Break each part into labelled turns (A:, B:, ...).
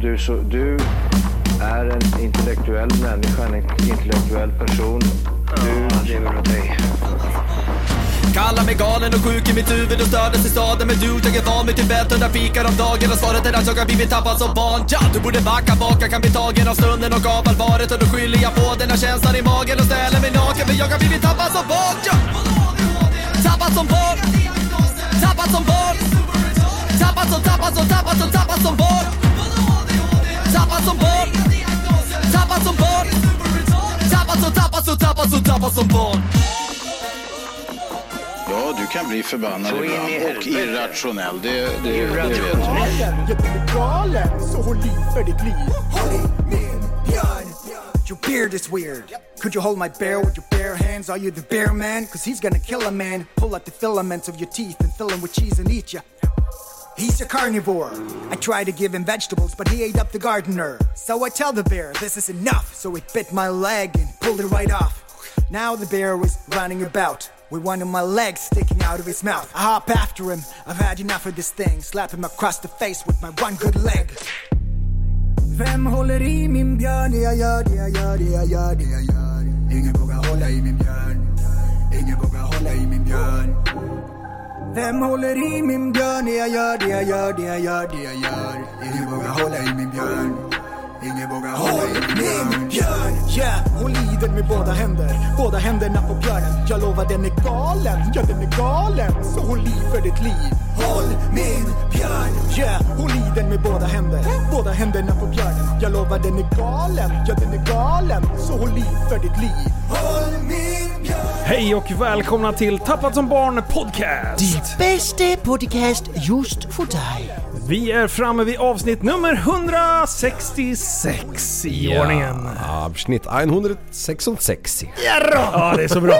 A: du, så, du är en intellektuell människa, en intellektuell person. Du lever av dig.
B: Kallar mig galen och sjuk i mitt huvud och stördes i staden Men du, jag är van vid Tibet och där fikar om dagen Och svaret är att jag har blivit tappad som barn ja, Du borde backa bak, jag kan bli tagen av stunden och av allvaret Och då skyller jag på den här känslan i magen och ställer mig naken För jag har blivit tappad som barn ja. Tappad som barn Tappad som barn Tappad som, tappad som, tappad som, tappad som barn Tappad som barn Tappad som barn Tappad som, tappad som, tappad som, tappad som barn
C: Ja, du kan bli förbannad
A: Så in i
C: ibland och
A: helvete.
C: irrationell. Det, det, det vet
A: Irrationell.
C: jag.
D: Jag blir galen, så håll i för ditt liv.
E: Honey, man, björn. Your beard is weird. Could you hold my bear with your bare hands? Are you the bear man? Cause he's gonna kill a man. Pull out the filaments of your teeth and fill them with cheese and eat ya. He's a carnivore. I tried to give him vegetables, but he ate up the gardener. So I tell the bear, this is enough. So it bit my leg and pulled it right off. Now the bear was running about with one of my legs sticking out of his mouth. I hop after him. I've had enough of this thing. Slap him across the face with my one good leg. Vem håller i min björn? Jag gör det, jag gör det, jag gör det, jag gör det. Ingen vågar hålla i min björn. Ingen vågar hålla i min björn. Vem håller i min björn? Jag gör det, jag gör det, jag gör det, jag gör det. Ingen vågar hålla i min björn. Ingen vågar hålla i min björn.
D: Yeah, håll i den med båda händer. Båda händerna på björnen. Jag lovar den är galen, ja den är galen. Så håll i för ditt liv.
E: Håll min björn.
D: Yeah, håll i den med båda händer. Båda händerna på björnen. Jag lovar den är galen, ja den är galen. Så håll i för ditt liv.
E: Håll min björn.
F: Hej och välkomna till Tappad som barn podcast!
G: Bästa podcast just för dig.
F: Vi är framme vid avsnitt nummer 166 i ordningen.
H: Abschnitt 166.
F: Ja, det är så bra.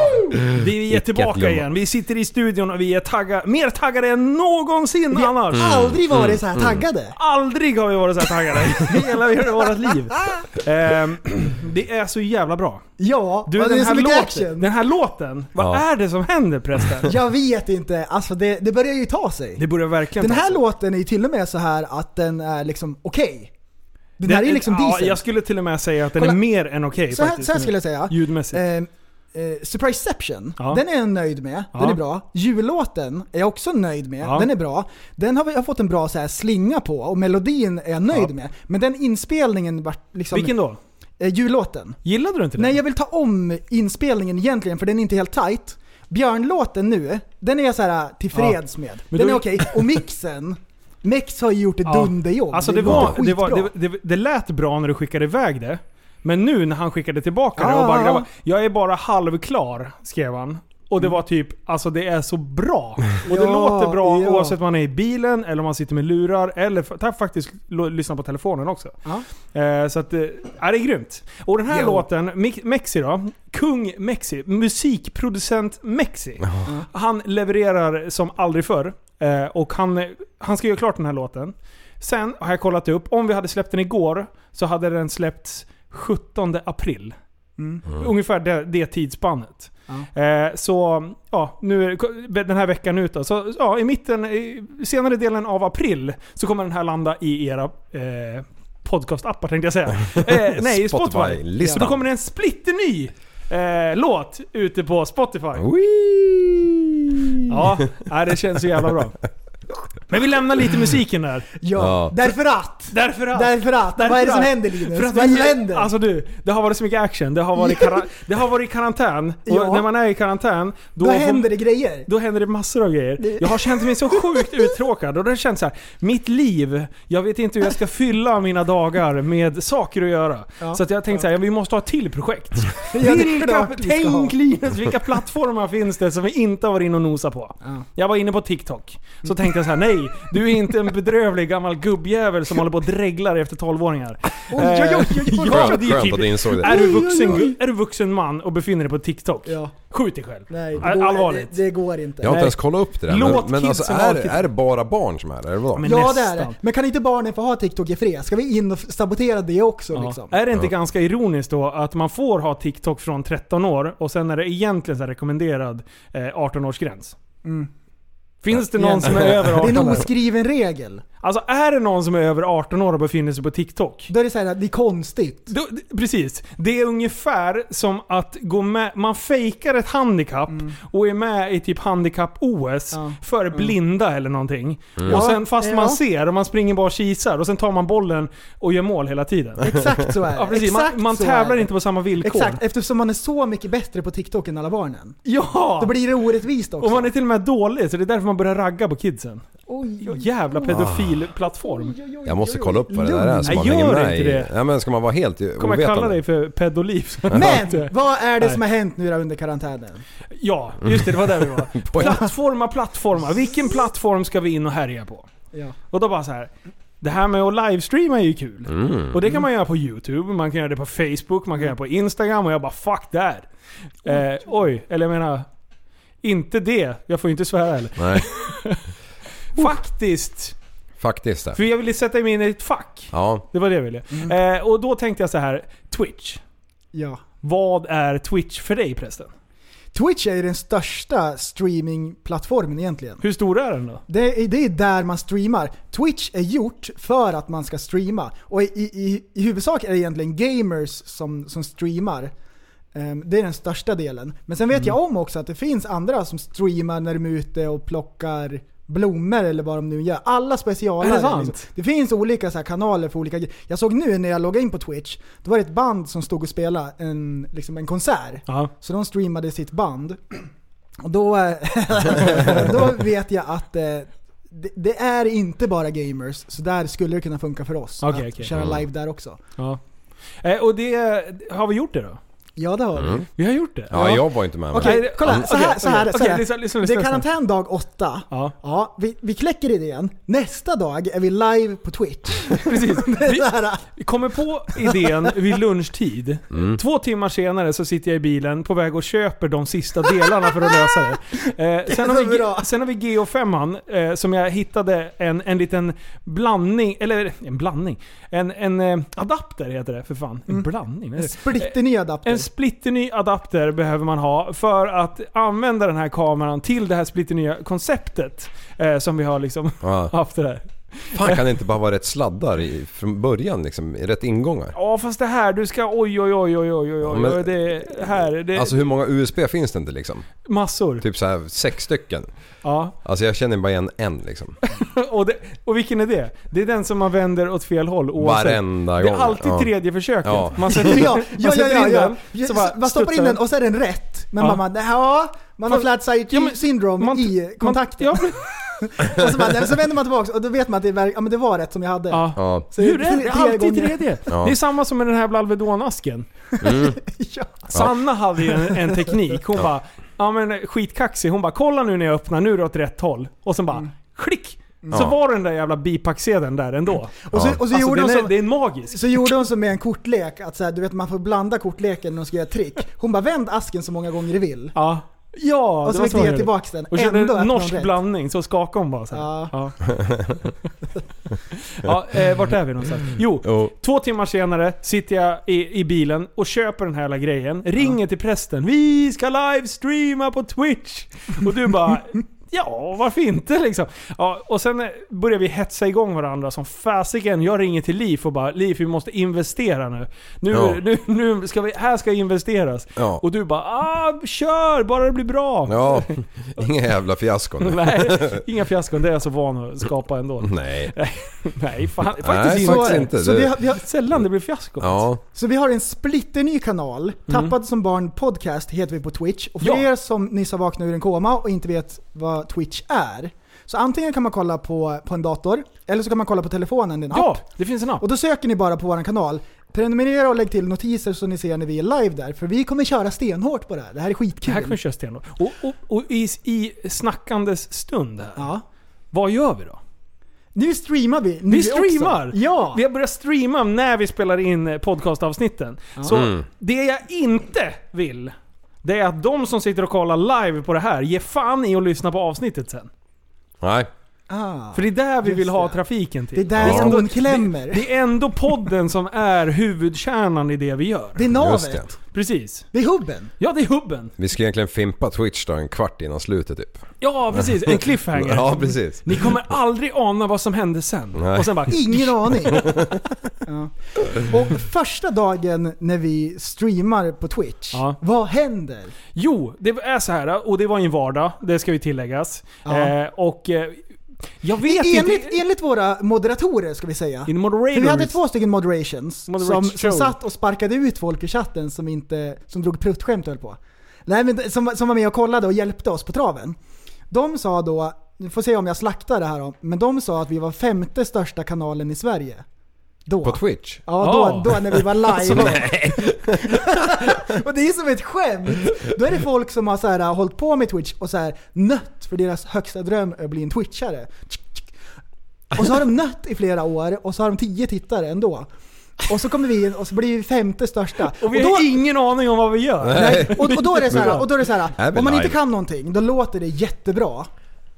F: Vi är
H: Icke att
F: tillbaka
H: glömma.
F: igen. Vi sitter i studion och vi är tagga, mer taggade än någonsin annars.
G: Aldrig varit
F: Mm.
G: så här taggade.
F: Aldrig har vi varit så här taggade i hela hela vårt liv. Ehm, det är så jävla bra.
G: Ja,
F: Du,
G: men det
F: den,
G: är
F: här
G: så mycket
F: låten,
G: action.
F: den här låten. Vad
H: Ja.
F: är det som händer prästen?
G: Jag vet inte, alltså det, det börjar ju ta sig.
F: Det börjar verkligen
G: Den
F: ta
G: här
F: sig.
G: låten är ju till och med så här att den är liksom okej. Den, här är ju liksom
F: ja,
G: diesel.
F: Jag skulle till och med säga att den
G: Kolla.
F: är mer än okej
G: så, här,
F: faktiskt.
G: så här skulle jag säga.
F: Ljudmässigt.
G: Ehm, eh, Surpriseception,
F: Ja.
G: den är jag nöjd med.
F: Ja.
G: Den är bra. Jullåten är jag också nöjd med.
F: Ja.
G: Den är bra. Den har vi har fått en bra så här slinga på och melodin är jag nöjd
F: Ja.
G: med. Men den inspelningen vart liksom...
F: Vilken då?
G: Eh, jullåten.
F: Gillade du inte den?
G: Nej, jag vill ta om inspelningen egentligen för den är inte helt tight. Björnlåten nu, den är jag så här tillfreds med.
F: Men
G: den
F: då-
G: är okej. Och mixen, Mix har ju gjort ett
F: Ja.
G: dunderjobb.
F: Alltså det,
G: låter
F: var, det, var,
G: skitbra.
F: det, det, det lät bra när du skickade iväg det. Men nu när han skickade tillbaka det och
G: Ja,
F: bara
G: ja, Mm.
F: grabbar, jag är bara halvklar, skrev han. Och det var typ, alltså det är så bra. Och det
G: Ja,
F: låter bra
G: ja.
F: oavsett om man är i bilen, eller om man sitter med lurar, eller f- ta- faktiskt lo- lyssna på telefonen också.
G: Ja.
F: Eh, så att, eh, ja, det är grymt. Och den här
G: Jo.
F: låten, Mik- Mexi då. Kung Mexi. Musikproducent Mexi. Han levererar som aldrig förr. Eh, och han, eh, han ska göra klart den här låten. Sen har jag kollat upp, om vi hade släppt den igår så hade den släppts 17 april. Ungefär det, det tidsspannet. Eh, så ja, nu, är- den här veckan ut då. Så ja, i mitten, i senare delen av april så kommer den här landa i era eh, podcastappar tänkte jag säga. Eh, nej, i Spotify.
H: Spotify-listan.
F: Så då kommer det en splitterny eh, låt ute på Spotify.
G: Oh.
H: Wee!
F: Ja, nej, det känns så jävla bra. Men vi lämnar lite musiken där.
G: Ja.
H: Ja.
G: Därför att.
F: Därför att...
G: Därför att.
F: Därför
G: Vad är det som
F: att-
G: händer Linus?
F: För att
G: Vad är det
F: vi-
G: som händer?
F: Alltså du, det har varit så mycket action. Det har varit, kara- det har varit karantän. Och
G: Ja.
F: när man är i karantän, då,
G: då
F: får-
G: händer det grejer.
F: då händer det massor av grejer.
G: Det-
F: Jag har känt mig så sjukt uttråkad och det har känts så här. mitt liv, jag vet inte hur jag ska fylla mina dagar med saker att göra.
G: Ja.
F: Så att jag tänkte så här, vi måste ha ett till projekt.
G: Ja, det är
F: vilka,
G: klart vi ska ha.
F: tänk Linus, vilka plattformar finns det som vi inte har varit inne och nosat på?
G: Ja.
F: Jag var inne på TikTok. Så tänkte jag så här: nej, du är inte en bedrövlig gammal gubbjävel som håller på och dreglar efter 12-åringar.
G: Oj, oj, oj, oj, oj.
F: Ja,
H: Skönt,
F: det är
H: skönt att du
F: typ,
H: insåg det.
F: är, du vuxen, är du vuxen man och befinner dig på TikTok?
G: Ja.
F: Skjut dig själv.
G: Nej, det
F: All-
G: går,
F: Allvarligt.
G: Det, det går inte.
H: Jag har
F: Nej.
H: inte ens kollat upp det där.
F: Låt
H: Men, men alltså,
F: kidsen
H: är,
F: ha-
H: är det bara barn som är där? Eller vadå?
F: Men-
G: Ja det är
F: Nästan.
G: det. Men kan inte barnen få ha TikTok i fred? Ska vi in och sabotera det också
F: Ja.
G: liksom?
F: Är det inte ganska ironiskt då att man får ha TikTok från 13 år och sen är det egentligen så här rekommenderad eh, 18-årsgräns? Finns det någon som är över
G: Mm. Det är
F: 18
G: en
F: år?
G: oskriven regel.
F: Alltså är det någon som är över 18 år och befinner sig på TikTok.
G: Då är det så här, det är konstigt.
F: Då, d- precis. Det är ungefär som att gå med, man fejkar ett handikapp och är med i typ handikapp-OS
G: Mm. Ja. Mm.
F: för blinda eller någonting.
H: Mm.
F: Och sen fast man
G: Ja.
F: ser och man springer bara och kisar och sen tar man bollen och gör mål hela tiden.
G: Exakt så är det.
F: Ja, precis.
G: Exakt
F: Man, man
G: så är
F: tävlar
G: det.
F: inte på samma villkor.
G: Exakt, eftersom man är så mycket bättre på TikTok än alla barnen.
F: Ja!
G: Då blir det orättvist också.
F: Och man är till och med dålig, så det är därför man börjar ragga på kidsen.
G: Oj, oj,
F: Jävla pedofilplattform.
G: oj,
H: Jag måste
G: oj,
H: kolla
G: oj.
H: upp vad Ah. det där är
G: Lugn.
H: så man
F: Nej,
H: hänger
F: gör
H: med
F: inte
H: i.
F: det.
H: Ja, men ska man vara helt
F: Kommer jag kalla dig
H: ovetande?
F: för pedoliv?
G: Men! Vad är det som har hänt nu då under karantänen?
F: Ja, just det. Det var där vi var. Plattforma, plattforma. Vilken plattform ska vi in och härja på?
G: Ja.
F: Och då bara så här. Det här med att livestreama är ju kul.
H: Mm.
F: Och det kan man göra på YouTube, man kan göra det på Facebook, man kan göra på Instagram och jag bara fuck that. Eh, oj, eller jag menar... Inte det. Jag får ju inte svära heller.
H: Nej,
F: Faktiskt.
H: faktiskt. det.
F: För jag ville sätta mig in i ett fack.
H: Ja,
F: Det var det jag ville. Eh, och då tänkte jag så här, Twitch.
G: ja.
F: Vad är Twitch för dig prästen?
G: Twitch är ju den största streamingplattformen egentligen.
F: Hur stor är den då?
G: Det är, det är där man streamar. Twitch är gjort för att man ska streama. Och i, i, i huvudsak är det egentligen gamers som, som streamar. Ehm, det är den största delen. Men sen vet
F: Mm.
G: jag om också att det finns andra som streamar när de är ute och plockar blommor eller vad de nu gör. Alla specialare.
F: Är det sant?
G: Det finns olika så här kanaler för olika gre- Jag såg nu när jag loggade in på Twitch, då var det ett band som stod och spelade en, liksom en konsert.
F: Ja.
G: Så de streamade sitt band. Och då, eh, då vet jag att eh, det, det är inte bara gamers, så där skulle det kunna funka för oss.
F: Okej,
G: att
F: okej.
G: köra live där också.
F: ja. Eh, och det... Har vi gjort det då?
G: Ja det har vi.
F: Vi har gjort det.
H: ja jag var inte med. men-
G: Okej,
F: Nej,
G: kolla.
F: ja,
G: Så här,
F: okej,
G: så här,
F: okej.
G: så
F: Okej,
G: här.
F: lyssna, lyssna,
G: det
F: lyssna,
G: är
F: lyssna.
G: karantän dag åtta.
F: Ja.
G: Ja, vi, vi kläcker idén. Nästa dag är vi live på Twitch. eh,
F: Precis. Vi,
G: Så här,
F: vi kommer på idén vid lunchtid.
H: Mm.
F: Två timmar senare så sitter jag i bilen på väg och köper de sista delarna för att lösa det. Eh, sen, har
G: så
F: vi,
G: bra.
F: G- sen har vi GH5 eh, som jag hittade en, en liten blandning, eller en blandning? En, en eh, adapter heter det för fan.
G: Mm.
F: En blandning? vad är det?
G: Splitterny adapter.
F: En splitterny adapter behöver man ha för att använda den här kameran till det här splitternya konceptet eh, som vi har liksom
H: Ja.
F: haft det där.
H: Fan kan det inte bara vara rätt sladdar i, från början liksom? Rätt ingångar?
F: Ja fast det här, du ska oj oj oj oj oj oj, oj
H: men-
F: oj, det här, det
H: Alltså hur många USB finns det inte liksom?
F: massor.
H: Typ så här sex stycken.
F: Ja.
H: Alltså jag känner bara igen en liksom.
F: Och, det, och vilken är det? Det är den som man vänder åt fel håll oavsett.
H: Varenda
F: Det är
H: gång,
F: alltid
H: ja.
F: tredje försöket.
H: Ja.
F: Man sätter in,
G: Ja, ja,
F: man
G: ja,
F: sätter
G: ja,
F: in
G: ja.
F: den.
G: ja.
F: så bara
G: man stoppar in
F: studsar
G: den och så är den rätt. Men
F: Ja.
G: man bara, ja, man har
F: Fast-
G: flat side
F: Ja, men-
G: syndrom
F: man-
G: i kontakten.
F: Man, ja,
G: och så, bara, nej, så vänder man tillbaka och då vet man att det, verk- ja, men det var rätt som jag hade.
F: ja.
H: Ja.
G: Så
F: Hur
G: tre-
F: är det?
G: tre
F: Alltid
G: gånger.
F: tredje.
H: Ja.
F: Det är samma som med den här Alvedon-asken.
G: Ja.
F: Sanna hade ju en, en teknik. Hon bara, ja men skitkaxig. Hon bara, kolla nu när jag öppnar, nu är det åt rätt håll. Och sen
G: Mm.
F: bara, klick! Så
H: Ja.
F: var den där jävla bipacksedeln där ändå.
G: Och så,
H: Ja.
G: och så,
F: Alltså,
G: gjorde
F: den
G: hon
F: är,
G: som,
F: det är magisk.
G: så gjorde hon som med en kortlek, att så här, du vet man får blanda kortleken när de ska göra trick. Hon bara vänd asken så många gånger du vill.
F: Ja. Ja,
G: Och så
F: var
G: fick vi ge
F: det.
G: tillbaka den.
F: Och
G: Ändå
F: körde
G: öppnade
F: en
G: hon
F: norsk
G: rätt.
F: blandning, så skakade hon bara så här.
G: Ja.
F: Ja. ja, eh, vart är vi någonstans? Jo,
H: Jo.
F: två timmar senare sitter jag i, i bilen och köper den här hela grejen. Ringer till prästen. Vi ska livestreama på Twitch! Och du bara... Ja, varför inte liksom? Ja, och sen eh, börjar vi hetsa igång varandra som fasiken. Jag ringer till Liv och bara Liv, vi måste investera nu. Nu,
H: Ja.
F: nu, nu ska vi, här ska investeras.
H: Ja.
F: Och du bara ah, kör, bara det blir bra.
H: Ja, inga jävla fiaskon.
F: Nej, inga fiaskon. Det är jag så van att skapa ändå.
H: Nej.
F: Nej, fan, faktiskt
H: Nej,
F: inte.
H: faktiskt inte.
G: Så
H: Det-
G: vi, har, vi har,
F: Sällan det blir fiaskon.
H: Ja,
G: Så vi har en splitterny kanal, Tappad som barn podcast heter vi på Twitch. Och för
F: Mm. Ja.
G: er som nyss har vaknat ur en koma och inte vet vad Twitch är. Så antingen kan man kolla på, på en dator, eller så kan man kolla på telefonen, din
F: Ja,
G: app.
F: det finns en app.
G: Och då söker ni bara på vår kanal. Prenumerera och lägg till notiser så ni ser när vi är live där. För vi kommer köra stenhårt på det här. Det här är
F: Det
G: skitkul.
F: här kan vi köra stenhårt. Och, och, och i, i snackandes stund här.
G: ja.
F: Vad gör vi då?
G: Nu streamar vi. Nu
F: Vi streamar!
G: Också. Ja!
F: Vi har börjat streama när vi spelar in eh, podcastavsnitten. Så
H: Mm.
F: det jag inte vill, det är att de som sitter och kollar live på det här ger fan i att lyssna på avsnittet sen.
H: nej.
G: Ah,
F: För det är där vi
G: Just
F: vill ha
G: det.
F: trafiken till.
G: det är där
F: Det är ändå-
G: skon klämmer. Det,
F: Det är ändå podden som är huvudkärnan i det vi gör.
G: är
H: Just det.
G: navet.
F: Precis.
G: Det är hubben.
F: Ja, det är hubben.
H: Vi ska egentligen fimpa Twitch då en kvart innan slutet typ.
F: Ja, precis. En cliffhanger.
H: Ja, precis.
F: Ni kommer aldrig ana vad som hände sen.
H: Nej.
F: Och sen bara...
G: Ingen aning. Ja. Och första dagen när vi streamar på Twitch,
F: Ja.
G: vad händer?
F: Jo, det är så här och det var ju en vardag, det ska ju tilläggas.
G: Ja.
F: Eh, och eh, jag vet
G: Enligt,
F: inte...
G: enligt våra moderatorer ska vi säga.
F: In
G: För
F: moderators.
G: vi hade två stycken moderations
F: Moderate
G: som,
F: show.
G: som satt och sparkade ut folk i chatten som, inte, som drog pruttskämt och höll på. Nej, men som, som var med och kollade och hjälpte oss på traven. De sa då, nu får se om jag slaktar det här då, men de sa att vi var femte största kanalen i Sverige. Då.
H: På Twitch?
G: Ja,
F: Ah.
G: då, då när vi var live. och det är som ett skämt. Då är det folk som har så här, hållit på med Twitch och så här, nött för deras högsta dröm är att bli en twitchare. Och så har de nött i flera år och så har de tio tittare ändå. Och så kommer vi in och så blir vi femte största.
F: Och vi
G: då,
F: har ingen aning om vad vi gör.
G: nej, och, och då är det så här, och då är det så
H: Här är
G: här
H: vi
G: om man inte
H: live.
G: kan någonting, då låter det jättebra.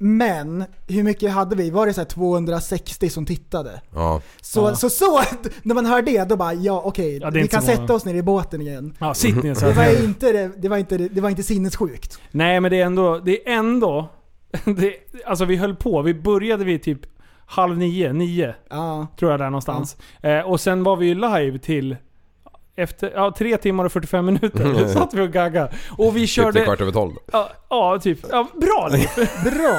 G: Men hur mycket hade vi? Var det så här 260 som tittade?
H: Ja.
G: Så, så, så, när man hör det, då bara ja okej,
F: Ja, det är
G: vi
F: inte
G: kan
F: så många.
G: sätta oss ner i båten igen.
F: Ja, sitt ner så
G: Det
F: här.
G: var inte, det, det var inte, det var inte sinnessjukt.
F: Nej men det är ändå, det är ändå... Det, alltså vi höll på, vi började vid typ halv nio, nio
G: Ja.
F: tror jag där någonstans. Eh, och sen var vi ju live till... Efter, ja, tre timmar och 45 minuter satt vi och gaggade. Och vi
H: Körde... Mm. Typ
F: körde...
H: till kvart över tolv.
F: Ja, ja, typ. Ja, bra liv.
G: Bra!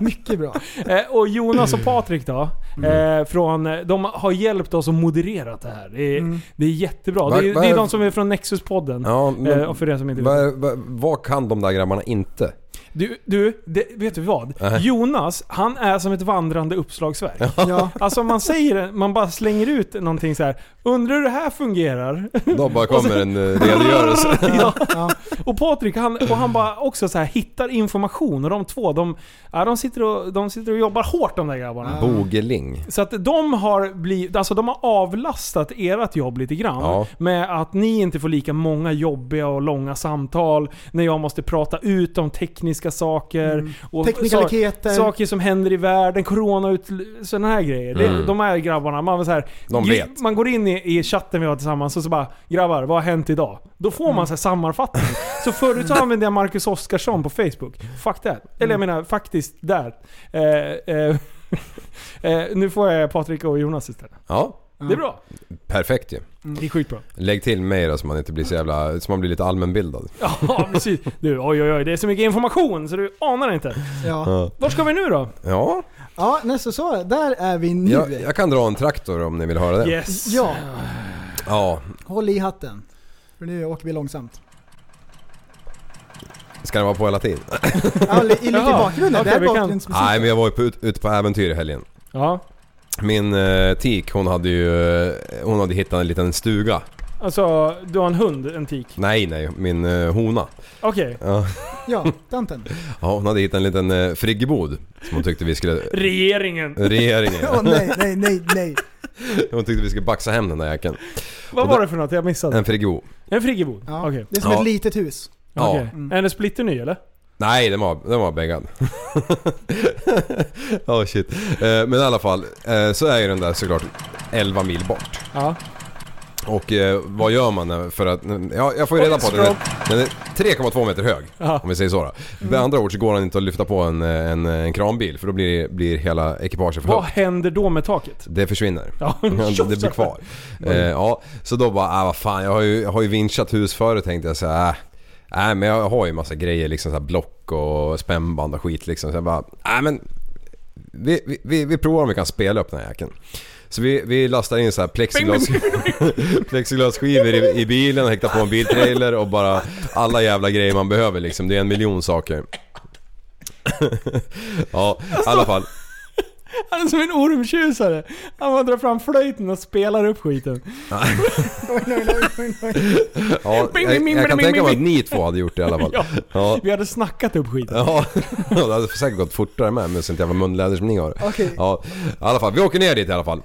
G: Mycket bra.
F: Eh, och Jonas och Patrik då,
H: Mm.
F: eh, från, eh, de har hjälpt oss och modererat det här. Det är, det är jättebra.
H: Mm. Var-
F: det, är,
H: var-
F: det är de som är från Nexus-podden.
H: Ja, men-
F: eh, och för er som inte vet.
H: Vad, vad, vad kan de där grabbarna inte?
F: Du, du det, vet du vad?
H: Nej.
F: Jonas, han är som ett vandrande uppslagsverk.
G: Ja.
F: Alltså man säger man bara slänger ut någonting så här. undrar hur det här fungerar?
H: Då bara kommer en eh, redogörelse.
F: Ja. Och Patrik, han, och han bara också så här hittar information och de två, de, ja, de, sitter och, de sitter och jobbar hårt de där grabbarna.
H: Ah. Bogeling.
F: Så att de har blivit, alltså de har avlastat ert jobb lite grann.
H: Ja.
F: Med att ni inte får lika många jobbiga och långa samtal. När jag måste prata ut om tekniska saker. Och
G: Teknikaliteter.
F: sa- saker som händer i världen, corona, ut, sådana här grejer. Det, de här grabbarna, man, var så här,
H: Mm. De
F: ju-
H: vet.
F: man går in i, i chatten vi har tillsammans och så bara “Grabbar, vad har hänt idag?” Då får man så här sammanfattning. så förut så använde jag Marcus Oskarsson på Facebook. Fuck that. Eller jag menar faktiskt där. Eh, eh, Eh, nu får jag Patrik och Jonas istället.
H: Ja,
F: Det är bra.
H: perfekt ju.
F: Mm. Det är sjukt bra.
H: Lägg till mig då så man inte blir så jävla... Så man blir lite allmänbildad.
F: Ja, precis. Du, oj oj oj. Det är så mycket information så du anar inte.
G: Ja,
F: Var ska vi nu då?
H: Ja,
G: ja nästan så. Där är vi nu.
H: jag, jag kan dra en traktor om ni vill höra det.
F: Yes.
G: Ja,
H: Ja.
G: håll i hatten. För nu åker vi långsamt.
H: Ska den vara på hela tiden?
G: Ja, li- i lite i
F: Jaha.
G: bakgrunden.
F: Okej,
G: det
F: vi kan-
G: är
F: Ah.
G: bakgrundsmusik.
H: Nej, men jag var ju på, ut, ute på äventyr i helgen.
F: Ja.
H: Min eh, tik, hon hade ju... eh, Hon hade hittat en liten stuga.
F: Alltså, du har en hund, en tik.
H: Nej, nej, min eh, hona.
F: Okej.
H: Ja.
G: Ja, tanten.
H: ja, hon hade hittat en liten eh, friggebod. Som hon tyckte vi skulle...
F: Regeringen.
H: Regeringen.
G: Åh nej, nej, nej, nej.
H: Hon tyckte vi skulle baxa hem den där jäkeln.
F: Vad var det för något jag missade?
H: En friggebod.
F: En friggebod?
G: Ja,
F: Okej.
G: Det är som
H: Ja.
G: ett litet hus.
H: Ja.
F: Okej. Är den splitterny eller?
H: Nej, den var, den var bäggad. oh shit. Eh, men i alla fall, eh, så är ju den där såklart 11 mil bort.
F: Ja.
H: Och eh, vad gör man när- för att... Ja, jag får ju reda på att den är, den är 3,2 meter hög.
F: Ja. Mm.
H: Om vi säger så då. Med andra ord så går den inte att lyfta på en, eh, en, en kranbil för då blir, blir hela ekipaget för
F: Vad
H: högt.
F: händer då med taket?
H: Det försvinner.
F: Ja,
H: Ja, det blir kvar. Eh, ja, så då bara, ah, vad fan, jag har ju, jag har ju vinschat hus förut tänkte jag så här, äh, nej men jag har ju massa grejer liksom så här block och spännband och skit liksom. Så jag bara, nej men vi, vi- vi, vi provar om vi kan spela upp den här jäkeln. Så vi, vi lastar in så här plexiglas, plexiglasskivor i, i bilen och häktar på en biltrailer och bara alla jävla grejer man behöver liksom. Det är en miljon saker. ja, i alla fall.
F: Han är som en ormtjusare. Han bara drar fram flöjten och spelar upp skiten.
H: Ja,
F: Bing,
H: jag,
F: bing, bing,
H: jag kan
F: bing,
H: tänka
F: bing,
H: mig att
F: bing.
H: ni två hade gjort det i alla fall.
F: Ja.
H: Ja.
F: Vi hade snackat upp skiten.
H: Ja, det hade säkert gått fortare med med sånt jävla munläder som ni har.
G: Okej.
H: Ja, i alla fall, vi åker ner dit i alla fall.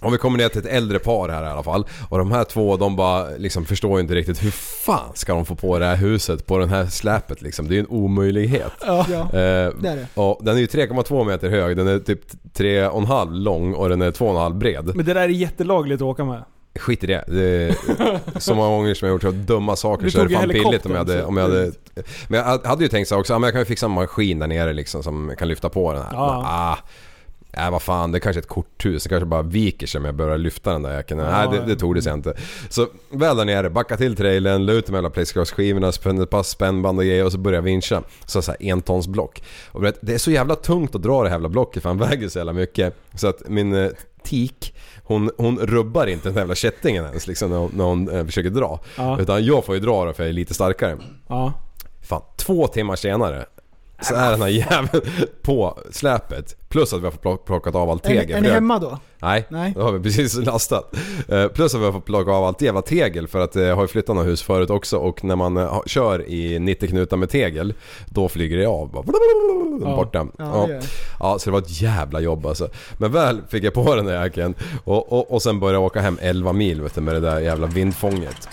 H: Om vi kommer ner till ett äldre par här i alla fall och de här två de bara liksom förstår ju inte riktigt hur fan ska de få på det här huset på den här släpet liksom. Det är ju en omöjlighet.
G: Ja.
H: Eh,
G: är det.
H: Ja, den är ju 3,2 meter hög, den är typ 3,5 lång och den är 2,5 bred.
F: Men det där är jättelagligt att åka med.
H: Skit i det. det så många gånger som jag har gjort så dumma saker
F: Du
H: så är
F: tog
H: det
F: ju
H: fan billigt om jag
F: helikoptern,
H: hade...
F: så-
H: Om jag hade Eh, men jag hade ju tänkt så här också, ja, men jag kan ju fixa en maskin där nere liksom som kan lyfta på den här.
F: Ja.
H: Men, ah, Nej vad fan, det är kanske är ett korthus. Det kanske bara viker sig om jag börjar lyfta den där jäkeln. Nej det, det tog det sig inte. Så väl där nere, backa till trailern, la ut de jävla plexiglasskivorna, spände ett par spännband och grejer och så började jag vincha. Så såhär entonsblock. Och vet, det är så jävla tungt att dra det här jävla blocket för han väger så jävla mycket. Så att min eh, tik, hon, hon rubbar inte den här jävla kättingen ens liksom när hon, när hon eh, försöker dra.
F: Ja.
H: Utan jag får ju dra den för jag är lite starkare.
F: Ja.
H: Fan, två timmar senare så är den här jäveln på släpet. Plus att vi har plock- plockat av all
G: Är,
H: tegel.
G: är
H: för
G: ni
H: jag-
G: hemma då?
H: Nej,
G: Nej.
H: det har vi precis lastat. Eh, Plus att vi har fått plocka av allt jävla tegel för att eh, jag har ju flyttat några hus förut också och när man eh, har- kör i 90 knutar med tegel då flyger det av. Bara,
F: Ja.
H: Borta.
G: Ja,
H: Ja,
G: det
H: ja.
G: gör det.
H: så det var ett jävla jobb alltså. Men väl fick jag på den där jäkeln och, och, och sen började jag åka hem 11 mil vet du, med det där jävla vindfånget.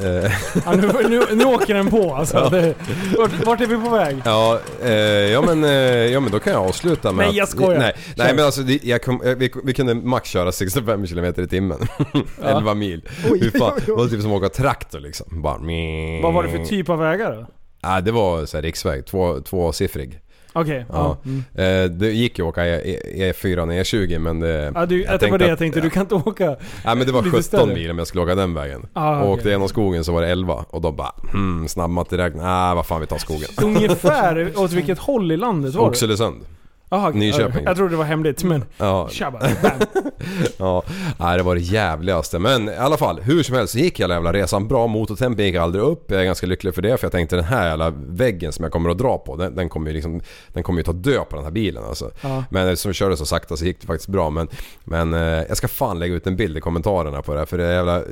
H: Eh,
F: Ja, nu, nu, nu åker den på alltså. Det, vart, vart är vi på väg?
H: Ja, eh, ja, men, eh, ja men då kan jag avsluta med
F: Nej, jag skojar.
H: att, nej, nej
F: Kör.
H: men alltså det- jag kom, eh, vi, vi kunde max köra 65 km i timmen. 11 mil. Fy fan,
G: oj, oj.
H: Det var typ som att åka traktor liksom. Bara, meh.
F: Vad var det för typ av vägar då?
H: Ja, det var så här, riksväg, två, tvåsiffrig.
F: Okej.
H: Ja.
F: ja. Mm.
H: Eh, det gick ju att åka E- E- E4 och E20 men det...
F: Ja, du, det var det jag tänkte. Du kan inte åka...
H: Nej men det var
F: Lite
H: 17
F: större.
H: mil om jag skulle åka den vägen.
F: Ah,
H: och
F: okej.
H: åkte genom skogen så var det 11 och de bara hmm, snabbmatteräkning. Nej Ah, vad fan vi tar skogen.
F: Ungefär åt vilket håll i landet var det?
H: Oxelösund.
F: Aha, okej.
H: Nyköping.
F: Jag trodde det var hemligt, men...
H: Ja,
F: Tjabba, bam.
H: Ja, nej, det var det jävligaste. Men i alla fall, hur som helst så gick hela jävla resan bra. Motortempen gick aldrig upp. Jag är ganska lycklig för det för jag tänkte den här jävla väggen som jag kommer att dra på den, den kommer ju liksom, den kommer ju ta död på den här bilen alltså.
F: Ja.
H: Men som vi körde så sakta så gick det faktiskt bra. Men, men eh, jag ska fan lägga ut en bild i kommentarerna på det här för det är jävla...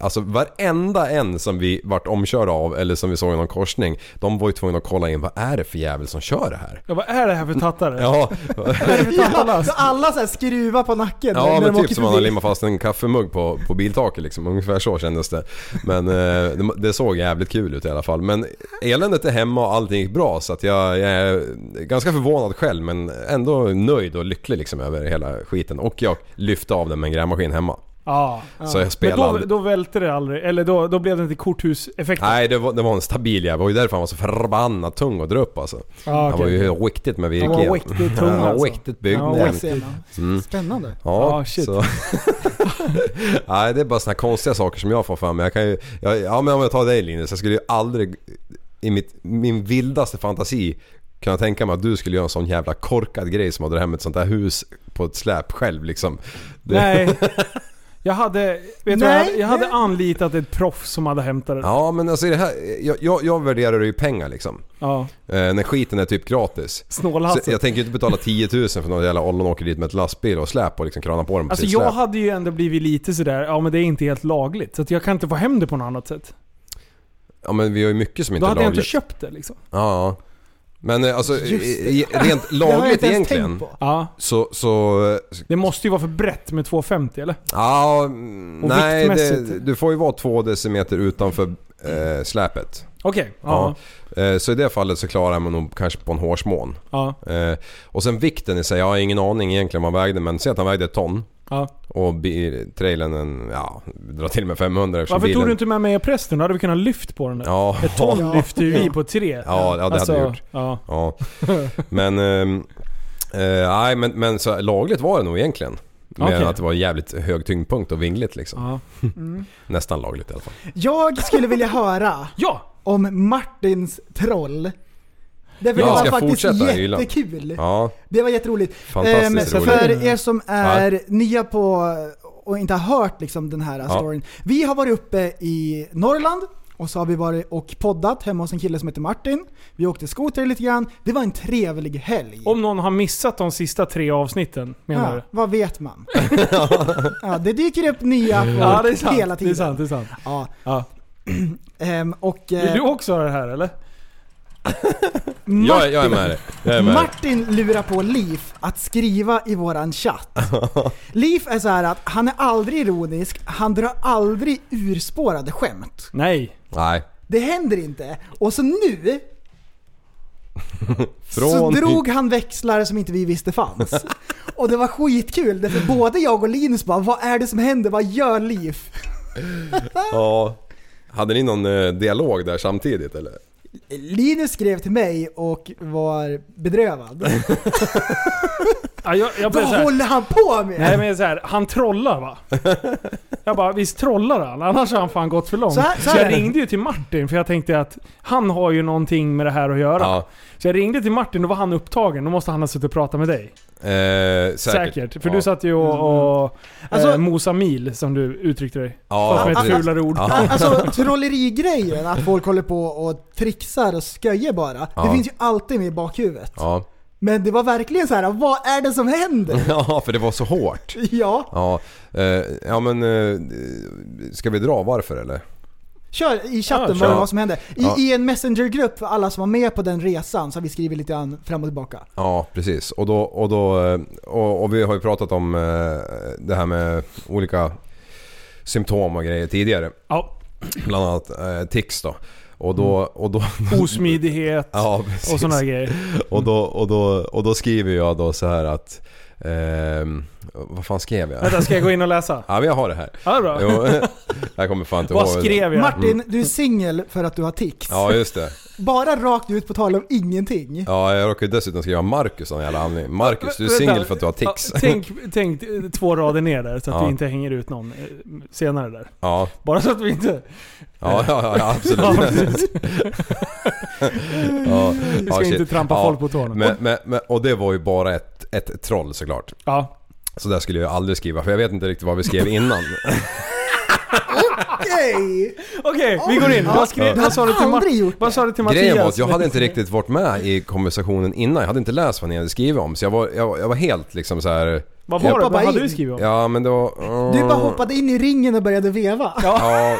H: Alltså varenda en som vi vart omkörda av eller som vi såg i någon korsning. De var ju tvungna att kolla in vad är det för jävel som kör det här?
F: Ja, vad är det här för tattare?
H: Mm. Ja,
G: Ja, så alla så här skruvar på nacken
H: Ja
G: när
H: men
G: de
H: typ
G: åker
H: som man har
G: förbi.
H: limmat fast en kaffemugg på, på biltaket liksom. Ungefär så kändes det. Men eh, det, det såg jävligt kul ut i alla fall. Men eländet är hemma och allting gick bra så att jag, jag är ganska förvånad själv men ändå nöjd och lycklig liksom över hela skiten. Och jag lyfte av den med en grävmaskin hemma.
F: Ja.
H: Så jag
F: Men
H: spelade
F: då,
H: aldrig.
F: då välte det aldrig, eller då, då blev det inte korthuseffekten?
H: Nej det var, det var en stabil jävel och det var därför han var så förbannat tung att dra upp alltså.
F: Ja,
H: Han var
F: Ah, okej.
H: ju riktigt med virke
F: Han var
H: igen.
F: riktigt tung,
H: Han var
F: alltså.
H: riktigt byggd
F: Ja,
H: jävel.
G: Oj, ser man.
H: Mm.
G: Spännande.
H: Ja,
F: Ah, shit.
H: så... Nej, det är bara såna konstiga saker som jag får för mig. Jag kan ju... jag, ja, men om jag tar dig Linus, jag skulle ju aldrig i mitt, min vildaste fantasi kunna tänka mig att du skulle göra en sån jävla korkad grej som att dra hem ett sånt där hus på ett släp själv liksom. Det-
F: Nej. Jag hade, vet du vad, jag
G: Nej,
F: hade, jag hade
G: nej.
F: anlitat ett proffs som hade hämtat det.
H: Ja, men alltså i det här... Jag, jag, jag värderar det ju i pengar liksom.
F: Ja.
H: Eh, när skiten är typ gratis. Så
F: Snålhalsen.
H: jag tänker ju inte betala 10 000 för någon jävla ollon åker dit med ett lastbil och släp och liksom kranar på dem på
F: Alltså
H: sitt
F: jag
H: släp.
F: hade ju ändå blivit lite sådär, ja men det är inte helt lagligt. Så att jag kan inte få hem det på något annat sätt.
H: Ja men vi har ju mycket som
F: Då
H: inte är
F: hade jag
H: lagligt.
F: inte köpt det liksom.
H: Ja. Men eh, alltså i- i- rent
G: Det har jag
H: lagligt
G: inte ens
H: egentligen
G: tänkt på.
F: Ja.
H: så, så, eh,
F: Det måste ju vara för brett med 250 eller?
H: ja, mm,
F: Och
H: nej det,
F: viktmässigt?
H: du får ju vara två decimeter utanför eh, släpet.
F: Okej. Ja.
H: Eh, så i det fallet så klarar man nog kanske på en hårsmån.
F: Ja.
H: Eh, och sen vikten i sig, jag har ingen aning egentligen vad han vägde men säg att han vägde ett ton
F: ja.
H: och bi- trailern en, ja, dra till med 500 eftersom
F: Varför
H: bilen...
F: tog du inte med mig prästen? Då hade vi kunnat lyft på den där.
H: Ja,
F: Ett ton Alltså, lyfter ju vi på tre.
H: ja, ja det hade du gjort.
F: Ja.
H: Ja. Men... ehm, eh, Nej men, men så lagligt var det nog egentligen. Men
F: Okej.
H: att det var en jävligt hög tyngdpunkt och vingligt liksom.
F: Ja.
H: Nästan lagligt i alla fall.
G: Jag skulle vilja höra
F: ja.
G: om Martins troll. Därför
H: Ja,
G: det
H: ska
G: var faktiskt
H: fortsätta gilla.
G: jättekul.
H: Ja,
G: Det var jätteroligt. Ehm,
H: Fantastiskt roligt. Mm.
G: För er som är nya på och inte har hört liksom den här storyn. Vi har varit uppe i Norrland och så har vi varit och poddat hemma hos en kille som heter Martin. Vi åkte skoter lite grann. Det var en trevlig helg.
F: Om någon har missat de sista tre avsnitten menar
G: ja,
F: du?
G: vad vet man? ja, det dyker upp nya folk
F: Det
G: hela
F: är
G: tiden.
F: sant, det är sant.
G: Ja.
F: Ja.
G: Ehm, och, eh,
F: Vill du också ha det här eller?
H: Jag, jag är med dig. Jag är med dig.
G: Martin lurar på Leaf att skriva i våran chatt. Leaf är så här att han är aldrig ironisk, han drar aldrig urspårade skämt.
F: Nej.
H: Nej.
G: Det händer inte. Och så nu så
H: Från-
G: drog han växlar som inte vi visste fanns. Och det var skitkul, därför både jag och Linus bara Vad är det som händer? Vad gör Liv?
H: Ja. Hade ni någon eh, dialog där samtidigt eller?
G: Linus skrev till mig och var bedrövad.
F: Ja, jag, jag blev
G: Vad
F: så här,
G: håller han på med?
F: Nej men så här, han trollar va? Jag bara, visst trollar han? Annars har han fan gått för långt.
G: Så här- så här är
F: jag
G: det.
F: ringde ju till Martin för jag tänkte att han har ju någonting med det här att göra.
H: Ja.
F: Så jag ringde till Martin, då var han upptagen. Då måste han ha suttit och pratat med dig.
H: Eh, säkert.
F: Säkert. För du
H: Ja.
F: satt ju och, och
G: Alltså-
F: eh, mosa mil som du uttryckte dig.
H: Ja,
F: Fast med ett
H: precis.
F: fulare ord.
H: Ja.
G: Alltså trollerigrejen, att folk håller på och trixar och skojar bara.
H: Ja.
G: Det finns ju alltid med i bakhuvudet.
H: Ja.
G: Men det var verkligen så här: vad är det som händer?
H: ja, för det var så hårt.
G: Ja,
H: Ja, eh, ja men eh, ska vi dra varför eller?
G: kör i chatten
F: Ja,
G: vad,
H: kör.
G: vad som hände. I,
H: Ja.
G: I en messengergrupp för alla som var med på den resan så har vi skrivit lite grann fram och tillbaka.
H: Ja, precis. Och, då, och, då, eh, och, och vi har ju pratat om eh, det här med olika symptom och grejer tidigare.
F: Ja,
H: Bland annat eh, tics då. Och då... Och då
F: osmidighet
H: ja, precis.
F: Mm. och sådana grejer.
H: Och då, och, då, och då skriver jag då så här att... ehm, vad fan skrev jag?
F: Vänta, ska jag gå in och läsa?
H: Ja men jag har det här.
F: Ja, bra.
H: Jo, jag kommer fan inte
F: Vad
H: ihåg.
F: skrev jag?
G: Martin, du är singel för att du har tics.
H: Mm. Ja just det.
G: Bara rakt ut på tal om ingenting.
H: Ja jag råkade dessutom skriva Marcus av en jävla anledning. Marcus, du är
F: Vänta.
H: singel för att du har tics.
F: Ja, tänk, tänk eh, två rader ner där så att
H: Ja.
F: vi inte hänger ut någon eh, senare där.
H: Ja,
F: Bara så att vi inte...
H: ja, ja, ja
F: Ja,
H: absolut.
F: precis.
H: Ja,
F: Vi ska inte trampa folk på tårna.
H: Men, men, men, och det var ju bara ett, ett troll såklart.
F: Ja.
H: Så där skulle jag aldrig skriva för jag vet inte riktigt vad vi skrev innan.
G: Okej!
F: Okej, vi går in. Vad, skrev,
H: Ja.
F: vad, sa du till
G: Aldrig
F: Mar-
G: gjort
F: vad sa du till Mattias?
H: Grejen var att jag hade inte riktigt varit med i konversationen innan. Jag hade inte läst vad ni hade skrivit om. Så jag var, jag, var- jag var helt liksom så här.
F: Vad var det?
G: hoppade
F: Vad hade
G: in.
F: du skrivit om?
H: Ja men det var...
G: Du bara hoppade in i ringen och började veva.
H: Ja,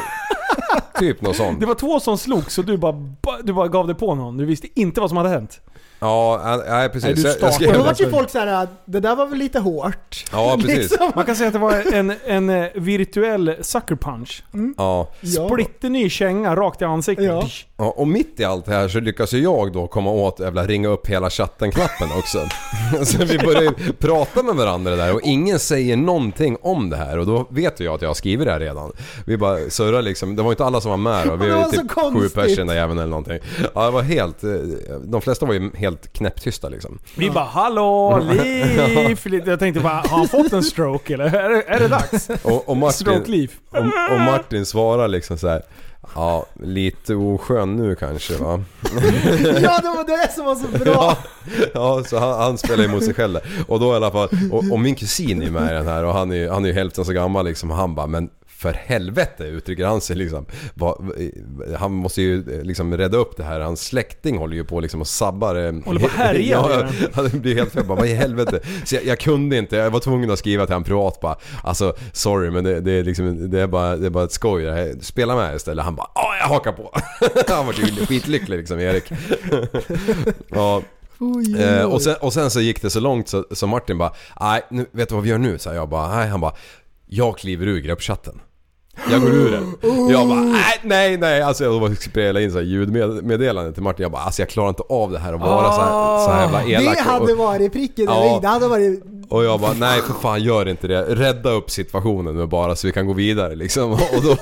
H: typ något sånt.
F: Det var två som slogs och du bara, ba- du bara gav dig på någon. Du visste inte vad som hade hänt.
H: Ja, nej, nej precis.
F: Nej, du
H: Jag- jag
F: startar.
H: skrev-
G: Och då var ju folk så här: "Ah, det där var väl lite hårt.
H: Ja, precis.
F: Man kan säga att det var en, en eh, virtuell sucker punch.
H: Ja.
G: Ja.
F: Splitterny känga rakt i ansiktet.
G: Ja.
H: Ja, och mitt i allt det här så lyckas ju jag då komma åt jävla ringa upp hela chatten-knappen också. så vi börjar ju prata med varandra där och ingen säger någonting om det här och då vet ju jag att jag har skrivit det här redan. Vi bara surrar liksom, det var ju inte alla som var med då. Vi
G: Det
H: var ju
G: var så
H: typ sju
G: konstigt.
H: pers i den där jäveln eller någonting. Ja, det var helt... eh, De flesta var ju helt knäpptysta liksom.
F: Vi bara 'Hallå, Liv!' Jag tänkte bara, har han fått en stroke eller? Är det, är det dags?
H: Och, och Martin...
F: Stroke Liv.
H: Och, och Martin svarar liksom så här. Ja, lite oskön nu kanske va?
G: Ja, det var det som var så bra.
H: Ja, ja så han, han spelar emot sig själv där. Och då i alla fall, och, och min kusin är med i den här och han är ju han är ju hälften så gammal liksom. Och han bara, men för helvete uttrycker han sig liksom. Vad- Han måste ju eh, liksom rädda upp det här. Hans släkting håller ju på liksom och sabbar...
F: Håller på och härjar,
H: Ja,
F: gör
H: ja, det blir helt fel. Jag bara, Vad i helvete? Så jag, jag kunde inte, jag var tvungen att skriva till han privat bara. Alltså sorry men det, det, är, liksom, det, är, bara, det är bara ett skoj. det här. Spela med istället. Han bara, ja jag hakar på. han var ju skitlycklig liksom Erik. ja.
G: Oj,
H: Eh,
G: oj.
H: och, sen, och sen så gick det så långt så, så Martin bara Nej, nu, vet du vad vi gör nu? Så här, jag bara, nej han bara Jag kliver ur gruppchatten. Jag går ur den. Jag bara, nej, nej, nej. Alltså jag bara spelade in så här ljudmeddelande till Martin. Jag bara, alltså jag klarar inte av det här att vara så, här, så här jävla elak.
G: det Ah. hade
H: och,
G: varit pricken
H: Ja.
G: ja. Det hade varit...
H: och jag bara, nej för fan gör inte det. Rädda upp situationen nu bara så vi kan gå vidare liksom. Och då,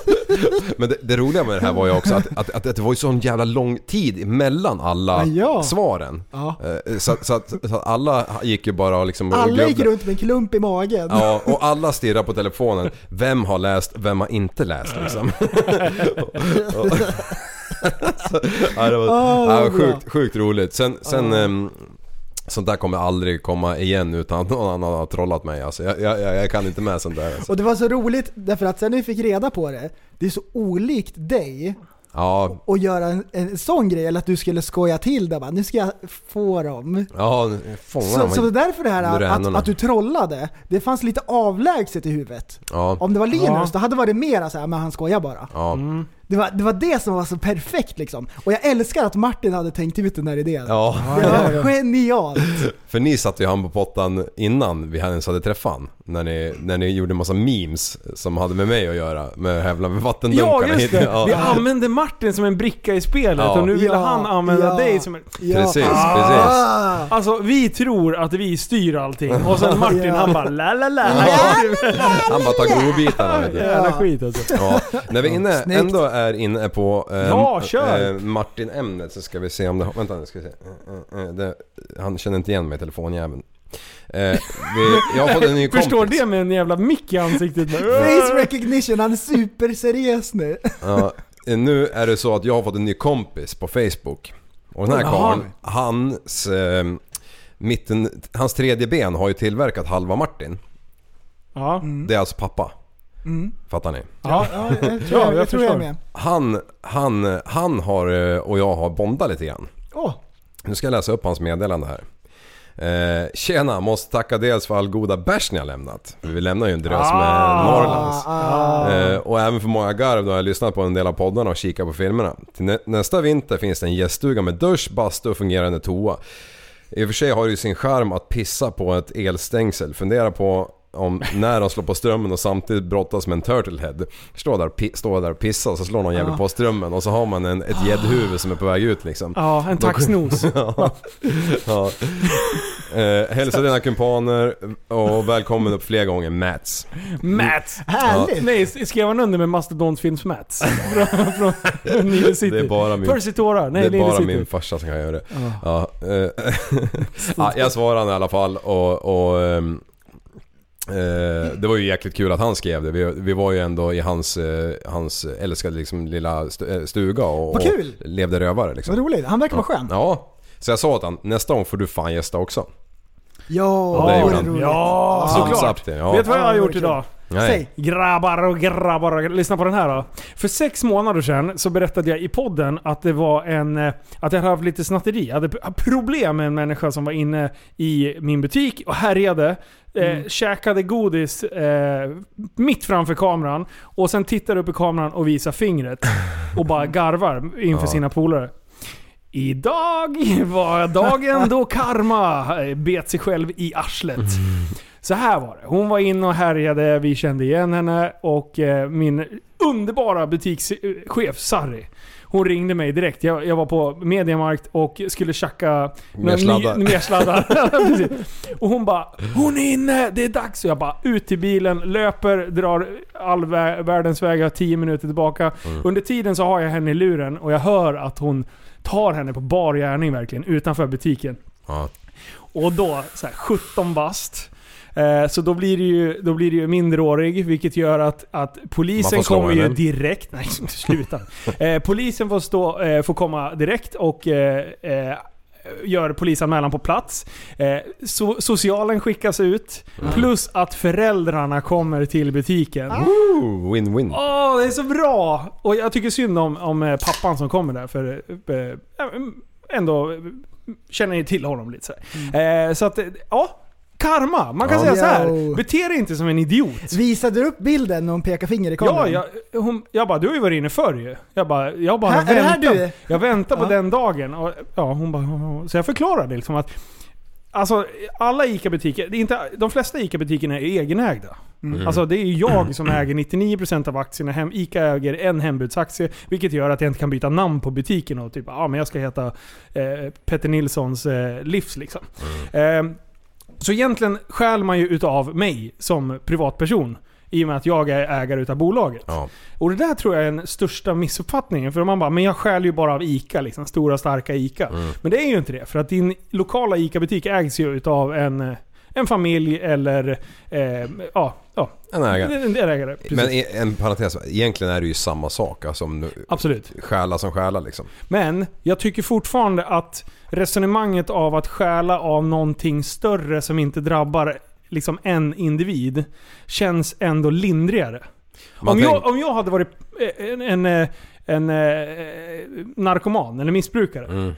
H: men det, det roliga med det här var ju också att, att, att, att det var ju sån jävla lång tid mellan alla
G: Ja.
H: svaren. Eh, Så, så, att, så att alla gick ju bara och liksom...
G: Alla gick
H: grubbla-
G: runt med en klump i magen.
H: Ja, och alla stirrar på telefonen. Vem har läst, vem har inte läst liksom? Och- och- så, ja, det var,
G: Ah, vad
H: ja,
G: bra. Ah.
H: sjukt, sjukt roligt. Sen, sen ehm, sånt där kommer aldrig komma igen utan att någon annan har trollat mig alltså. jag, jag, jag jag kan inte med sånt där alltså.
G: Och det var så roligt därför att sen när vi fick reda på det, det är så olikt dig
H: Ja,
G: att göra en, en sån grej, eller att du skulle skoja till det bara, nu ska jag få dem.
H: ja
G: Så,
H: fångar
G: så det är
H: man.
G: därför det här
H: Nu är det
G: att,
H: händerna.
G: att du trollade, det fanns lite avlägset i huvudet.
H: Ja,
G: Om det var Linus,
F: Ja.
G: då hade det varit mera såhär, men han skojar bara.
H: ja.
G: Det var, det var det som var så perfekt liksom. Och jag älskar att Martin hade tänkt ut den här idén.
H: Ja.
G: Det var genialt.
H: För ni satte ju han på pottan innan vi ens hade träffat han. När ni, när ni gjorde en massa memes som hade med mig att göra. Med hävla med vattendunkarna.
F: Ja, just det.
H: Ja.
F: Vi använde Martin som en bricka i spelet
H: Ja.
F: och nu ville
G: Ja,
F: han använda
G: ja.
F: dig som en...
G: Ja.
H: Precis, precis.
G: Ah.
F: Alltså, vi tror att vi styr allting och sen Martin
G: Ja.
F: han bara la la la.
H: Han bara tar godbitarna. vet du.
F: Jävla skit alltså.
H: Ja. När vi inne,
G: Snyggt.
H: ändå är inne på eh,
F: Ja, kör.
H: eh, Martin-ämnet så ska vi se om det har... Vänta nu ska vi se. Eh, eh, eh, det, han känner inte igen mig telefonjäveln. Eh, vi, jag har fått en ny kompis.
F: Förstår det med en jävla mick i ansiktet.
G: Face recognition, han är superseriös nu.
H: Ja, eh, nu är det så att jag har fått en ny kompis på Facebook. Och den här karln, hans, eh, mitten, hans tredje ben har ju tillverkat halva Martin.
F: Ja.
H: Det är alltså pappa. Fattar ni?
F: Ja.
G: Ja, jag tror,
F: Ja,
G: jag,
F: jag
G: jag, tror jag är
F: förstår.
G: med.
H: Han, han, han har, eh, och jag har bondat lite grann.
G: Åh,
H: Nu ska jag läsa upp hans meddelande här. Eh, tjena, måste tacka dels för all goda bärs ni har lämnat. Vi lämnar ju en drös med Norrlands. Eh, och även för många garv då har jag lyssnat på en del av poddarna och kikat på filmerna. Till nä- nästa vinter finns det en gäststuga med dusch, bastu och fungerande toa. I och för sig har det ju sin charm att pissa på ett elstängsel. Fundera på om när de slår på strömmen och samtidigt brottas med en turtlehead. Står där, och pi- står där och pissar och så slår någon jävel på strömmen och så har man en, ett gäddhuvud som är på väg ut liksom.
F: Ja, en taxnos.
H: Ja. Eh, hälsa dina kumpaner och välkommen upp fler gånger Mats.
F: Mats!
G: härligt!
F: Nej, skrev han under med Mastodons films Mats? Från, från Nile City?
H: Det är bara min-
F: Percy Tora? Nej,
H: det är
F: Nile
H: bara
F: City.
H: min farsa som kan göra det. Ja. eh, ja, jag svarade han i alla fall och, och ehm, eh, det var ju jäkligt kul att han skrev det. Vi, vi var ju ändå i hans, eh, hans älskade liksom lilla stu- eh, stuga och,
G: Vad kul!
H: och levde rövare liksom.
G: vad roligt. Han verkar vara skön.
H: Ja. Så jag sa åt han, nästa gång får du fan gästa också.
G: Ja,
H: det
G: det
H: gjorde
G: var
H: han.
G: roligt.
F: Ja, såklart.
H: up det, ja.
F: Vet du vad jag har
G: Ja,
F: gjort
G: det är
F: idag?
H: Nej.
G: Säg.
F: Grabbar och grabbar och Lyssna på den här då. För sex månader sedan så berättade jag i podden att det var en... eh, Att jag hade haft lite snatteri. Jag hade p- problem med en människa som var inne i min butik och härjade. Eh, Käkade godis eh, mitt framför kameran. Och sen tittar upp i kameran och visar fingret. Och bara garvar inför sina polare. Idag var dagen då Karma eh, bet sig själv i arslet. Så här var det. Hon var inne och härjade, vi kände igen henne och eh, min underbara butikschef Sarri. Hon ringde mig direkt. Jag, jag var på Mediamarkt och skulle tjacka...
H: Mer
F: några ny-
H: sladdar.
F: Mer sladdar. Precis. och hon bara “Hon är inne, det är dags!” och jag bara ut till bilen, löper, drar all vä- världens vägar 10 minuter tillbaka.
H: Mm.
F: Under tiden så har jag henne i luren och jag hör att hon tar henne på bar gärning verkligen, utanför butiken.
H: Ja.
F: Och då, så här, 17 bast. Eh, Så då blir, det ju, då blir det ju minderårig, vilket gör att, att
H: Man
F: polisen
H: får slå
F: kommer ju
H: henne.
F: direkt. Nej, sluta. Eh, polisen får, stå, eh, får komma direkt och eh, eh, gör polisanmälan på plats. Eh, so socialen skickas ut,
H: Mm.
F: plus att föräldrarna kommer till butiken.
H: Ooh, Win-win.
F: Åh, det är så bra! Och jag tycker synd om, om eh, pappan som kommer där för eh, eh, ändå eh, känner ju till honom lite så, här. eh, så att, eh, ja. Karma! Man kan
H: Ja.
F: säga så här.
G: Yo.
F: bete dig inte som en idiot.
G: Visade du upp bilden när hon pekar finger i
F: Ja,
G: kameran?
F: jag, hon, jag bara, du har ju varit inne förr ju. Jag bara, jag bara
G: Här- är det här
F: väntar-
G: du?
F: Jag väntar på
G: Ja.
F: den dagen. Och, ja, hon bara, "Ja." så jag förklarade liksom att Alltså alla ICA-butiker, det är inte, de flesta ICA-butikerna är egenägda.
H: Mm.
F: Alltså det är ju jag som äger 99% av aktierna. Hem, ICA äger en hembudsaktie, vilket gör att jag inte kan byta namn på butiken och typ ah, men jag ska heta eh, Petter Nilssons eh, livs liksom. Ehm, så egentligen stjäl man ju utav mig som privatperson. I och med att jag är ägare utav bolaget.
H: Ja.
F: Och det där tror jag är den största missuppfattningen. För man bara, men jag stjäl ju bara av ICA. Liksom, stora starka ICA. Men det är ju inte det. För att din lokala ICA-butik ägs ju utav en, eh, en familj eller... Eh, ja, ja.
H: En ägare.
F: En, en ägare. Mm, Precis.
H: Men i- en parentes, egentligen är det ju samma sak. Alltså om du,
F: Absolut.
H: själa som själa liksom.
F: Men jag tycker fortfarande att resonemanget av att stjäla av någonting större som inte drabbar liksom en individ känns ändå lindrigare.
H: Man
F: Om
H: tänk-
F: jag, om jag hade varit eh, en, en, eh, en eh, narkoman eller missbrukare.
H: Mm.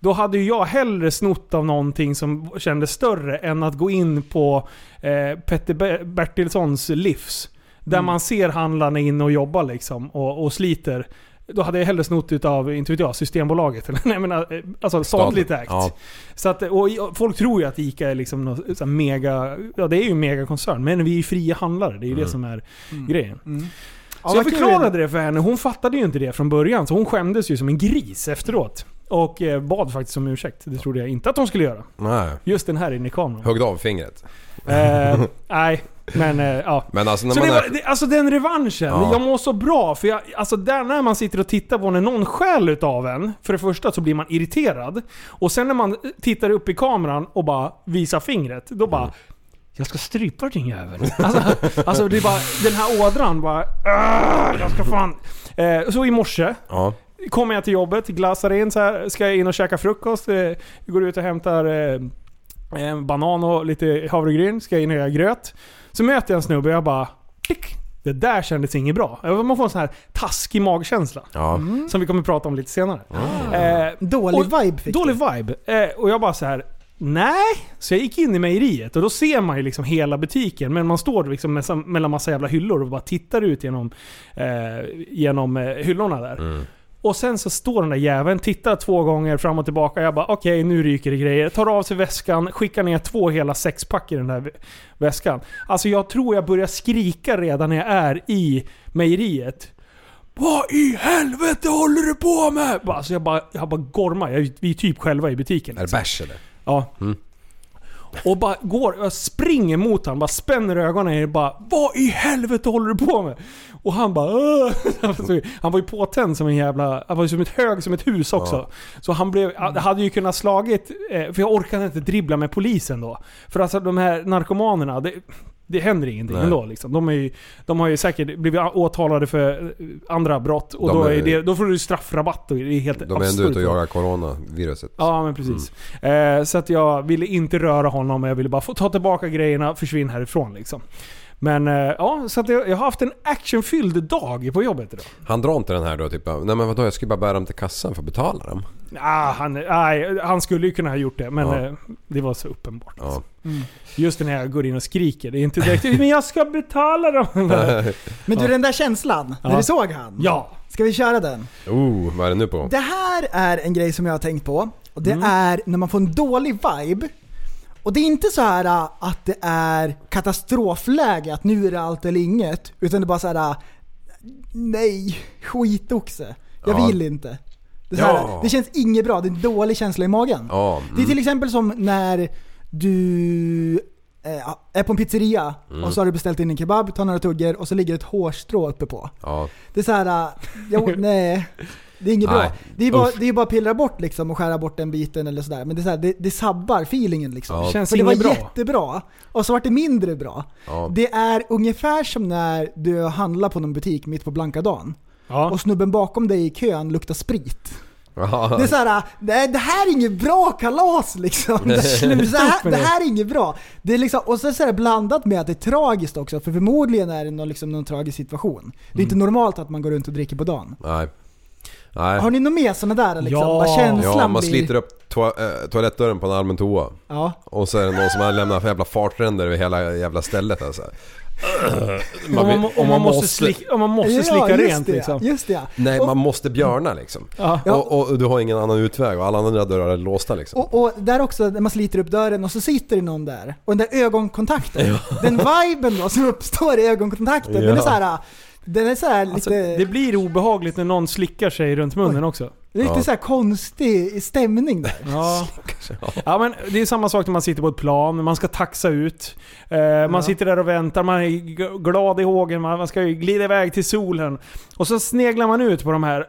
F: Då hade ju jag hellre snott av någonting som kändes större än att gå in på eh, Petter Be- Bertilssons livs. Där man ser handlarna in och jobba liksom och, och sliter. Då hade jag hellre snott utav, inte vet jag, Systembolaget. Eller, nej, jag menar, eh, alltså statligt
H: Staten.
F: ägt.
H: Ja.
F: Så att, och i- och folk tror ju att ICA är liksom någon så här mega... Ja, det är ju en megakoncern. Men vi är ju fria handlare. Det är ju det som är grejen. Så jag
G: vad kul.
F: förklarade det för henne. Hon fattade ju inte det från början. Så hon skämdes ju som en gris efteråt. Och eh, bad faktiskt om ursäkt. Det trodde jag inte att hon skulle göra.
H: Nej.
F: Just den här inne i kameran.
H: Högg av fingret.
F: eh, nej, men eh, ja.
H: Men alltså när
F: Så
H: man
F: det
H: är...
F: var, det, alltså den revanschen,
H: Ja.
F: jag mår så bra. För jag, alltså där när man sitter och tittar på när någon skäl utav en, för det första så blir man irriterad. Och sen när man eh, tittar upp i kameran och bara visar fingret, då bara...
H: Mm.
F: Jag ska strypa din jävel. Alltså, alltså det är bara, den här ådran bara... "Ah, Jag ska fan... Eh, så i morse,
H: Ja.
F: kommer jag till jobbet, glassar in så här, ska jag in och käka frukost. Eh, går ut och hämtar eh, en banan och lite havregryn, ska jag in och göra gröt. Så möter jag en snubbe och jag bara... Klick, det där kändes inget bra. Man får en sån här taskig magkänsla.
H: Ja.
F: Som vi kommer prata om lite senare. Eh,
G: Dålig
F: och-
G: vibe fick
F: Dålig vibe. Eh, och jag bara så här. Nej, så jag gick in i mejeriet och då ser man ju liksom hela butiken. Men man står liksom med, sam- mellan massa jävla hyllor och bara tittar ut genom, eh, genom eh, hyllorna där. Och sen så står den där jäveln, tittar två gånger fram och tillbaka. Jag bara okej, nu ryker det grejer. Tar av sig väskan, skickar ner två hela sexpack i den där vä- väskan. Alltså jag tror jag börjar skrika redan när jag är i mejeriet. Vad i helvete håller du på med? Bara, Alltså jag bara, jag bara gormar. Jag, vi är typ själva i butiken.
H: Är det bärs eller?
F: Ja.
H: Mm.
F: Och bara går, jag springer mot honom, bara spänner ögonen i bara Vad i helvete håller du på med? Och han bara "Åh." Alltså, Han var ju påtänd som en jävla... Han var ju som ett hög som ett hus också. Så han blev... Han hade ju kunnat slagit... eh, För jag orkade inte dribbla med polisen då. För alltså de här narkomanerna, det, det händer ingenting
H: Nej.
F: ändå liksom. De, är ju, de har ju säkert blivit åtalade för eh, andra brott och
H: De
F: då, är,
H: är-
F: det, då får du straffrabatt och det är helt
H: De är ändå ute och jagar coronaviruset.
F: Ja, men precis. Eh, så att jag ville inte röra honom, jag ville bara få ta tillbaka grejerna, försvinn härifrån liksom. Men eh, ja, så att jag, jag har haft en actionfylld dag på jobbet idag.
H: Han drar inte den här då typ Nej men vadå jag ska ju bara bära dem till kassan för att betala dem.
F: Ah, han, nej, han skulle ju kunna ha gjort det, men
H: Ja.
F: eh, det var så uppenbart.
H: Ja.
F: Alltså. Just när jag går in och skriker, det är inte direkt Men jag ska betala dem!
G: Men du den där känslan,
F: Ja.
G: när du såg han.
F: ja!
G: Ska vi köra den?
H: Oh, vad är det nu på?
G: Det här är en grej som jag har tänkt på. Och det
H: Mm.
G: är när man får en dålig vibe. Och det är inte så här äh, att det är katastrofläge, att nu är det allt eller inget. Utan det är bara så här. äh, Nej, skitoxe. Jag
H: Ja.
G: vill inte. Det, är så här,
H: Ja.
G: det känns inget bra, det är en dålig känsla i magen.
H: Ja. mm.
G: Det är till exempel som när du eh, är på en pizzeria
H: Mm.
G: och så har du beställt in en kebab, tar några tuggor och så ligger ett hårstrå uppe på.
H: Ja.
G: Det är så här, äh, jag, nej. Det är inget
H: Nej.
G: bra. Det är, bara,
H: Uff.
G: det är bara att pillra bort liksom och skära bort den biten eller sådär. Men det, är så här, det, det sabbar feelingen liksom.
H: Ja.
F: Känns
G: och det var
F: inget bra.
G: jättebra. Och så vart det mindre bra.
H: Ja.
G: Det är ungefär som när du handlar på någon butik mitt på blanka dagen.
F: ja.
G: Och snubben bakom dig i kön luktar sprit.
H: Ja.
G: Det är såhär, nej det här är inget bra kalas liksom. Det, här, det här är inget bra. Det är liksom, och sen så är det blandat med att det är tragiskt också, för förmodligen är det någon, liksom, någon tragisk situation. Det är inte normalt att man går runt och dricker på dagen.
H: Mm. Nej. Nej.
G: Har ni något mer sådana där liksom?
F: Ja.
G: Bara känslan
H: Ja, man
G: blir-
H: sliter upp toa- eh, toalettdörren på en allmän toa.
G: Ja.
H: Och så är det någon som har lämnat jävla fartränder över hela jävla stället alltså.
F: Om man,
H: vill-
F: om man måste, slick, om man måste slicka
G: just
F: rent
G: det,
F: liksom.
G: Just det.
H: Nej,
G: och,
H: man måste björna liksom.
F: Ja.
H: Och, och, och du har ingen annan utväg och alla andra dörrar är låsta liksom.
G: och, och där också, när man sliter upp dörren och så sitter det någon där. Och den där ögonkontakten. Den viben då som uppstår i ögonkontakten. Den är
H: Ja.
G: såhär, den är såhär lite...
F: Alltså, det blir obehagligt när någon slickar sig runt munnen också.
G: Det är lite
H: Ja.
G: så här konstig stämning där.
F: Ja. ja men det är samma sak när man sitter på ett plan, man ska taxa ut. Eh, man sitter där och väntar, man är g- glad i hågen, man, man ska ju glida iväg till solen. Och så sneglar man ut på de här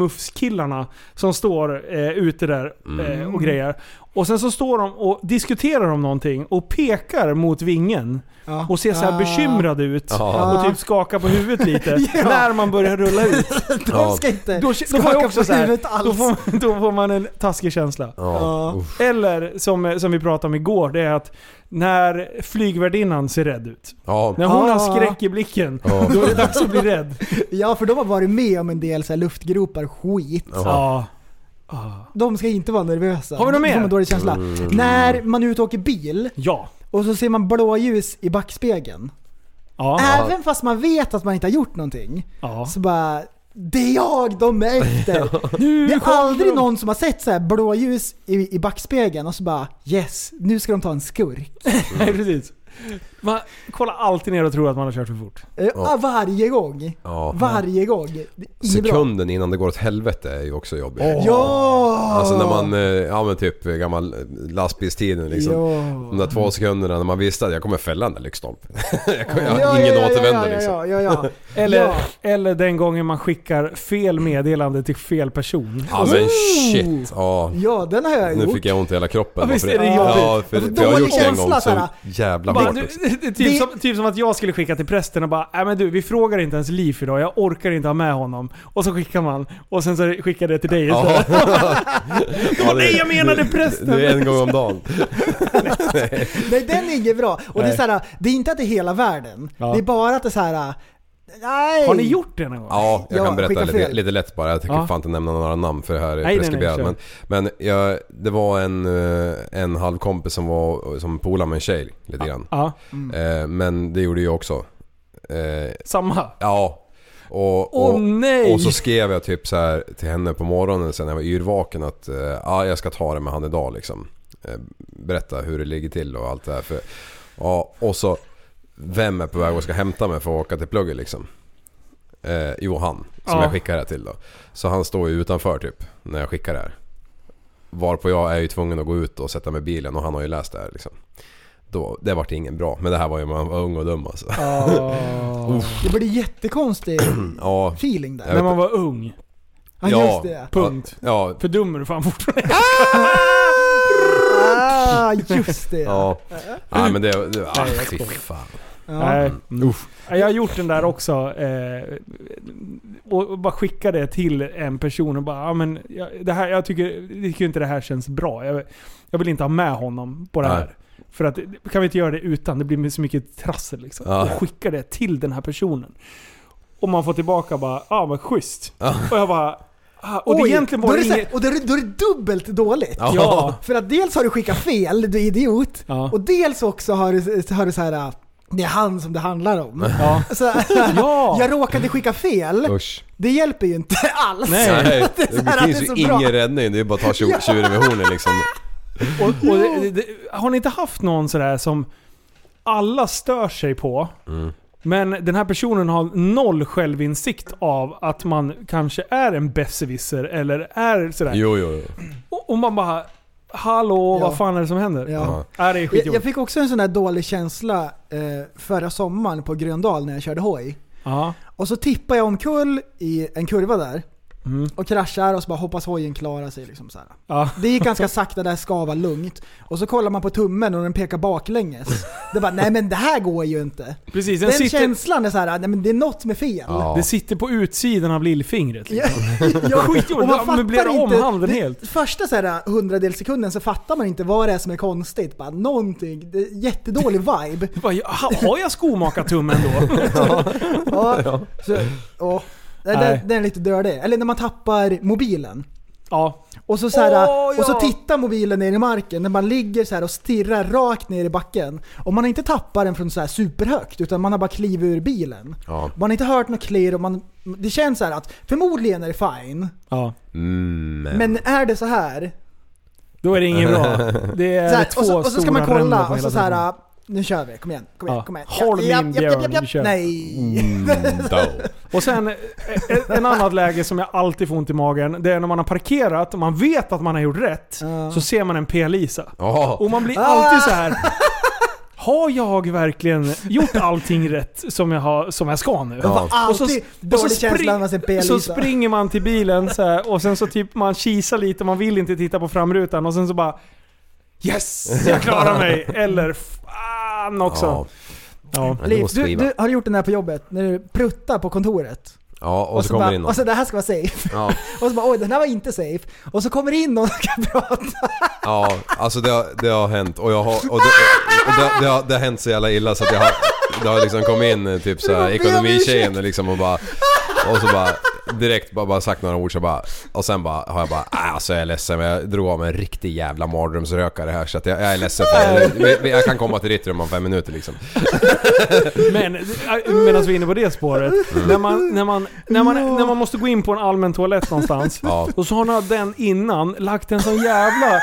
F: öronmuffskillarna som står eh, ute där eh, och grejer. Och sen så står de och diskuterar om någonting och pekar mot vingen.
G: Ja.
F: Och ser så här
G: Ah.
F: bekymrade ut.
H: Ja.
F: Och typ skakar på huvudet lite
G: Ja.
F: när man börjar rulla ut.
G: De ska inte
F: Då, då, får jag också så här,
G: alls.
F: då, får, då får man en taskig känsla.
H: Ja.
G: Ja.
H: Uff.
F: Eller som, som vi pratade om igår, det är att när flygvärdinnan ser rädd ut.
H: Ja.
F: När hon
G: Ah.
F: har skräck i blicken,
H: Ja.
F: då är det dags att bli rädd.
G: Ja, för de har varit med om en del så här luftgropar skit.
H: Ja.
G: De ska inte vara nervösa.
F: Har vi något
G: Då får
F: mer?
G: man dålig känsla. När man är ute och åker bil
F: Ja.
G: och så ser man blåljus i backspegeln.
F: Ja.
G: Även fast man vet att man inte har gjort någonting.
F: Ja.
G: Så bara, det är jag de är efter. det är aldrig någon som har sett så här blåljus i, i backspegeln och så bara yes, nu ska de ta en skurk.
F: Nej, precis. Man kollar alltid ner och tror att man har kört för fort.
G: Eh, ah, Varje gång.
H: Ja.
G: Varje gång. Det är inget bra.
H: Sekunden innan det går åt helvete är ju också jobbigt.
G: Ja!
H: Alltså när man, eh, ja men typ gammal lastbilstiden liksom.
G: Ja.
H: De där två sekunderna när man visste att jag kommer fälla den där lyktstolpen. jag, kommer- jag har
G: Ja,
H: ingen
G: ja, ja,
H: återvändo
G: ja,
H: liksom.
G: Ja, ja, ja.
F: Eller,
G: Ja.
F: eller den gången man skickar fel meddelande till fel person.
H: Ja men shit. Ja.
G: ja, den har jag
H: Nu
G: gjort.
H: fick jag ont i hela kroppen.
F: Ja, visst
H: Varför-
F: är det jobbigt?
H: Ja, för,
G: Alltså,
H: för jag har
G: dålig
H: gjort det en gång
G: känsla
H: så
G: såhär.
H: jävla
F: Bara,
H: hårt.
F: du,
H: liksom.
F: det, typ,
G: Det-
F: som, typ som att jag skulle skicka till prästen och bara "Nej, men du, vi frågar inte ens liv idag, jag orkar inte ha med honom. Och så skickar man, och sen så skickar det till dig istället.
H: Ja. Ja, det-
F: Nej, jag menade
H: det-
F: prästen.
H: Det är en gång om dagen.
G: Nej, den är inget bra. Och det är,
H: Nej.
G: såhär, det är inte att det är hela världen.
F: Ja.
G: Det är bara att det är såhär... Nej!
F: Har ni gjort det någon gång?
H: Ja, jag
G: Ja,
H: kan berätta
G: skicka
H: lite,
G: fel.
H: lite lätt bara. Jag tänker
F: Ja.
H: fan inte nämna några namn för det här är
F: Nej, nej, nej,
H: preskriberat.
F: kör.
H: men men jag, det var en, eh, en halvkompis som var som polade med en tjej lite grann.
F: Ja, Mm.
H: Eh, Men det gjorde jag också. Eh,
F: samma.
H: Ja. Och,
F: Åh,
H: och,
F: nej!
H: och så skrev jag typ så här till henne på morgonen sen när jag var yrvaken att eh, ja, jag ska ta det med han idag liksom. Eh, berätta hur det ligger till och allt det här. För, ja, och så vem är på väg och ska hämta mig för att åka till plugget liksom? Eh, jo, han som
F: Ja.
H: jag skickar det här till då. Så han står ju utanför typ när jag skickar det här. Varpå jag är ju tvungen att gå ut och sätta mig i bilen och han har ju läst det här liksom. Då, det vart ingen bra. Men det här var ju när man var ung och dum alltså.
G: Det blir jättekonstig
H: Ja,
G: feeling där.
H: Jag
F: När
H: vet
F: man var ung.
G: Ja, just det.
F: Punkt.
H: Ja,
F: För dum är du fan fortfarande.
G: Ah, just det.
H: Ja. Nej men det... det ah, fy fan.
F: Nej.
H: Mm.
F: Nej, Jag har gjort den där också. Eh, och och bara skicka det till en person och bara ja, men jag, det här, jag, tycker, jag tycker inte det här känns bra. Jag, jag vill inte ha med honom på det
H: Nej.
F: här. För att, kan vi inte göra det utan? Det blir så mycket trassel liksom.
H: Ja.
F: Och skicka det till den här personen. Och man får tillbaka bara ja men schysst. Och jag bara ah, och det
G: Oj,
F: egentligen
G: då
F: var
G: är
F: det
G: så här-
F: inget...
G: Och då är, det- då är det dubbelt dåligt.
H: Ja.
F: Ja.
G: För att dels har du skickat fel, du är idiot.
F: Ja.
G: Och dels också har du, har du så här. äh, Det är han som det handlar om.
F: Ja.
G: Så,
F: Ja.
G: Jag råkade skicka fel.
H: Usch.
G: Det hjälper ju inte alls.
F: Nej.
H: Nej,
G: Det är så
H: det,
G: här att
H: finns
G: det är
H: ju
G: så bra.
H: ingen räddning. Det är bara att ta tju- tjuren vid hornen liksom.
F: Och, och det, det, har ni inte haft någon sådär som alla stör sig på,
H: Mm.
F: men den här personen har noll självinsikt av att man kanske är en besserwisser eller är sådär.
H: Jo, jo, jo.
F: Och, och man bara Hallå,
G: Ja.
F: vad fan är det som händer?
G: Ja.
F: Äh, det är
G: Jag, jag
F: skitjobbigt.
G: fick också en sån där dålig känsla eh, förra sommaren på Gröndal när jag körde hoj.
F: Ja.
G: Och så tippar jag omkull i en kurva där.
F: Mm.
G: Och kraschar och så bara hoppas hojen klarar sig. Liksom så här.
F: Ja.
G: Det gick ganska sakta, det här skava lugnt. Och så kollar man på tummen och den pekar baklänges. Det bara, nej men det här går ju inte.
F: Precis, den
G: Den
F: sitter,
G: känslan är så här, nej men det är något med fel.
H: Ja.
F: det sitter på utsidan av lillfingret.
G: Ja,
F: Liksom.
G: ja,
F: Skitjobbigt, man möblerar om handen
G: det-
F: helt.
G: Första så här, hundradels sekunden så fattar man inte vad det är som är konstigt. Bara, någonting, det är jättedålig vibe.
F: Bara, ja, har jag skomakartummen då?
G: Ja, så, ja. Den,
F: Nej.
G: den är lite dödig. Eller när man tappar mobilen.
F: ja.
G: Och så, så här,
F: Åh,
G: och så
F: ja.
G: tittar mobilen ner i marken när man ligger så här och stirrar rakt ner i backen. Och man har inte tappat den från så här superhögt utan man har bara klivit ur bilen.
H: Ja.
G: Man har inte hört något klirr och man, det känns så här att förmodligen är det fine.
F: ja.
H: Mm, men.
G: Men är det så här,
F: Då är det ingen bra. Det är
G: så här
F: två
G: och, så, och så ska
F: stora
G: man
F: ränder
G: kolla
F: på
G: och
F: hela
G: så, så
F: tiden.
G: här. Nu kör vi, kom igen, kom igen,
F: Ja.
G: kom igen.
F: Håll
G: Japp,
F: min
G: japp, japp,
F: björn,
G: japp, japp.
F: vi kör. Mm.
G: Nej.
H: Då.
F: Och sen eh, ett- en annat läge som jag alltid får ont i magen. Det är när man har parkerat och man vet att man har gjort rätt. Så ser man en PL-isa.
H: Ja.
F: Och man
H: Ah.
F: blir alltid så här. Har jag verkligen gjort allting rätt som jag, har, som jag ska nu?
H: Ja.
F: Och så,
G: Alltid dålig känsla när man ser
F: spring- så
G: PL-isa.
F: springer man till bilen så här, och sen så typ man kisar lite, man vill inte titta på framrutan och sen så bara Yes! Jag klarar mig! Eller fan också.
H: Ja.
F: Ja.
H: Men det
G: Liv,
H: måste
G: du,
H: skriva.
G: du har du gjort den här på jobbet, när du pruttar på kontoret.
H: Ja, och så kommer
G: bara,
H: det in någon.
G: och så det här ska vara safe.
H: Ja.
G: Och så bara oj den här var inte safe. Och så kommer det in någon och ska prata.
H: Ja, alltså det har, det har hänt och jag har... Och det, och det, det, har, det har hänt så jävla illa så att jag har... Det har liksom kommit in eh, typ
G: Du bara,
H: såhär
G: "Be om
H: ekonomitjejen liksom och bara... Och så bara... direkt bara, bara sagt några ord så bara, och sen bara, har jag bara äh, alltså jag är ledsen men jag drog av mig en riktig jävla mardrömsrökare här så att jag, jag är ledsen för det. Vi- vi- Jag kan komma till ditt rum om fem minuter liksom.
F: Men äh, medan vi är inne på det spåret. När, man, när, man, när, man, när man måste gå in på en allmän toalett någonstans.
H: Ja.
F: Och så har man den innan lagt en sån jävla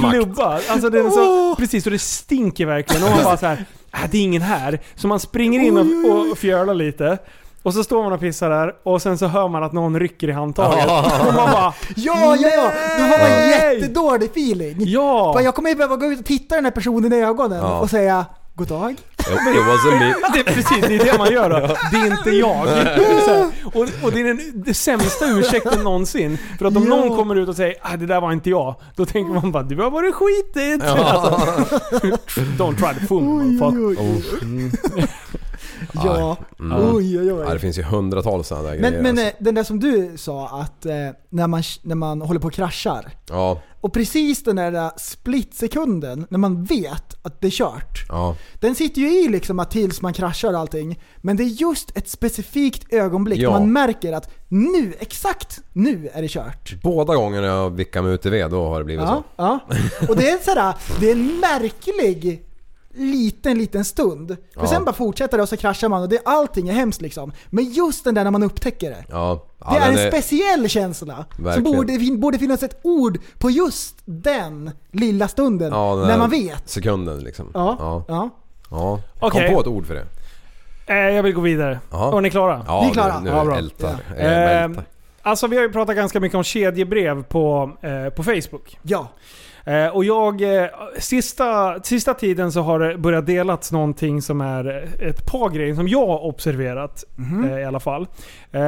H: Makt.
F: klubba. Alltså den är så, precis, och det stinker verkligen. Och man bara så här, äh, det är ingen här. Så man springer in och, och fjölar lite. Och så står man och pissar där och sen så hör man att någon rycker i handtaget. Och man bara
G: Ja, ja, ja! Då har man
F: Nej!
G: en jättedålig feeling.
F: ja!
G: Fan, jag kommer ju behöva gå ut och titta den här personen i ögonen
H: Ja.
G: och säga God dag.
H: It wasn't me.
F: Det är precis, det är det man gör då. Det är inte jag. Så här. Och, och det är den det sämsta ursäkten någonsin. För att om
G: Ja.
F: någon kommer ut och säger ah, det där var inte jag. Då tänker man bara du har varit skitigt. Alltså, don't try to fool me fuck.
G: Oj, oj, ja. Mm. Oj, oj,
H: Ja, det
G: oj.
H: finns ju hundratals sådana där
G: Men,
H: grejer.
G: men
H: alltså.
G: eh, den där som du sa, att eh, när, man, när man håller på och kraschar.
H: Ja,
G: Och precis den där splitsekunden, när man vet att det är kört.
H: ja.
G: Den sitter ju i liksom att tills man kraschar och allting. Men det är just ett specifikt ögonblick
H: Ja.
G: där man märker att nu, exakt nu är det kört.
H: Båda gångerna jag vickade mig UTV då har det blivit
G: Ja,
H: så.
G: ja. Och det är, så här, det är en märklig liten, liten stund. Men
H: Ja.
G: sen bara fortsätter det och så kraschar man och det, allting är hemskt liksom. Men just den där när man upptäcker det.
H: Ja. ja
G: Det är
H: den
G: en speciell känsla. Så
H: Verkligen.
G: borde, fin- borde finnas ett ord på just den lilla stunden.
H: ja, den
G: när
H: där
G: man vet.
H: Sekunden liksom.
G: Ja, ja.
H: Ja. ja.
F: Okej.
H: Kom på ett ord för det.
F: Eh, jag vill gå vidare.
H: Ja.
F: Var ni klara?
H: Ja,
G: Vi är klara.
H: Nu, nu
F: Ja, bra.
H: ältar. Ja.
F: Eh,
G: Ehm.
H: ältar.
F: Alltså vi har ju pratat ganska mycket om kedjebrev på, eh, på Facebook.
G: Ja.
F: Eh, och jag, eh, sista, sista tiden så har det börjat delas någonting som är ett par grejer som jag har observerat eh, i alla fall. Eh,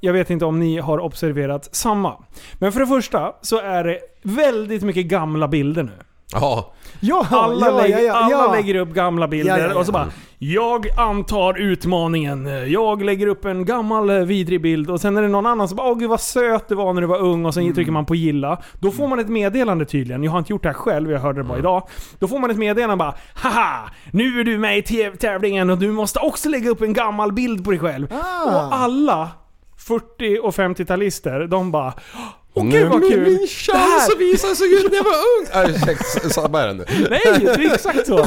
F: jag vet inte om ni har observerat samma. Men för det första så är det väldigt mycket gamla bilder nu.
H: Ja.
G: Ja,
F: Alla,
G: ja,
F: lägger,
G: ja, ja,
F: alla
G: ja.
F: lägger upp gamla bilder
G: Ja, ja, ja.
F: och så bara “Jag antar utmaningen”. Jag lägger upp en gammal eh, vidrig bild och sen är det någon annan som bara “Åh gud vad söt det var när du var ung” och sen
G: Mm.
F: trycker man på “gilla”. Då får man ett meddelande tydligen. Jag har inte gjort det här själv, jag hörde det bara
G: Mm.
F: idag. Då får man ett meddelande bara “Haha! Nu är du med i te- tävlingen och du måste också lägga upp en gammal bild på dig själv”.
G: Ah.
F: Och alla 40 och 50-talister, de bara Åh gud vad kul! Det här-
H: visa så ut när jag var ung! Ja, ursäkta, sabbar jag den nu?
F: Nej, det är exakt så.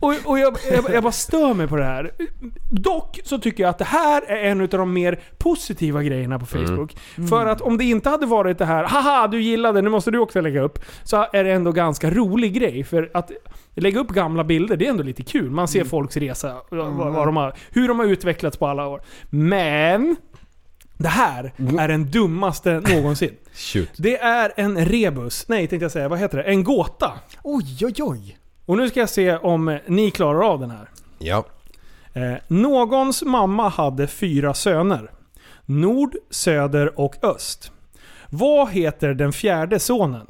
F: Och, och jag, jag, jag bara stör mig på det här. Dock så tycker jag att det här är en av de mer positiva grejerna på Facebook. För att om det inte hade varit det här “Haha, du gillade, nu måste du också lägga upp” så är det ändå ganska rolig grej. För att lägga upp gamla bilder, det är ändå lite kul. Man ser folks resa, vad, vad de har, hur de har utvecklats på alla år. Men... Det här är den dummaste någonsin.
H: Shoot.
F: Det är en rebus. Nej, tänkte jag säga. Vad heter det? En gåta.
G: Oj, oj, oj.
F: Och nu ska jag se om eh, ni klarar av den här.
H: Ja.
F: Eh, någons mamma hade fyra söner. Nord, söder och öst. Vad heter den fjärde sonen?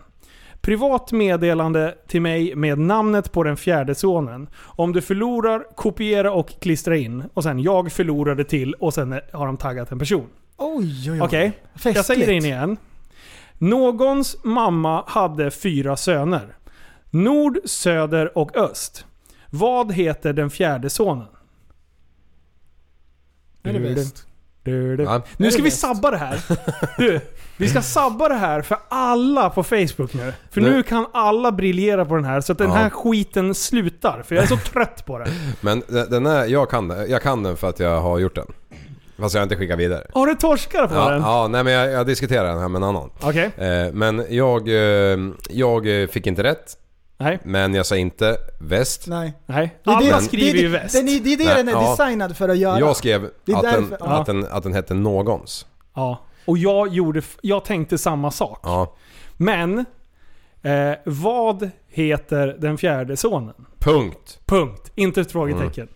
F: Privat meddelande till mig med namnet på den fjärde sonen. Om du förlorar, kopiera och klistra in. Och sen jag förlorade till och sen eh, har de taggat en person.
G: Oj, oj, oj.
F: Okej, jag säger det in igen. Någons mamma hade fyra söner. Nord, söder och öst. Vad heter den fjärde sonen?
G: Är det bäst?
F: Du, du.
H: Ja.
F: Nu ska vi
G: bäst?
F: sabba det här. Du, vi ska sabba det här för alla på Facebook nu. För
H: Nu-
F: nu kan alla briljera på den här så att den
H: Ja.
F: här skiten slutar. För jag är så trött på det.
H: Men den den här, jag kan, den- jag kan den för att jag har gjort den. Fast jag har inte skickat vidare.
F: Har du torskat på
H: Ja,
F: den?
H: ja nej men jag, jag diskuterar den här med en annan.
F: Okej.
H: Eh, Men jag, eh, jag eh, fick inte rätt.
F: Nej.
H: Men jag sa inte väst.
G: Nej.
F: Nej.
G: Det är
F: Alla
G: det-
F: skriver
G: det,
F: ju
G: det-
F: väst.
G: Det, det, det är det
H: Nej,
G: den är
H: ja.
G: designad för att göra.
H: Jag skrev
G: Det är
H: att, den,
G: därför- ja.
H: att, den, att den hette någons.
F: Ja. Och jag, gjorde, f- jag tänkte samma sak.
H: Ja.
F: Men, eh, vad heter den fjärde sonen?
H: Punkt.
F: Punkt. Inte ett frågetecken.
H: Mm.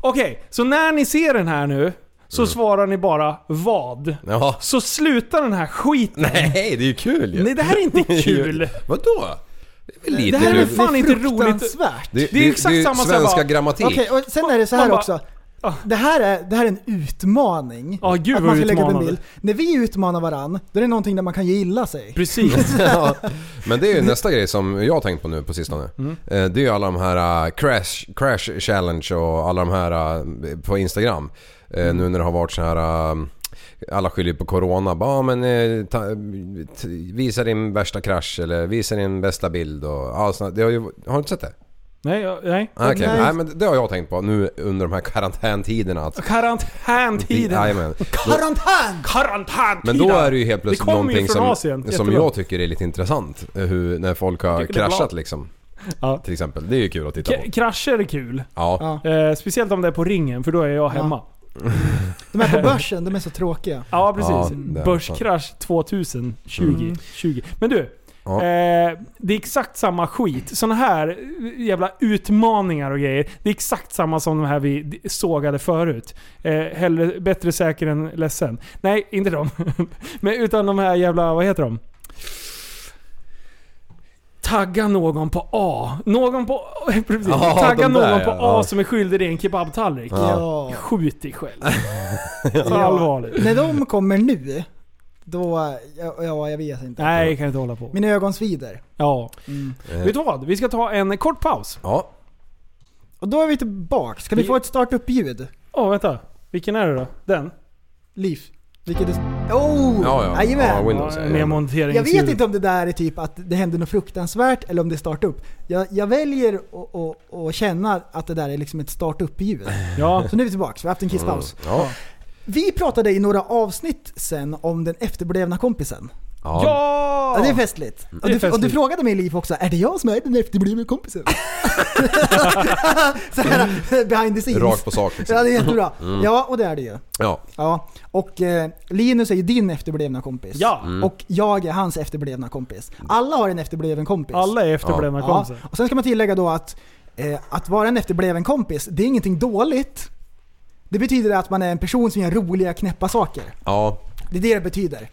F: Okej, så när ni ser den här nu så svarar ni bara vad.
H: Ja.
F: Så slutar den här skiten.
H: Nej, det är ju kul ju.
F: Nej, det här är inte kul.
H: Vadå? Det är väl lite
F: Det här är
H: kul.
F: väl fan inte roligt.
G: fruktansvärt.
H: Det,
F: det är exakt
H: ju
F: samma som jag
H: svenska
F: bara-
H: grammatik.
G: Okej, och sen är det så
F: Man
G: här
F: bara-
G: också.
F: Ah.
G: Det här, är, det här är en utmaning.
F: Ja, gud
G: att
F: vad
G: man ska lägga upp en
F: utmanande.
G: bild. När vi utmanar varandra, då är det någonting där man kan gilla sig.
F: Precis.
H: Ja. Men det är ju nästa grej som jag har tänkt på nu på sistone.
F: Mm.
H: Eh, Det är ju alla de här äh, crash, Eh,
F: Mm.
H: crash challenge och alla de här äh, på Instagram. Eh, Nu när det har varit så här äh, alla skyller ju på Corona. Bara, ja, men, eh, ta, t- visa din värsta krasch eller visa din bästa bild. Och, ja, såna, det har, ju, har du inte sett det?
F: Nej, jag- nej.
H: Ah, Okej,
G: Nej.
H: nej. men det har jag tänkt på nu under de här karantäntiderna. Att,
F: Karantäntiden!
H: Jajamän.
G: Karantän!
F: Karantäntiden!
H: Men då är det ju helt plötsligt
F: Det kommer ju
H: någonting
F: från
H: som,
F: Asien.
H: som
F: Jättebra.
H: jag tycker är lite intressant. eh, Hur, när folk har
F: Tycker det är
H: kraschat
F: bra.
H: liksom.
F: Ja.
H: Till exempel. Det är ju kul att titta på.
F: K- krascher är kul.
H: Ja.
F: Eh, speciellt om det är på ringen, för då är jag hemma.
G: De här på börsen, de är så tråkiga.
F: Ja, precis.
H: Ja, det är
F: Börskrasch 2020.
G: Mm.
F: 20. Men du.
H: Ja.
F: Eh, det är exakt samma skit. Såna här jävla utmaningar och grejer. Det är exakt samma som de här vi sågade förut. Eh, hellre, bättre säker än ledsen. Nej, inte de. Men utan de här jävla, vad heter de? Tagga någon på A. Någon på... Precis.
H: Ja,
F: Tagga
H: de där,
F: någon på A
H: ja.
F: som är skyldig dig en kebabtallrik.
G: Ja.
F: Skjut dig själv. Så allvarligt.
G: När de kommer nu, då... Ja, ja jag vet inte.
F: Nej, jag kan inte hålla på.
G: Mina ögon svider.
F: Ja.
H: Eh,
F: Vet du vad? Vi ska ta en kort paus.
H: ja.
G: Och då är vi tillbaka. Ska vi
F: Vi-
G: få ett startup-ljud?
F: Åh, vänta. Vilken är det då? Den?
G: Liv. Vilket är... Oh!
H: Ja, ja.
G: Jajamän.
H: Ja, Windows.
F: Ja,
H: ja, ja.
F: nedmontering.
G: Jag vet inte om det där är typ att det händer något fruktansvärt eller om det är startup. Jag, jag väljer att- att- att känna att det där är liksom ett startup-ljud.
F: Ja.
G: Så nu är vi tillbaka, vi har haft en kisspaus.
H: Ja.
G: Vi pratade i några avsnitt sen om den efterblivna kompisen.
H: Ja.
F: Ja!
G: Ja, Mm. det är festligt. Och, du,
F: festligt.
G: och du frågade mig Liv också, är det jag som är den efterblivna kompisen? Så här, behind the scenes.
H: Rakt på sak liksom.
G: Ja, det är jättebra. Ja, och det är det ju.
H: Ja.
G: Ja. Och eh, Linus är ju din efterblivna kompis.
F: Ja.
G: Och jag är hans efterblivna kompis. Alla har en efterbliven kompis.
F: Alla är efterblivna
G: ja.
F: kompisar.
G: Och sen ska man tillägga då att eh, att vara en efterbliven kompis, det är ingenting dåligt. Det betyder att man är en person som gör roliga, knäppa saker.
H: Ja.
G: Det är det det betyder.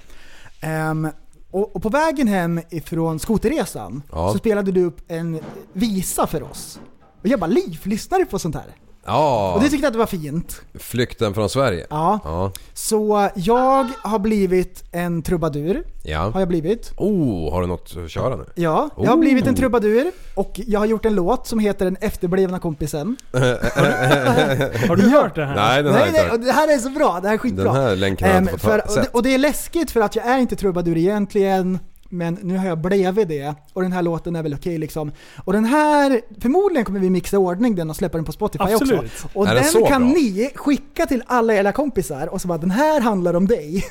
G: Ehm, och, och på vägen hem ifrån skoterresan
H: Ja.
G: så spelade du upp en visa för oss. Och jag bara “Liv, lyssnar du på sånt här?”
H: Ja.
G: Och du tyckte att det var fint.
H: Flykten från Sverige.
G: Ja.
H: Ja.
G: Så jag har blivit en trubadur. Har
H: ja.
G: jag blivit.
H: Oh, har du något att köra nu?
G: Ja, jag har
H: Oh.
G: blivit en trubadur och jag har gjort en låt som heter Den efterblivna kompisen.
F: Har du hört det här?
H: Nej, den har
G: Nej,
H: jag inte
G: nej, och
H: hört.
G: det här är så bra. Det här är skitbra.
H: Den här länken har jag
G: Ehm,
H: inte fått
G: för,
H: höra-
G: och, det,
H: sett.
G: och det är läskigt för att jag är inte trubadur egentligen, men nu har jag blivit det. Och den här låten är väl okej liksom. Och den här, förmodligen kommer vi mixa i ordning den och släppa den på Spotify
F: Absolut.
G: också. Och
H: Är den
G: den
H: så
G: kan
H: bra?
G: ni skicka till alla era kompisar och så bara den här handlar om dig.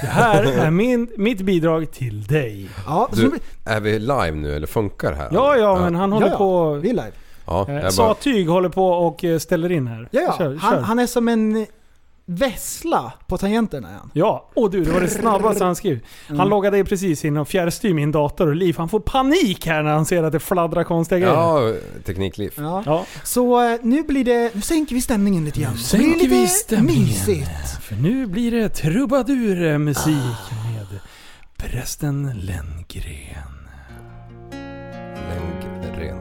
F: Det här är min, mitt bidrag till dig.
G: Ja, så nu,
H: Du, är vi live nu eller funkar det här?
F: Ja, ja, men han
G: ja,
F: håller
G: ja,
F: på...
G: Vi är live.
H: Ja,
F: Eh,
H: jag bara,
F: Satyg håller på och eh, ställer in här.
G: Ja, ja.
F: Kör,
G: han,
F: kör.
G: han är som en vessla på tangenterna är han.
F: Ja, och du det var det snabbaste han skrev. Han
G: Mm.
F: loggade in precis in och fjärrstyr min dator och liv. Han får panik här när han ser att det fladdrar konstiga grejer.
H: ja, teknikliv.
G: Ja.
F: Ja,
G: Så eh, nu blir det, nu sänker vi stämningen lite grann. Nu
F: sänker
G: blir det
F: vi
G: lite
F: stämningen.
G: mysigt.
F: för nu blir det trubadurmusik med prästen Lenngren.
H: Länkren.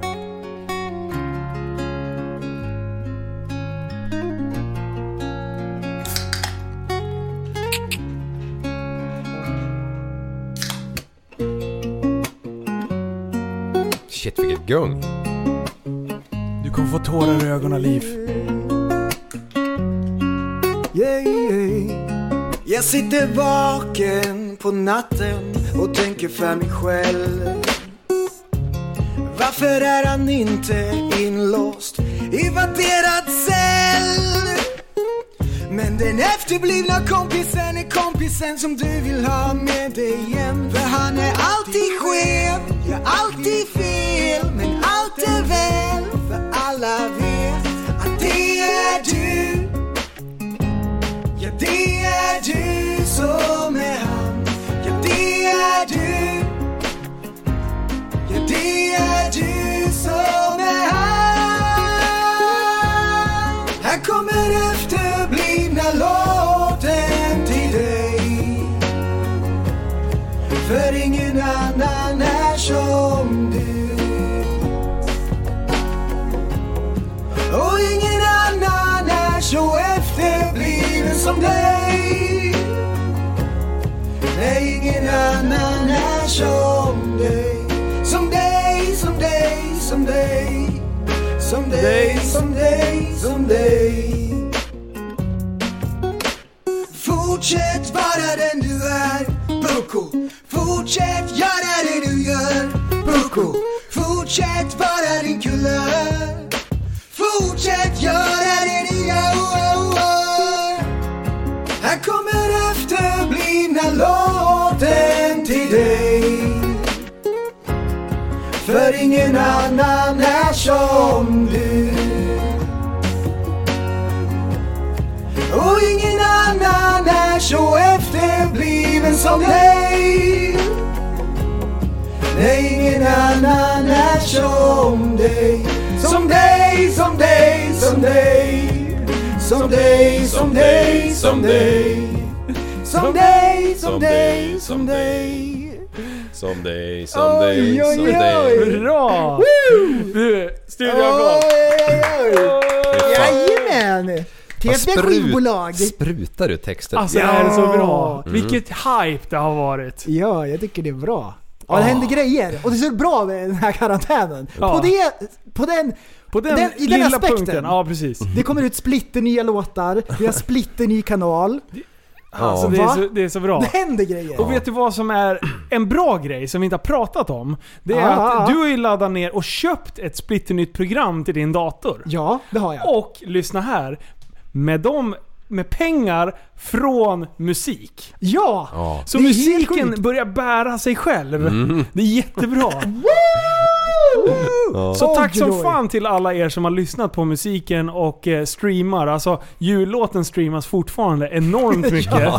H: Shit vilket gung.
F: Du kommer få tårar i ögonen Liv.
E: Yeah, yeah. Jag sitter vaken på natten och tänker för mig själv. Varför är han inte inlåst i vadderad cell? Men den efterblivna kompisen är kompisen som du vill ha med dig hem. För han är alltid skev, gör alltid fel. Men allt är väl, för alla vet att det är du. Ja, det är du som är han. Ja, det är du. Ja, det är du som är han. Här kommer efterblivna låten till dig. För ingen annan är som du. Och ingen annan är så efterbliven som dig Nej, ingen annan är som dig Som dig, som dig, som dig Som dig, som dig, som dig Fortsätt Fortsätt göra det du gör Pucko Fortsätt vara din kulle Fortsätt göra det du gör Här kommer efterblivna låten till dig För ingen annan är som du Och ingen annan är så efterbliven som dig Nej, ingen annan är som dig Som dig, som dig, som dig Som dig, som dig, som dig Som dig, som dig, som dig
H: Som dig, som dig, som
E: oj,
H: dig.
E: oj.
F: Bra! Du, studion
E: Oj,
F: kom.
E: oj, oj! Jajamän!
H: Vad
E: TSB
H: sprut-
E: skivbolag!
H: Sprutar du texter?
F: Alltså det här är så bra. Vilket hype det har varit.
G: Ja, jag tycker det är bra. Ja, det händer grejer. Och det är så bra med den här karantänen.
F: Ah. Ja.
G: På, det, på den...
F: På den,
G: Den- i den
F: lilla
G: aspekten.
F: punkten. Ja, precis.
G: Det kommer ut splitternya låtar, vi har splitterny kanal.
F: Alltså, det, är
G: Va?
F: så, det är så bra.
G: Det händer grejer.
F: Och vet du vad som är en bra grej som vi inte har pratat om? Det är
G: Ah.
F: att du har ju laddat ner och köpt ett splitternytt program till din dator.
G: Ja, det har jag.
F: Och lyssna här. Med dem med pengar från musik.
G: Ja!
H: Ja.
F: Så
G: Det är helt
F: musiken
G: sjukt.
F: börjar bära sig själv. Det är jättebra. Så
G: Oj,
F: tack
G: oj.
F: som fan till alla er som har lyssnat på musiken och eh, streamar. Alltså jullåten streamas fortfarande enormt mycket.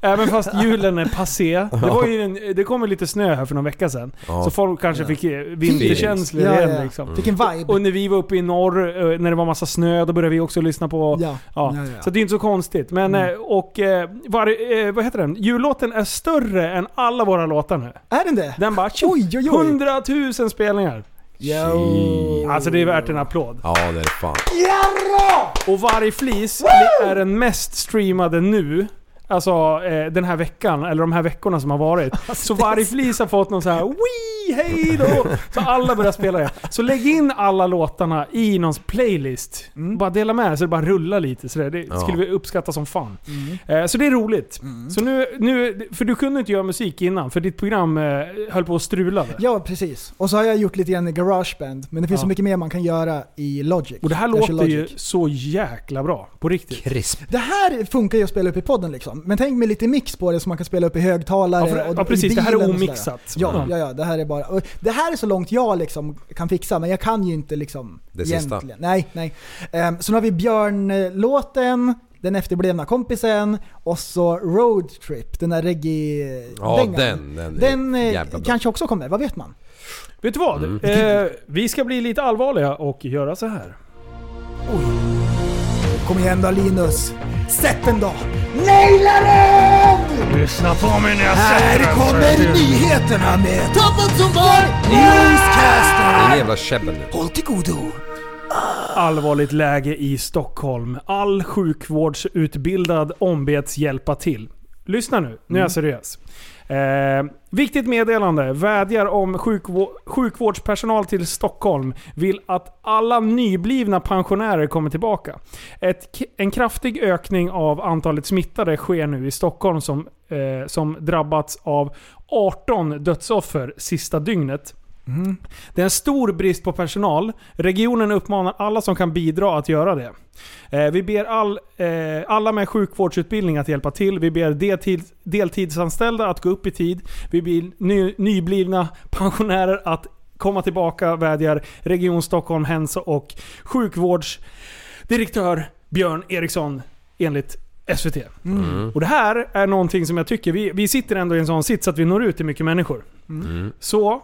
F: Även fast julen är passé. Det, var ju en, det kom ju lite snö här för någon vecka sedan. Så folk kanske fick eh, vinterkänslor
G: Ja,
F: igen
G: ja, Mm. ja.
F: liksom.
G: Vilken vibe.
F: Och när vi var uppe i norr, eh, när det var massa snö, då började vi också lyssna på...
G: Ja. Ja, ja, Mm. ja.
F: Så det är inte så konstigt. Men, eh, och, eh, var, eh, vad heter den? Jullåten är större än alla våra låtar nu.
G: Är den det?
F: Den bara...
G: Oj, oj, oj.
F: 100 000 spelningar.
H: Shit.
F: Alltså det är värt en applåd.
H: Ja det är fan.
F: Och varje flis är den mest streamade nu. Alltså eh, den här veckan, eller de här veckorna som har varit.
G: Alltså,
F: så varje flis har fått någon så här Wii, hej då! Så alla börjar spela det. Så lägg in alla låtarna i någons playlist.
G: Mm.
F: Bara dela med så det bara rullar lite. Så där. det
H: Ja.
F: skulle vi uppskatta som fan.
G: Mm.
F: Eh, så det är roligt. Så nu, nu, för du kunde inte göra musik innan, för ditt program eh, höll på att strula.
G: Ja, precis. Och så har jag gjort lite grann i garageband, men det finns
F: Ja.
G: så mycket mer man kan göra i Logic.
F: Och det här
G: Jag kör
F: låter ju
G: Logic.
F: så jäkla bra. På riktigt.
H: Krisp.
G: Det här funkar ju att spela upp i podden liksom. Men tänk med lite mix på det som man kan spela upp i högtalare
F: Ja, för-
G: och
F: ja,
G: i
F: precis. Det här är
G: bilen och sådär.
F: omixat.
G: Ja,
F: Mm.
G: ja, ja. Det här är bara... och Det här är så långt jag liksom kan fixa, men jag kan ju inte liksom
H: Det sista.
G: egentligen. Nej, nej. Ehm, så nu har vi Björn-låten, Den efterblivna kompisen och så Road Trip, den där reggae
H: Ja,
G: dängan.
H: den, den är
G: Den eh,
H: jävla bra.
G: kanske också kommer, vad vet man?
F: Vet du vad? Eh, vi ska bli lite allvarliga och göra så här.
G: Kom igen då Linus! Sätt den då!
E: Naila den! Lyssna på mig när jag säger Här kommer nyheterna med Tappat som barn Newscaster!
H: En jävla käbbel nu.
E: Håll till godo!
F: Allvarligt läge i Stockholm. All sjukvårdsutbildad ombeds hjälpa till. Lyssna nu, nu är jag seriös. Eh, viktigt meddelande. Vädjar om sjukvå- sjukvårdspersonal till Stockholm. Vill att alla nyblivna pensionärer kommer tillbaka. Ett, k- en kraftig ökning av antalet smittade sker nu i Stockholm som, eh, som drabbats av 18 dödsoffer sista dygnet. Det är en stor brist på personal. Regionen uppmanar alla som kan bidra att göra det. Eh, vi ber all, eh, alla med sjukvårdsutbildning att hjälpa till. Vi ber deltid, deltidsanställda att gå upp i tid. Vi ber ny, nyblivna pensionärer att komma tillbaka, vädjar Region Stockholm Hälso och sjukvårdsdirektör Björn Eriksson enligt SVT.
H: Mm.
F: Och det här är någonting som jag tycker, vi, vi sitter ändå i en sån sits att vi når ut till mycket människor. Så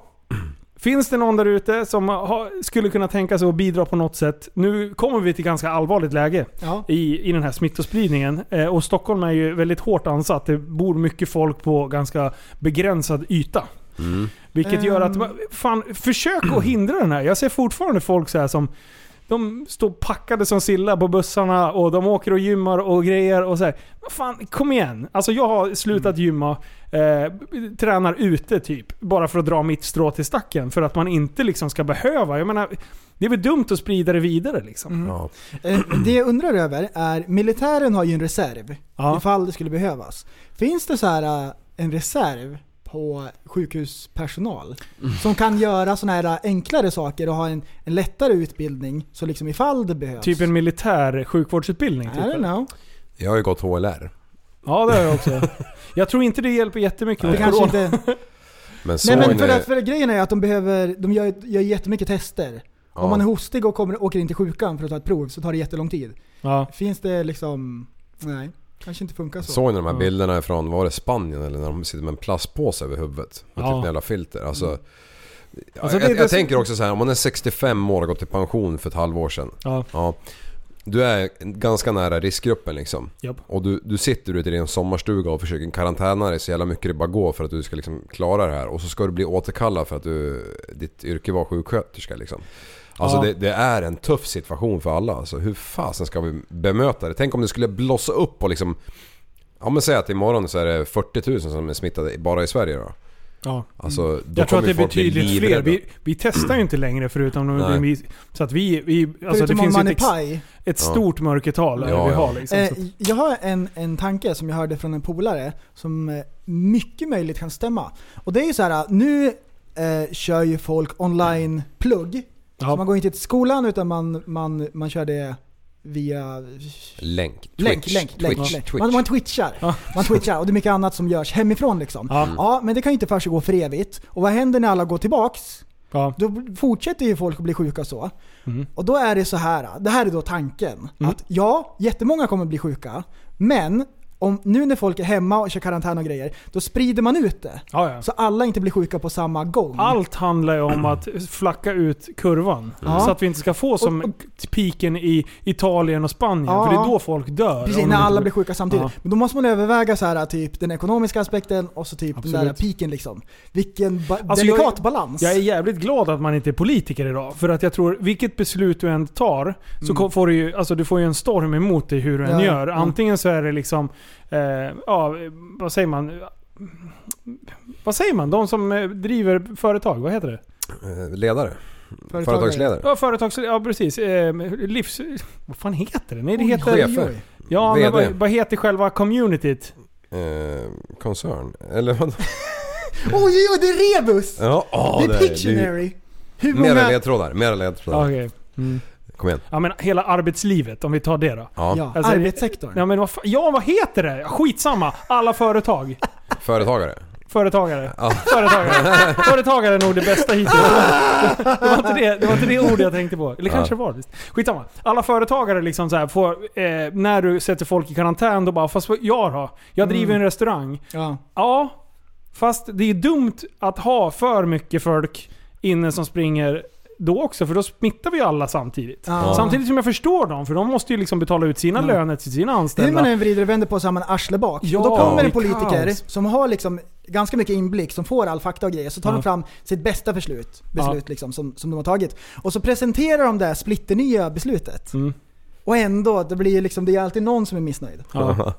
F: Finns det någon där ute som har, skulle kunna tänka sig att bidra på något sätt? Nu kommer vi till ganska allvarligt läge
G: Ja.
F: i, i den här smittospridningen. Eh, och Stockholm är ju väldigt hårt ansatt. Det bor mycket folk på ganska begränsad yta. Vilket gör att, fan försök att hindra den här. Jag ser fortfarande folk så här som de står packade som sillar på bussarna och de åker och gymmar och grejer och så här. Vad Fan, kom igen. Alltså jag har slutat gymma, eh, tränar ute typ. Bara för att dra mitt strå till stacken. För att man inte liksom ska behöva. Jag menar, det är väl dumt att sprida det vidare liksom.
H: Ja.
G: Eh, Det jag undrar över är, militären har ju en reserv
F: Ja.
G: ifall det skulle behövas. Finns det så här eh, äh, en reserv på sjukhuspersonal.
F: Mm.
G: Som kan göra sådana här äh, enklare saker och ha en, en lättare utbildning. Så liksom ifall det behövs.
F: Typ en militär sjukvårdsutbildning?
G: I
F: Typ.
G: don't know.
H: Jag har ju gått HLR.
F: Ja, det har jag också. Jag tror inte det hjälper jättemycket
G: Det
F: mot
G: kanske
F: corona.
G: inte...
H: Men så
G: Nej men för,
H: är-
G: att, för grejen är att de behöver, de gör, gör jättemycket tester.
H: Ja.
G: Om man är hostig och kommer, åker in till sjukan för att ta ett prov så tar det jättelång tid.
F: Ja.
G: Finns det liksom... Nej, kanske inte funkar så.
F: alltså,
H: Såg ni de här bilderna från, var det Spanien eller när de sitter med en plastpåse över huvudet? Med
F: Ja. Mm.
H: typ en jävla filter. Alltså, jag-
F: Alltså, det-
H: jag,
F: det-
H: jag tänker också så här, om man är 65 år och gått i pension för ett halvår sedan.
F: Ja.
H: du är ganska nära riskgruppen liksom.
F: Japp.
H: Och du, du sitter ute i din sommarstuga och försöker karantäna dig så jävla mycket det bara går för att du ska liksom klara det här. Och så ska du bli återkallad för att du, ditt yrke var sjuksköterska liksom. Alltså
F: Ja.
H: det, det är en tuff situation för alla. Alltså, hur fasen ska vi bemöta det? Tänk om det skulle blossa upp och liksom... Ja men säg att imorgon så är det 40 000 som är smittade bara i Sverige då.
F: Ja.
H: Alltså, då
F: Mm. Jag tror att det är
H: kommer ju folk bli
F: betydligt fler.
H: livrädda.
F: Vi, vi testar ju inte längre förutom
H: Nej.
F: om vi, Så att vi... vi alltså det
G: Förutom om
F: finns ju
G: man
F: ett,
G: är
F: ex,
G: paj.
F: ett stort mörkertal
H: Ja,
F: vi
H: ja.
F: har liksom.
G: Eh,
F: så att,
G: jag har en, en tanke som jag hörde från en polare som eh, mycket möjligt kan stämma. Och det är ju så här, nu eh, kör ju folk online-plugg. Så man
F: ja.
G: går inte till skolan utan man, man, man kör det via
H: Länk. Twitch.
G: Länk, länk, länk,
H: Twitch.
G: länk.
H: Twitch.
G: Man, man twitchar.
F: Ja.
G: Man twitchar och det är mycket annat som görs hemifrån liksom.
F: Ja.
H: Mm.
G: Ja, men det kan ju inte försiggå för evigt. Och vad händer när alla går tillbaks?
F: Ja. Mm.
G: Då fortsätter ju folk att bli sjuka och så. Och då är det så här. Det här är då tanken. Att ja, jättemånga kommer bli sjuka. Men om, nu när folk är hemma och kör karantän och grejer, då sprider man ut det.
F: Ja, ja.
G: Så alla inte blir sjuka på samma gång.
F: Allt handlar ju om att flacka ut kurvan.
G: Ja.
F: Så att vi inte ska få som
G: Och-
F: piken i Italien och Spanien.
G: Ja.
F: För det är då folk dör.
G: Precis,
F: om
G: när
F: de
G: alla
F: inte-
G: blir sjuka samtidigt.
F: Ja.
G: Men då måste man överväga så här, typ den ekonomiska aspekten och så typ den där
F: Absolut.
G: piken liksom. Vilken ba-
F: Alltså, jag är-
G: delikat balans.
F: Jag är jävligt glad att man inte är politiker idag. För att jag tror, vilket beslut du än tar, så kom- får du ju, alltså, du får ju en storm emot dig hur du än
G: Mm. Ja, Mm.
F: gör.
G: ja.
F: Antingen så är det liksom, eh, ja, vad säger man? Vad säger man? De som eh, driver företag, vad heter det?
H: Eh, Ledare. Företagsledare.
F: Ja, företags... Ja, precis. Eh, livs... Vad fan heter det? Nej, det heter...
H: Chef. chefer.
G: Oj.
F: Ja, men
H: VD.
F: vad, vad heter själva communityt?
H: Eh, koncern. Eller vad?
G: Oj, oj, oj, det är rebus!
H: Ja, åh,
G: det är Pictionary! Hur
H: Mera
G: många...
H: ledtrådar, mera ledtrådar.
F: Ja, okej. Mm.
H: Kom igen.
F: Ja, men hela arbetslivet, om vi tar det då.
H: Ja,
G: Ja,
F: Alltså,
G: arbetssektorn.
F: Ja, men vad fa- ja, vad heter det? Skitsamma. Alla företag.
H: företagare.
F: Företagare.
H: Ja.
F: Företagare. Företagare är nog det bästa hittills. Det var inte det, det, var inte det ordet jag tänkte på. Eller kanske det var det. Skitsamma. Alla företagare liksom så här får, eh, när du sätter folk i karantän, då bara fast vad- jag då? Jag driver en restaurang.
G: Ja.
F: Ja, fast det är dumt att ha för mycket folk inne som springer då också, för då smittar vi alla samtidigt.
G: Ja.
F: Samtidigt som jag förstår dem, för de måste ju liksom betala ut sina löner till sina
G: Hur man
F: anställda.
G: än vrider och vänder på så har man arsle bak.
F: Ja,
G: och då kommer
F: det
G: en
F: är
G: politiker
F: kaos.
G: som har liksom ganska mycket inblick, som får all fakta och grejer. Så tar
F: Ja.
G: de fram sitt bästa beslut, beslut liksom, som, som de har tagit. Och så presenterar de det här splitternya beslutet.
F: Mm.
G: Och ändå, det blir ju liksom, det är alltid någon som är missnöjd.
F: Ja.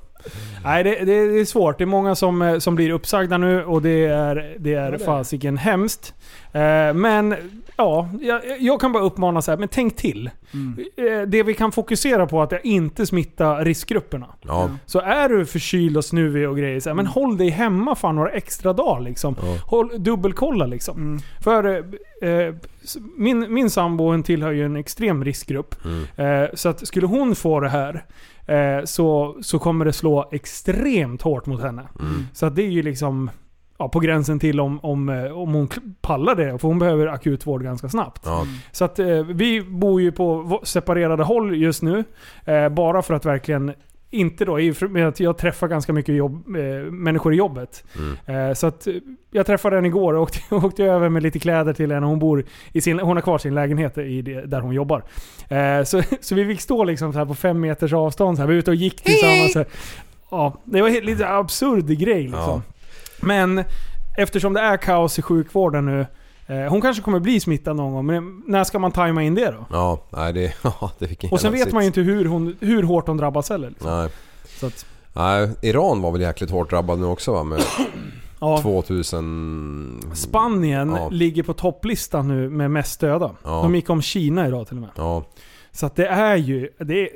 F: Nej, det, det, det är svårt. Det är många som, eh, som blir uppsagda nu och det är, det är fasiken hemskt. Eh, men ja, jag, jag kan bara uppmana så här, men tänk till. Eh, det vi kan fokusera på är att jag inte smittar riskgrupperna.
H: Ja.
F: Så är du förkyld och snuvig och grejer, så här, men håll dig hemma fan några extra dagar. Liksom. Håll, dubbelkolla liksom. För eh, eh, s- min, min sambo hon tillhör ju en extrem riskgrupp.
H: Mm,
F: Eh, så att skulle hon få det här eh, så, så kommer det slå extremt hårt mot henne.
H: mm,
F: Så att det är ju liksom ja, på gränsen till om, om, eh, om hon kl- pallar det. För hon behöver akutvård ganska snabbt.
H: Ja.
F: Så att eh, vi bor ju på v- separerade håll just nu. Eh, bara för att verkligen inte då, i- med att jag träffar ganska mycket jobb, eh, människor i jobbet.
H: mm.
F: Eh, så att eh, jag träffade henne igår och åkte, åkte över med lite kläder till henne. Hon, bor i sin, hon har kvar sin lägenhet i det, där hon jobbar. Eh, så, så vi fick stå liksom så här på fem meters avstånd. Så här, vi var ute och gick tillsammans. Så här. Ja, det var helt- lite absurd grej liksom.
H: Ja.
F: Men eftersom det är kaos i sjukvården nu. Eh, hon kanske kommer bli smittad någon gång, men när ska man tajma in det då?
H: Ja, nej det... Ja, det fick
F: Och sen vet man ju inte hur, hon, hur hårt hon drabbas heller. Liksom.
H: Nej.
F: Så att,
H: nej, Iran var väl jäkligt hårt drabbad nu också va? Med
F: ja.
H: 2000...
F: Spanien
H: Ja.
F: ligger på topplistan nu med mest döda.
H: Ja.
F: De gick om Kina idag till och med.
H: Ja.
F: Så att det är ju... Det är,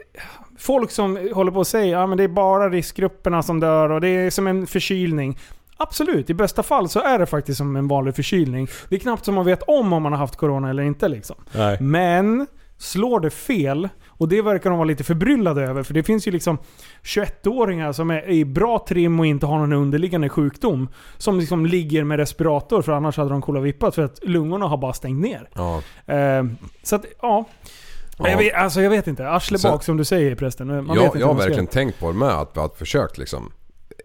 F: folk som håller på att säga att det är bara riskgrupperna som dör och det är som en förkylning. Absolut, i bästa fall så är det faktiskt som en vanlig förkylning. Det är knappt som man vet om om man har haft corona eller inte liksom.
I: Nej.
F: Men slår det fel, och det verkar de vara lite förbryllade över, för det finns ju liksom 21-åringar som är i bra trim och inte har någon underliggande sjukdom. Som liksom ligger med respirator för annars hade de kolavippat för att lungorna har bara stängt ner.
H: Ja.
F: Eh, så att, ja.
H: Ja.
F: Jag vet, alltså jag vet inte. Arsle
H: Så-
F: bak som du säger prästen. Man vet
H: jag,
F: inte hur
H: jag har
F: man ska
H: verkligen
F: göra.
H: tänkt på det med att, att försökt liksom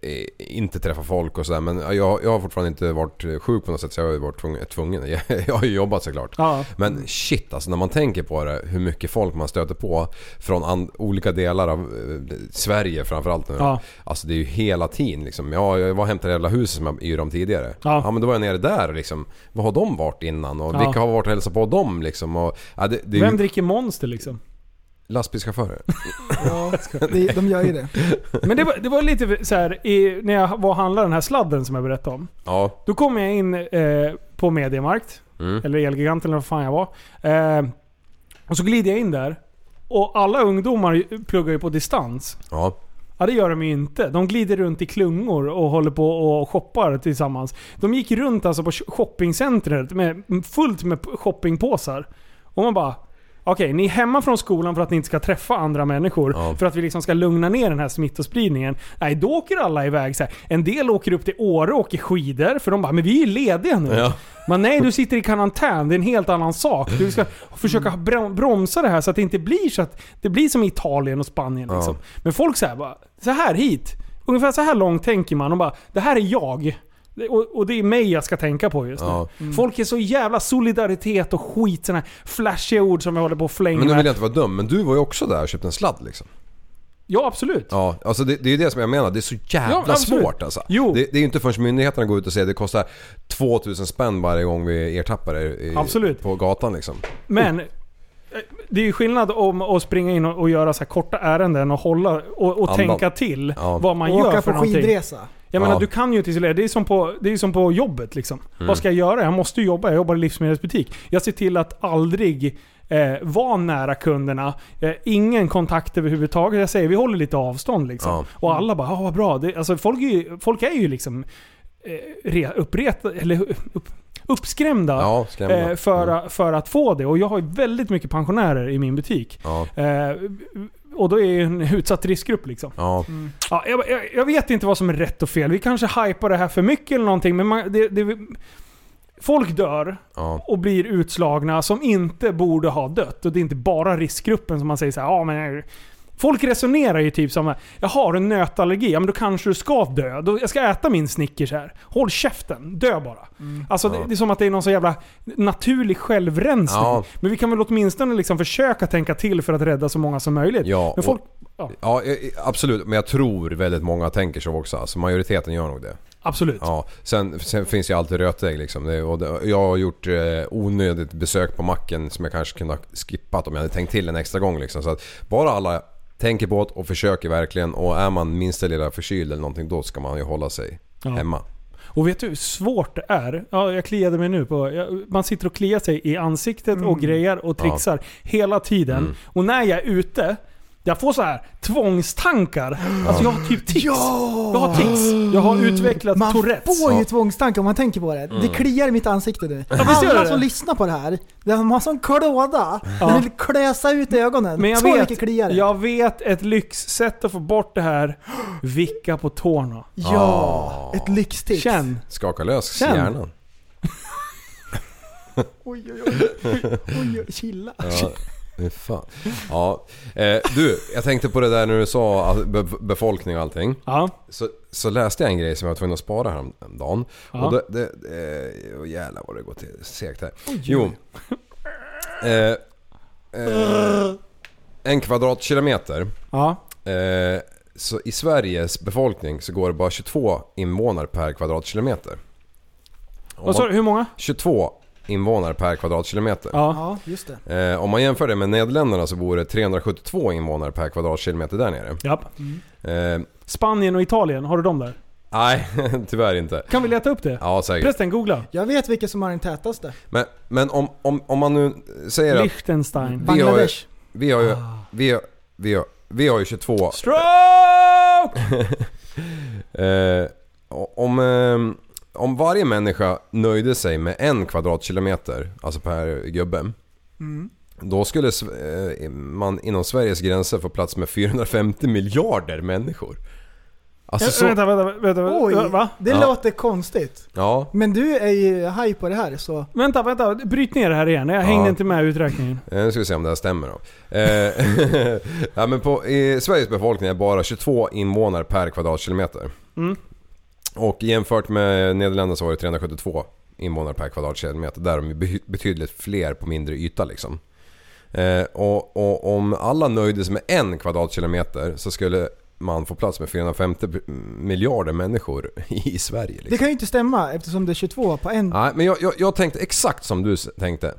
H: eh, inte träffa folk och sådär men jag, jag har fortfarande inte varit eh, sjuk på något sätt så jag har ju varit tvungen. tvungen. Jag, jag har ju jobbat såklart.
F: Ja.
H: Men shit alltså när man tänker på det hur mycket folk man stöter på från an, olika delar av eh, Sverige framförallt nu.
F: Ja.
H: Alltså det är ju hela tiden liksom. Ja, jag var och hämtade det jävla huset som jag yrade om tidigare.
F: Ja.
H: men då var jag nere där liksom. Vad har de varit innan och
F: Ja.
H: vilka har varit och hälsat på dem liksom? Och, ja, det, det är
F: Vem
H: ju
F: dricker Monster liksom?
H: lastbilschaufförer.
G: Ja, det, de gör ju det.
F: Men det var, det var lite så här, i, när jag var och handlade den här sladden som jag berättade om.
H: Ja.
F: Då kom jag in eh, på Mediamarkt,
H: Mm.
F: eller Elgiganten eller vad fan jag var. Eh, och så glider jag in där. Och alla ungdomar pluggar ju på distans.
H: Ja.
F: Ja det gör de ju inte. De glider runt i klungor och håller på och shoppar tillsammans. De gick runt alltså på shoppingcentret med fullt med shoppingpåsar. Och man bara... Okej, ni är hemma från skolan för att ni inte ska träffa andra människor.
H: Ja.
F: För att vi liksom ska lugna ner den här smittospridningen. Nej, då åker alla iväg så här. En del åker upp till Åre och åker skidor. För de bara, men vi är ju lediga nu.
H: Ja.
F: Men nej, du sitter i karantän. Det är en helt annan sak. Du ska försöka brom- bromsa det här så att det inte blir så att det blir som i Italien och Spanien.
H: Ja.
F: Liksom. Men folk så här bara, så här hit. Ungefär så här långt tänker man och bara, det här är jag. Det- Och, och det är mig jag ska tänka på just nu.
H: Ja.
G: Mm.
F: Folk är så jävla solidaritet och skit. Såna här flashiga ord som jag håller på och flänga
H: Men nu vill
F: med.
H: jag inte vara dum, men du var ju också där och köpte en sladd liksom.
F: Ja, absolut.
H: Ja, alltså det, det är ju det som jag menar. Det är så jävla
F: Ja, absolut.
H: svårt alltså.
F: Jo.
H: Det, det är ju inte förrän myndigheterna går ut och säger att det kostar 2000 spänn varje gång vi ertappar er i,
F: Absolut.
H: på gatan liksom.
F: Men eh, det är ju skillnad om att springa in och, och göra så här korta ärenden och hålla och, och
H: Andan.
F: tänka till
H: Ja.
F: vad man gör
G: Åka
F: för
G: på
F: någonting.
G: skidresa.
F: Jag menar
H: Ja. Mm.
F: du kan ju inte isolera. Det är som på, det är som på jobbet liksom. Vad ska jag göra? Jag måste ju jobba. Jag jobbar i livsmedelsbutik. Jag ser till att aldrig eh, vara nära kunderna. Eh, ingen kontakt överhuvudtaget. Jag säger vi håller lite avstånd liksom.
H: Ja.
F: Och alla bara ah, vad bra. Det, alltså, folk, är ju, folk är ju liksom eh, re, uppreta, eller, upp, uppskrämda.
H: Ja, skrämmande.
F: Eh, för,
H: Mm.
F: för att få det. Och jag har ju väldigt mycket pensionärer i min butik.
H: Mm. Ja.
F: Eh, och då är jag ju en utsatt riskgrupp liksom.
H: Ja.
F: Ja, jag, jag, jag vet inte vad som är rätt och fel. Vi kanske hypar det här för mycket eller någonting. Men man, det, det, folk dör
H: Ja.
F: och blir utslagna som inte borde ha dött. Och det är inte bara riskgruppen som man säger så här, ja men... Folk resonerar ju typ som jag har en nötallergi, ja men då kanske du ska dö. Då, jag ska äta min Snickers här. Håll käften, dö bara. Alltså det, det är som att det är någon så jävla naturlig självrensning.
H: Ja.
F: Men vi kan väl åtminstone liksom försöka tänka till för att rädda så många som möjligt.
H: Ja,
F: men folk,
H: och- Ja, eh, absolut. Men jag tror väldigt många tänker så också. Alltså majoriteten gör nog det.
F: absolut.
H: Ja. Sen, sen finns ju alltid rötägg liksom. Det, och det, jag har gjort eh, onödigt besök på macken som jag kanske kunde ha skippat om jag hade tänkt till en extra gång liksom. Så att bara alla tänker på det och försöker verkligen och är man minsta lilla förkyld eller någonting då ska man ju hålla sig
F: Ja.
H: hemma.
F: Och vet du hur svårt det är? Ja, jag kliade mig nu på... Jag, man sitter och kliar sig i ansiktet
G: Mm.
F: och grejer och trixar hela tiden. Och när jag är ute, jag får så här tvångstankar. Alltså jag har typ tics. Jag har tics. Jag har utvecklat
G: Man
F: Tourettes.
G: får ju tvångstankar om man tänker på det. Det
H: Mm.
G: kliar i mitt ansikte nu.
F: visst gör
G: Alla
F: det.
G: som lyssnar på det här, de har sån klåda. De vill klösa ut ögonen.
F: Men jag
G: så mycket
F: vet,
G: kliar det.
F: jag vet ett lyxsätt att få bort det här. Vicka på tårna.
H: Ah.
G: Ja, ett lyxtips.
F: Känn.
H: Skaka lös
F: Känn.
H: hjärnan.
G: Oj, oj, oj. oj, oj. Chilla.
H: Ja, fy fan. Ja. Eh, du, jag tänkte på det där när du sa alltså, be- befolkning och allting.
F: Ja.
H: Så, så läste jag en grej som jag var tvungen att spara häromdagen.
F: Ja.
H: Och det, det, eh, oh, jävlar vad det går till segt här. Jo. Eh, eh, en kvadratkilometer.
F: Ja.
H: Eh, så i Sveriges befolkning så går det bara 22 invånare per kvadratkilometer. Om
F: Vad sa
H: man-
F: du? Hur många?
H: 22 invånare per kvadratkilometer.
F: Ja.
G: Ja, just det.
H: Eh, om man jämför det med Nederländerna så vore det 372 invånare per kvadratkilometer där nere.
F: Japp.
H: Eh,
F: Spanien och Italien, har du dem där?
H: nej, tyvärr inte.
F: Kan vi leta upp det?
H: Ja, säkert.
F: Förresten, googla.
G: Jag vet vilka som har den tätaste.
H: Men, men om, om, om man nu säger att
F: Liechtenstein.
H: vi har ju...
G: Bangladesh.
H: Vi har ju... Vi har, vi har, vi har ju 22...
F: Stroke!
H: Eh, o- om, eh, om varje människa nöjde sig med en kvadratkilometer, alltså per gubbe. Då skulle Sve- eh, man inom Sveriges gränser få plats med 450 miljarder människor. Alltså
F: Så...
H: så...
F: Vänta, vänta, vänta.
G: Oj,
F: vänta va?
G: det
H: Ja.
G: låter konstigt.
H: Ja.
G: Men du är ju haj på det här så...
F: Vänta, vänta. Bryt ner det här igen. Jag hängde
H: Ja.
F: inte med i uträkningen.
H: Eh, Nu ska vi se om det här stämmer då. Eh, ja, men på, i Sveriges befolkning är bara 22 invånare per kvadratkilometer. Och jämfört med Nederländerna så var det 372 invånare per kvadratkilometer. Där är de ju bety- betydligt fler på mindre yta liksom. Eh, och, och om alla nöjde sig med en kvadratkilometer så skulle man få plats med 450 b- miljarder människor i Sverige. Liksom.
G: Det kan ju inte stämma eftersom det är 22 på en...
H: Nej, men jag, jag, jag tänkte exakt som du s- tänkte.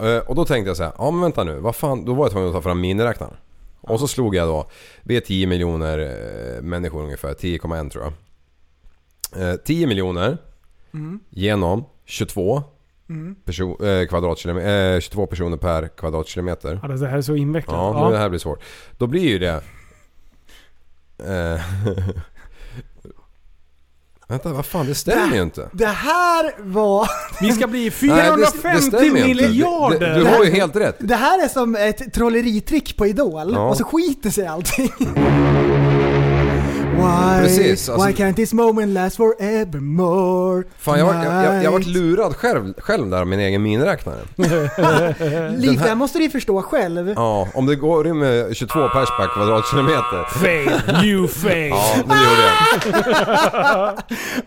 H: Eh, Och då tänkte jag så här, ja men vänta nu, vad fan, då var jag tvungen att ta fram miniräknaren. Och så slog jag då, vi är 10 miljoner eh, människor ungefär, 10,1 tror jag. Eh, 10 miljoner genom 22, perso- eh, kvadratkilometer, eh, 22 personer per kvadratkilometer.
F: Alltså, det här är så invecklat.
H: Ja, nu det här blir svårt. Då blir ju det... Eh, vänta, vad fan, det stämmer ju inte.
G: Det här var...
F: Vi ska bli
H: Nej, det- det
F: 450
H: stämmer ju inte.
F: miljarder!
H: Du, du, du har ju helt rätt.
G: Det här är som ett trolleritrick på Idol
H: Ja.
G: och så skiter sig allting. Why,
H: Precis, alltså-
G: why can't this moment last forevermore?
H: Fan, jag, var, jag, jag, jag varit
G: tonight?
H: lurad själv, själv där av min egen miniräknare.
G: Liv, det här måste du ju förstå själv.
H: Ja, om det går in med 22 pers per kvadratkilometer.
F: Fail, you fail.
H: Ja, det gjorde jag.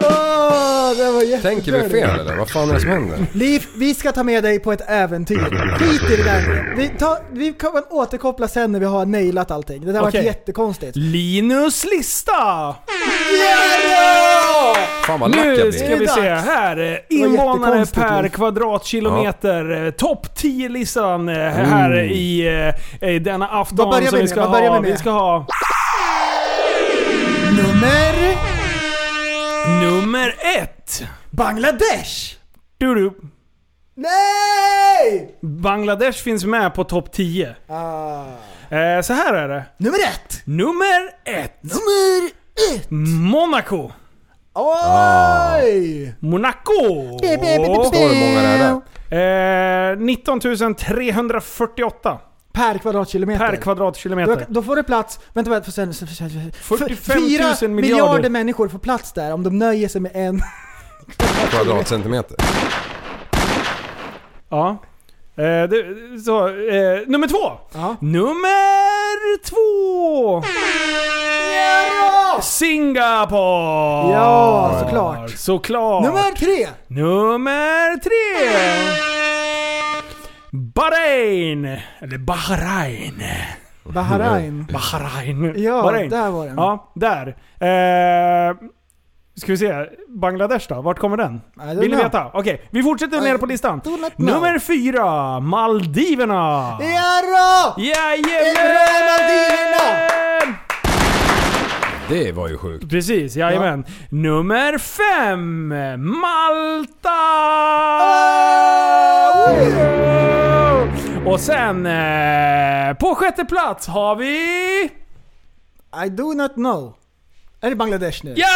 G: Åh, det var jätte-
H: Tänker vi fel eller? Vad fan är det som händer?
G: Liv, vi ska ta med dig på ett äventyr. Skit i det där nu. vi, ta, vi kan återkoppla sen när vi har nailat allting. Det där var
F: Okej.
G: jättekonstigt.
F: Linus lista!
H: Fan vad lack
F: Nu
H: jag
F: ska
H: blir.
F: vi se här. Invånare
G: jättekonstigt,
F: per
G: Liv.
F: kvadratkilometer. Ja. Topp 10-listan eh, här i, eh, i denna afton
G: Vad börjar vi
F: som vi
G: med?
F: ska
G: Vad börjar vi
F: ha.
G: med?
F: Vi ska ha
G: Nummer
F: nummer ett.
G: Bangladesh!
F: Du, du.
G: Nej!
F: Bangladesh finns med på topp 10.
G: Ah.
F: Eh, så här är det.
G: Nummer ett!
F: Nummer ett.
G: Nummer ett!
F: Monaco.
G: Oj!
F: Monaco!
H: Står hur många det Ah. är där?
F: Eh, 19 348
G: Per kvadratkilometer.
F: per
G: då,
F: kvadratkilometer.
G: då får du plats, vänta, vänta, för sen, för, för, för,
F: 45 000
G: 4
F: miljarder.
G: miljarder människor får plats där om de nöjer sig med en.
H: Kvadratcentimeter.
F: Ja. Eh, det, så, eh, nummer två!
G: Ja.
F: Nummer två! Singapore!
G: Ja, såklart.
F: Såklart!
G: Nummer tre!
F: Nummer tre! Bahrain! Eller Bahrain.
G: Bahrain.
F: Bahrain.
G: Ja,
F: Bahrain.
G: där var den.
F: Ja, där. Eh, ska vi se. Bangladesh då? Vart kommer den?
G: I don't
F: Vill ni
G: know.
F: veta? Okej, vi fortsätter ner på listan.
G: do not know.
F: Nummer fyra, Maldiverna!
G: Eh. Jarrå! Bra,
F: Jajamän! Eh.
G: Maldiverna!
H: Det var ju sjukt.
F: Precis, jajamän. Nummer fem, Malta!
G: Ah!
F: Och sen eh, på sjätte plats har vi...
G: I do not know. Är det Bangladesh nu?
F: Ja!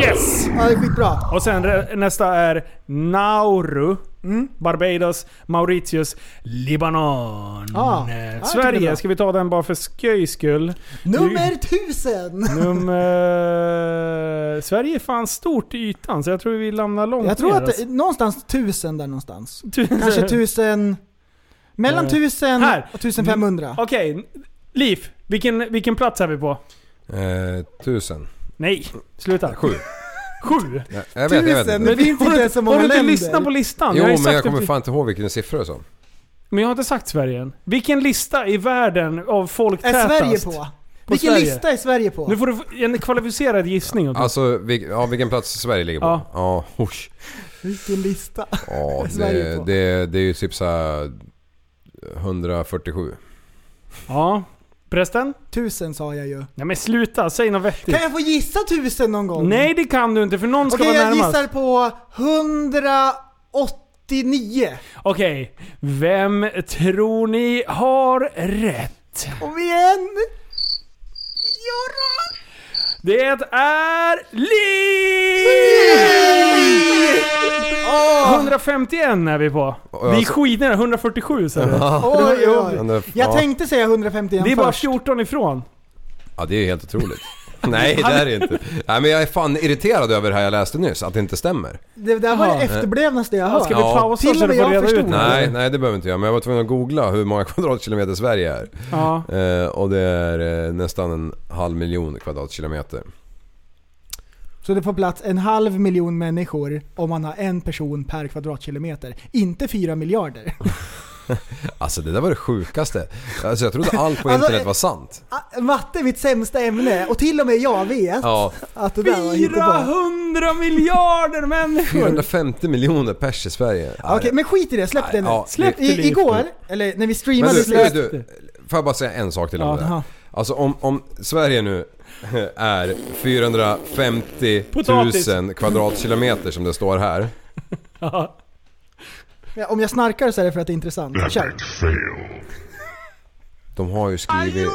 F: Yes!
G: Ja, det är skitbra.
F: Och sen re- nästa är Nauru,
G: Mm.
F: Barbados, Mauritius, Libanon.
G: Ah,
F: Eh,
G: jag tycker det är
F: Sverige,
G: bra.
F: ska vi ta den bara för skojs skull?
G: Nummer tusen!
F: Nummer... Sverige är fan stort i ytan, så jag tror vi landar långt
G: Jag tror
F: ner,
G: att det,
F: alltså.
G: någonstans tusen där någonstans. Kanske tusen... Mellan
F: Eh,
G: tusen
F: här.
G: och tusen femhundra.
F: Okej, Liv. Vilken, vilken plats är vi på?
H: Eh, tusen.
F: Nej, sluta.
H: Sju.
F: Sju?
H: Ja, Jag vet, jag vet
G: Tusen?
H: inte.
G: Det finns
F: har
G: inte
F: du-
G: ens så många
F: Har du inte
G: länder.
F: lyssnat på listan?
H: Jo,
F: har ju
H: men
F: sagt
H: jag
F: det
H: kommer
F: för-
H: fan inte ihåg vilken siffra det som.
F: Men jag har inte sagt Sverige än. Vilken lista i världen av folk
G: Är
F: tätast?
G: Sverige på? Vilken
F: Sverige.
G: lista är Sverige på?
F: Nu får du en kvalificerad gissning. Otto.
H: Alltså, vil, ja, vilken plats Sverige ligger på?
F: Ja.
H: Ja, usch.
G: Vilken lista?
H: Ja,
G: Sverige
H: det,
G: på.
H: det, det är ju typ eh, såhär 147. Alltså-
F: Ja. Prästen?
G: Tusen sa jag ju.
F: Nej men sluta, säg något vettigt.
G: Kan jag få gissa tusen någon gång?
F: Nej det kan du inte för någon ska
G: Okej,
F: vara
G: jag
F: närmast.
G: gissar på 189.
F: Okej, vem tror ni har rätt?
G: Kom igen!
F: göra? Det är liv! 151 är vi på.
H: jag
F: Vi är
H: sa-
F: skitnära, 147 sa du.
G: Oj, oj,
H: Men det-
G: oj. Jag
H: ja.
G: tänkte säga 151
F: Det är bara
G: först.
F: 14 ifrån.
H: Ja, det är ju helt otroligt. Nej, det är det inte. Nej, men jag är fan irriterad över det här jag läste nyss, att det inte stämmer.
G: Det där var
F: Jaha.
G: det efterblevnaste jag har hört.
F: Ska vi
H: Ja.
F: pausa
G: Till och
F: så du
G: med
F: får
G: jag
F: reda ut
G: förstod.
F: det?
H: Nej, nej det behöver inte jag. Men jag var tvungen att googla hur många kvadratkilometer Sverige är.
F: Ja.
H: Eh, och det är eh, nästan en halv miljon kvadratkilometer.
G: Så det får plats en halv miljon människor om man har en person per kvadratkilometer. Inte fyra miljarder.
H: Alltså det där var det sjukaste. Alltså jag trodde allt på
G: Alltså,
H: internet
G: eh,
H: var sant.
G: Ah, Matte är mitt sämsta ämne och till och med jag vet
H: Ja,
G: att det där var inte bra.
F: 400 miljarder människor!
H: 450 miljoner pers i Sverige.
G: Okej, men skit i det. Släpp det nu.
H: Ja,
F: släpp det
G: I,
F: lite.
G: igår, eller när vi
H: Men
G: streamade
H: du,
G: sist-
H: du, får jag bara säga en sak till om
F: Ja,
H: det
G: aha.
H: här? Alltså om, om Sverige nu är 450
F: Potatis.
H: 000 kvadratkilometer som det står här.
F: Ja.
G: Ja, Om jag snarkar så är det för att det är intressant. Kör.
H: De har ju skrivit...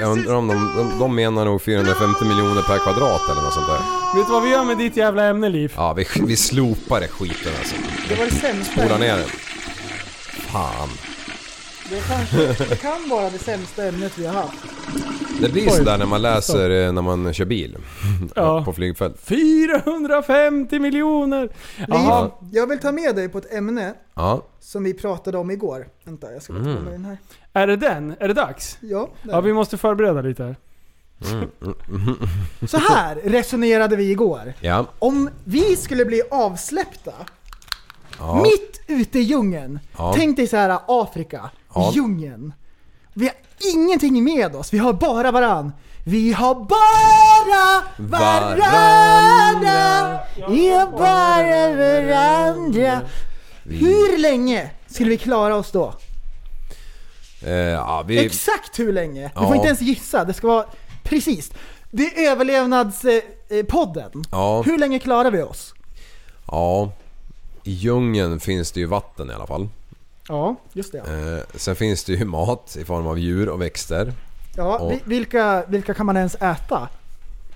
H: Jag undrar om de, de, de menar nog 450 miljoner per kvadrat eller något sånt där.
F: Vet du vad vi gör med ditt jävla ämne Liv?
H: Ja, vi, vi slopar det skiten alltså.
G: Det var det sämsta.
H: Spola
G: ämnet.
H: ner den. Fan.
G: Det kanske kan vara det sämsta ämnet vi har haft.
H: Det blir sådär när man läser eh, när man kör bil.
F: Ja.
H: På flygfält.
F: 450 miljoner! Jaha.
G: Liv, Jag vill ta med dig på ett ämne
H: Ja.
G: som vi pratade om igår. Vänta, jag ska bara ta med
H: Mm.
G: den här.
F: Är det den? Är det dags?
G: Ja, där.
F: Ja, vi måste förbereda lite här.
G: Så här resonerade vi igår.
H: Ja.
G: Om vi skulle bli avsläppta
H: ja.
G: mitt ute i djungeln.
H: Ja.
G: Tänk dig så här Afrika,
H: Ja.
G: djungeln. Vi har ingenting med oss, vi har bara varann. Vi har bara varandra. Vi har bara varandra. Hur länge skulle vi klara oss då?
H: Eh, ja, vi...
G: Exakt hur länge? Du får
H: Ja.
G: inte ens gissa, det ska vara precis. Det är överlevnadspodden.
H: Ja.
G: Hur länge klarar vi oss?
H: Ja. I djungeln finns det ju vatten i alla fall.
G: Ja, just det.
H: Eh, sen finns det ju mat i form av djur och växter.
G: Ja,
H: Och-
G: vi- vilka, vilka kan man ens äta?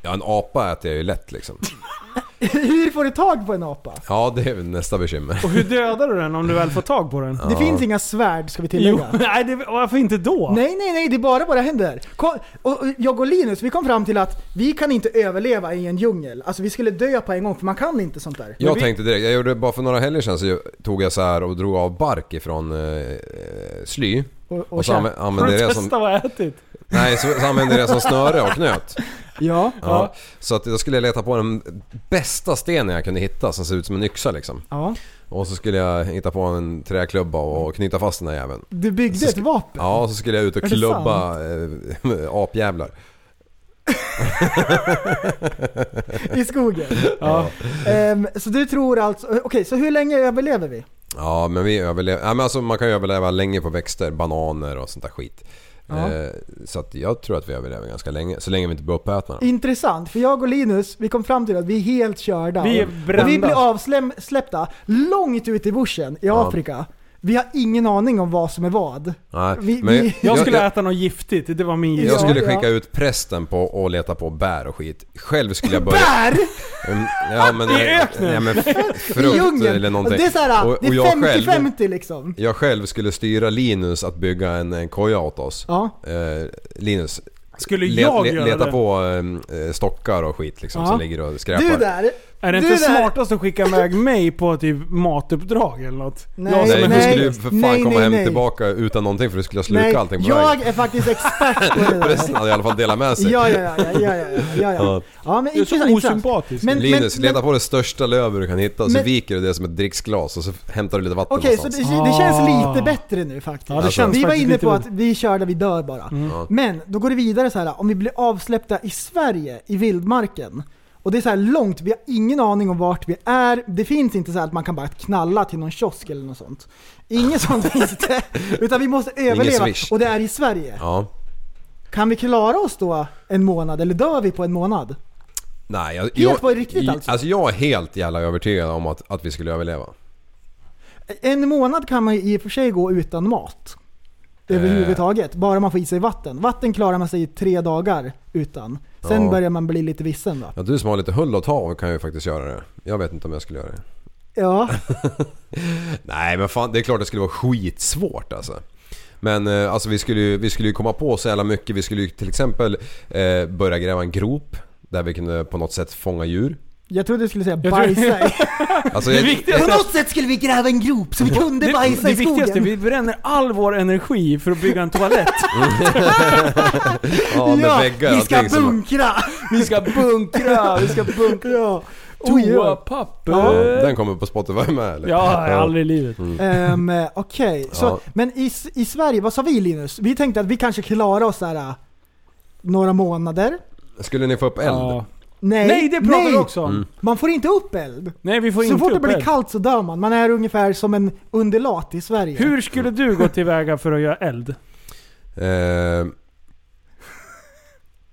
H: Ja, en apa äter jag ju lätt liksom.
G: Hur får du tag på en apa?
H: Ja, det är väl nästa bekymmer.
F: Och hur dödar du den om du väl får tag på den?
G: Det finns inga svärd ska vi
F: Jo,
G: tillägga.
F: nej det, varför inte då?
G: Nej, nej, nej, det är bara våra händer. Kom, och och jag och Linus, vi kom fram till att vi kan inte överleva i en djungel. Alltså vi skulle dö på en gång för man kan inte sånt där.
H: Jag tänkte direkt, jag gjorde bara för några helger sedan så jag- tog jag så här och drog av bark ifrån eh, eh, sly.
G: Och, och,
H: Och så
G: käka.
H: anvä-
F: Har
H: använde
F: du
H: jag det
F: testat
H: som,
F: vad jag ätit?
H: nej, så, så använde jag det som snöre och knöt.
G: Ja.
H: Ja. Så att då skulle jag leta på den bästa stenen jag kunde hitta som ser ut som en yxa liksom.
G: ja.
H: Och så skulle jag hitta på en träklubba och knyta fast den där jäveln.
G: Du byggde ett vapen.
H: Ja, och så skulle jag ut och
G: Är det
H: klubba eh, apjävlar.
G: i skogen.
F: Ja.
G: Ehm, så du tror alltså... Okej, så hur länge överlever vi?
H: Ja, men vi överlever. Ja, men alltså, man kan ju överleva länge på växter, bananer och sånt där skit.
G: Ja.
H: Eh, så att jag tror att vi överlever ganska länge, så länge vi inte blir uppätna. då.
G: Intressant, för jag och Linus, vi kom fram till att vi är helt körda.
F: Vi är brända.
G: Och vi blir avsläppta långt ut i bushen i
H: Ja.
G: Afrika. Vi har ingen aning om vad som är vad.
H: Nej,
G: Vi-
H: men
G: vi-
F: Jag skulle
H: jag,
F: äta något giftigt, det var min
H: jag,
F: gissning.
G: Ja,
H: skulle
G: ja.
H: skicka ut prästen på och leta på bär och skit. Själv skulle jag börja...
G: Bär!
H: Mm, Ja, men,
F: I öknen?
H: Ja, men f-
G: I
H: frukt
G: djungeln!
H: eller någonting.
G: Och det är såhär,
H: Och- och
G: det är
H: jag själv-
G: 50-50 liksom.
H: Jag själv skulle styra Linus att bygga en, en koja åt oss.
G: Ja.
H: Eh, Linus,
F: Skulle
H: le-
F: jag
H: le-
F: göra
H: leta
F: det?
H: på eh, stockar och skit liksom
G: Ja.
H: som ligger och skräpar.
G: Du där!
F: Är det
G: du
F: inte
G: där.
F: smartast att skicka iväg mig på typ matuppdrag eller något?
G: Nej,
F: jag
H: Nej,
F: som
H: men
F: är
H: du
G: nej.
H: skulle ju för fan
G: nej,
H: komma
G: nej,
H: hem
G: nej.
H: tillbaka utan någonting för du skulle ha slukat
G: Nej,
H: allting på vägen.
G: jag är faktiskt expert på det där.
H: Prästen hade i alla fall delat med sig.
G: Ja, ja, ja, ja, ja, ja, ja, ja.
H: Ja.
G: ja men
F: Du är så
G: intressant, intressant.
F: osympatisk.
G: Men-
H: Linus,
G: men-
H: leta på det största löver du kan hitta och så
G: Men-
H: viker du det som ett dricksglas och så hämtar du lite vatten
G: Okej, så
H: någonstans.
G: det, det känns
F: Ah.
G: lite bättre nu faktiskt. Alltså,
F: Ja, det känns
G: vi var
F: faktiskt
G: inne
F: lite
G: på att
F: bättre.
G: vi körde, vi dör bara. Men då går det vidare så här. om vi blir avsläppta i Sverige, i vildmarken. Och det är så här långt, vi har ingen aning om vart vi är. Det finns inte så här att man kan bara knalla till någon kiosk eller något sånt. Inget sånt finns det. Utan vi måste överleva.
H: swish.
G: Och det är i Sverige.
H: Ja.
G: Kan vi klara oss då en månad? Eller dör vi på en månad?
H: Nej, jag, helt
G: på riktigt alltså?
H: Alltså jag är helt jävla övertygad om att, att vi skulle överleva.
G: En månad kan man ju i och för sig gå utan mat. Överhuvudtaget.
F: Eh.
G: Bara man får i sig vatten. Vatten klarar man sig i tre dagar utan. Sen
H: Ja.
G: börjar man bli lite vissen va?
H: Ja, du som har lite hull att ta av kan ju faktiskt göra det. Jag vet inte om jag skulle göra det.
G: Ja.
H: Nej men fan, det är klart det skulle vara skitsvårt alltså. Men eh, alltså, vi, skulle ju, vi skulle ju komma på så jävla mycket. Vi skulle ju till exempel eh, börja gräva en grop där vi kunde på något sätt fånga djur.
G: Jag trodde du skulle säga bajsa i.
H: Alltså,
F: Det
H: jag-
F: viktigaste-
G: På något sätt skulle vi gräva en grop så vi kunde
F: Det,
G: bajsa
F: det
G: i
F: viktigaste,
G: skogen.
F: vi bränner all vår energi för att bygga en toalett.
H: ja, med
G: ja,
H: väggar och
G: vi ska
H: allting som-
G: bunkra!
F: Vi ska bunkra, vi ska bunkra.
G: Oj, ja.
F: Toapapper.
H: Ja,
F: Ja,
H: den kommer på Spotify med eller?
F: aldrig i livet.
G: Ehm, eh, Okej, så-
H: Ja.
G: men i, S- i Sverige, vad sa vi Linus? Vi tänkte att vi kanske klarar oss där eh, några månader.
H: Skulle ni få upp eld?
F: Ja.
G: Nej,
F: Nej, det pratar
G: nej.
F: vi också
H: Mm.
F: om.
G: Man får inte upp eld.
F: Nej, vi får
G: så
F: inte
G: fort det
F: upp
G: blir
F: eld.
G: kallt så dör man. Man är ungefär som en undulat i Sverige.
F: Hur skulle du gå tillväga för att göra eld?
H: Eh,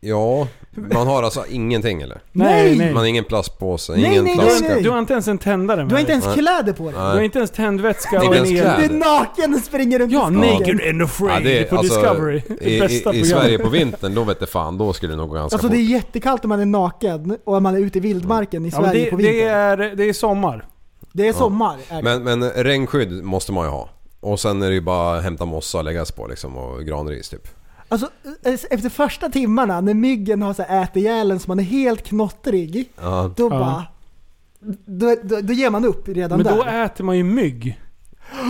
H: ja, man har alltså ingenting eller?
G: Nej!
H: Man har ingen plastpåse,
G: Nej,
H: ingen
G: nej, nej,
H: flaska.
G: nej.
F: Du har inte ens en tändare med
G: Du har inte
F: dig.
G: ens kläder på dig.
H: Nej.
F: Du har inte ens tändvätska
H: Inte
F: och en
H: ens
F: el.
H: kläder.
G: Du är naken och springer runt
F: Ja,
G: i skogen.
F: Naked and Afraid
H: Ja, det är,
F: på
H: alltså,
F: Discovery.
H: I,
F: Bästa
H: i, I
F: programmet.
H: Sverige på vintern, då vet det fan, då skulle det nog gå ganska
G: Alltså
H: fort.
G: det är jättekallt om man är naken och om man är ute i vildmarken i
F: Ja, men
G: Sverige
F: det,
G: på
F: det,
G: vintern.
F: är, det är sommar.
G: Det är sommar. Är det.
H: Men, men regnskydd måste man ju ha. Och sen är det ju bara att hämta mossa och läggas på liksom och granris typ.
G: Alltså, eh, efter första timmarna när myggen har så här ätit ihjäl en så man är helt knottrig.
H: Ja.
G: Då
F: Ja.
G: bara... Då, då, då ger man upp redan
F: Men
G: där.
F: då äter man ju mygg.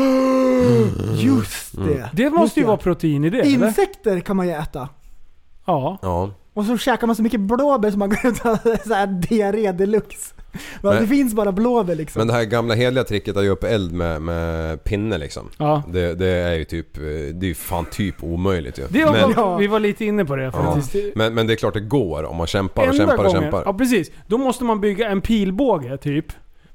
G: Just det.
F: Mm. Det
G: Just
F: måste ju vara protein i det, eller?
G: Insekter kan man ju äta.
F: Ja.
H: Ja.
G: Och så käkar man så mycket blåbär som man går ut och har så här diarré deluxe. Va,
H: Men-
G: det finns bara blåbär liksom.
H: Men det här gamla heliga tricket att ge upp eld med, med pinne liksom.
F: ja.
H: Det, det är ju typ, eh, det är ju fan typ omöjligt ju.
F: Det var,
H: men,
G: Ja.
F: Vi var lite inne på det
H: ja.
F: faktiskt.
H: men, men det är klart det går om man kämpar och
F: Enda
H: kämpar och
F: gången,
H: kämpar.
F: Ja precis. Då måste man bygga en pilbåge typ.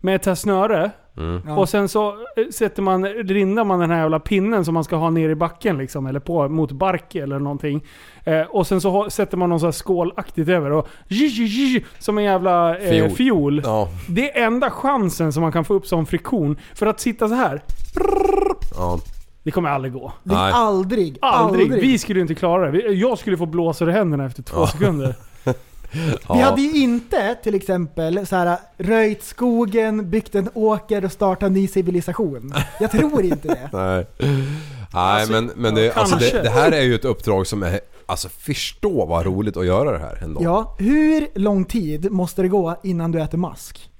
F: Med ett här snöre.
H: Mm.
F: Och sen så eh, sätter man, rindar man den här jävla pinnen som man ska ha ner i backen liksom. Eller på, mot bark eller någonting. Eh, och sen så ha, sätter man någon sån här skålaktigt över. Och, j, j, j, som en jävla eh,
H: Fiol.
F: fiol.
H: Ja,
F: Det är enda chansen som man kan få upp sån friktion. För att sitta så här.
H: ja.
F: Det kommer aldrig gå.
G: det är
H: Nej.
G: aldrig,
F: Aldrig.
G: aldrig.
F: Vi skulle inte klara det. Vi- Jag skulle få blåsor i händerna efter två sekunder.
H: ja.
G: Vi hade ju inte till exempel så här, röjt skogen, byggt en åker och startat en ny civilisation. Jag tror inte det.
H: Nej. Nej men, men det, alltså det,
F: kanske.
H: det här är ju ett uppdrag som är... Alltså förstå vad roligt att göra det här ändå.
G: Ja, hur lång tid måste det gå innan du äter mask?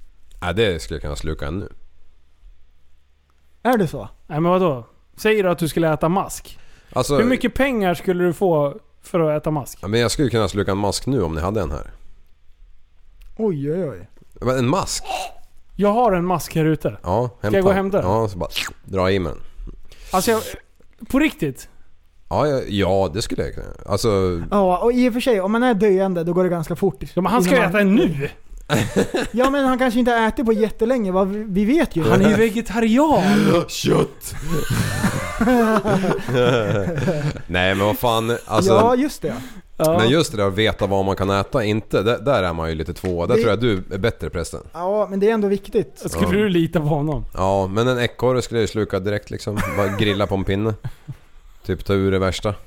H: Nej, det skulle jag kunna sluka ännu.
G: Är det så?
F: Nej men vadå? Säger du att du skulle äta mask?
H: Alltså,
F: Hur mycket pengar skulle du få för att äta mask?
H: Ja, men jag skulle kunna sluka en mask nu om ni hade en här.
G: Oj, oj, oj.
H: Men en mask?
F: Jag har en mask här ute.
H: Ja, hämta.
F: jag gå och hämta den?
H: Ja, så bara dra i med den.
F: Alltså jag, på riktigt.
H: Ja, ja, ja, det skulle jag kunna göra. Alltså...
G: Ja, och i och för sig, om man är döende då går det ganska fort.
F: Ja, men han ska ju
G: Innan man-
F: äta en nu!
G: Ja men han kanske inte har ätit på jättelänge, vad vi- vi vet ju.
F: Han är ju vegetarian!
H: Kött! Nej men vad fan, alltså...
G: ja just det.
F: Ja.
H: Men just det där att veta vad man kan äta inte, där, där är man ju lite två. Där
G: Det-
H: tror jag du är bättre prästen.
G: Ja men det är ändå viktigt.
F: Skulle du lita på honom?
H: Ja, men en ekorre skulle jag ju sluka direkt liksom. Bara grilla på en pinne. Typ ta ur det värsta.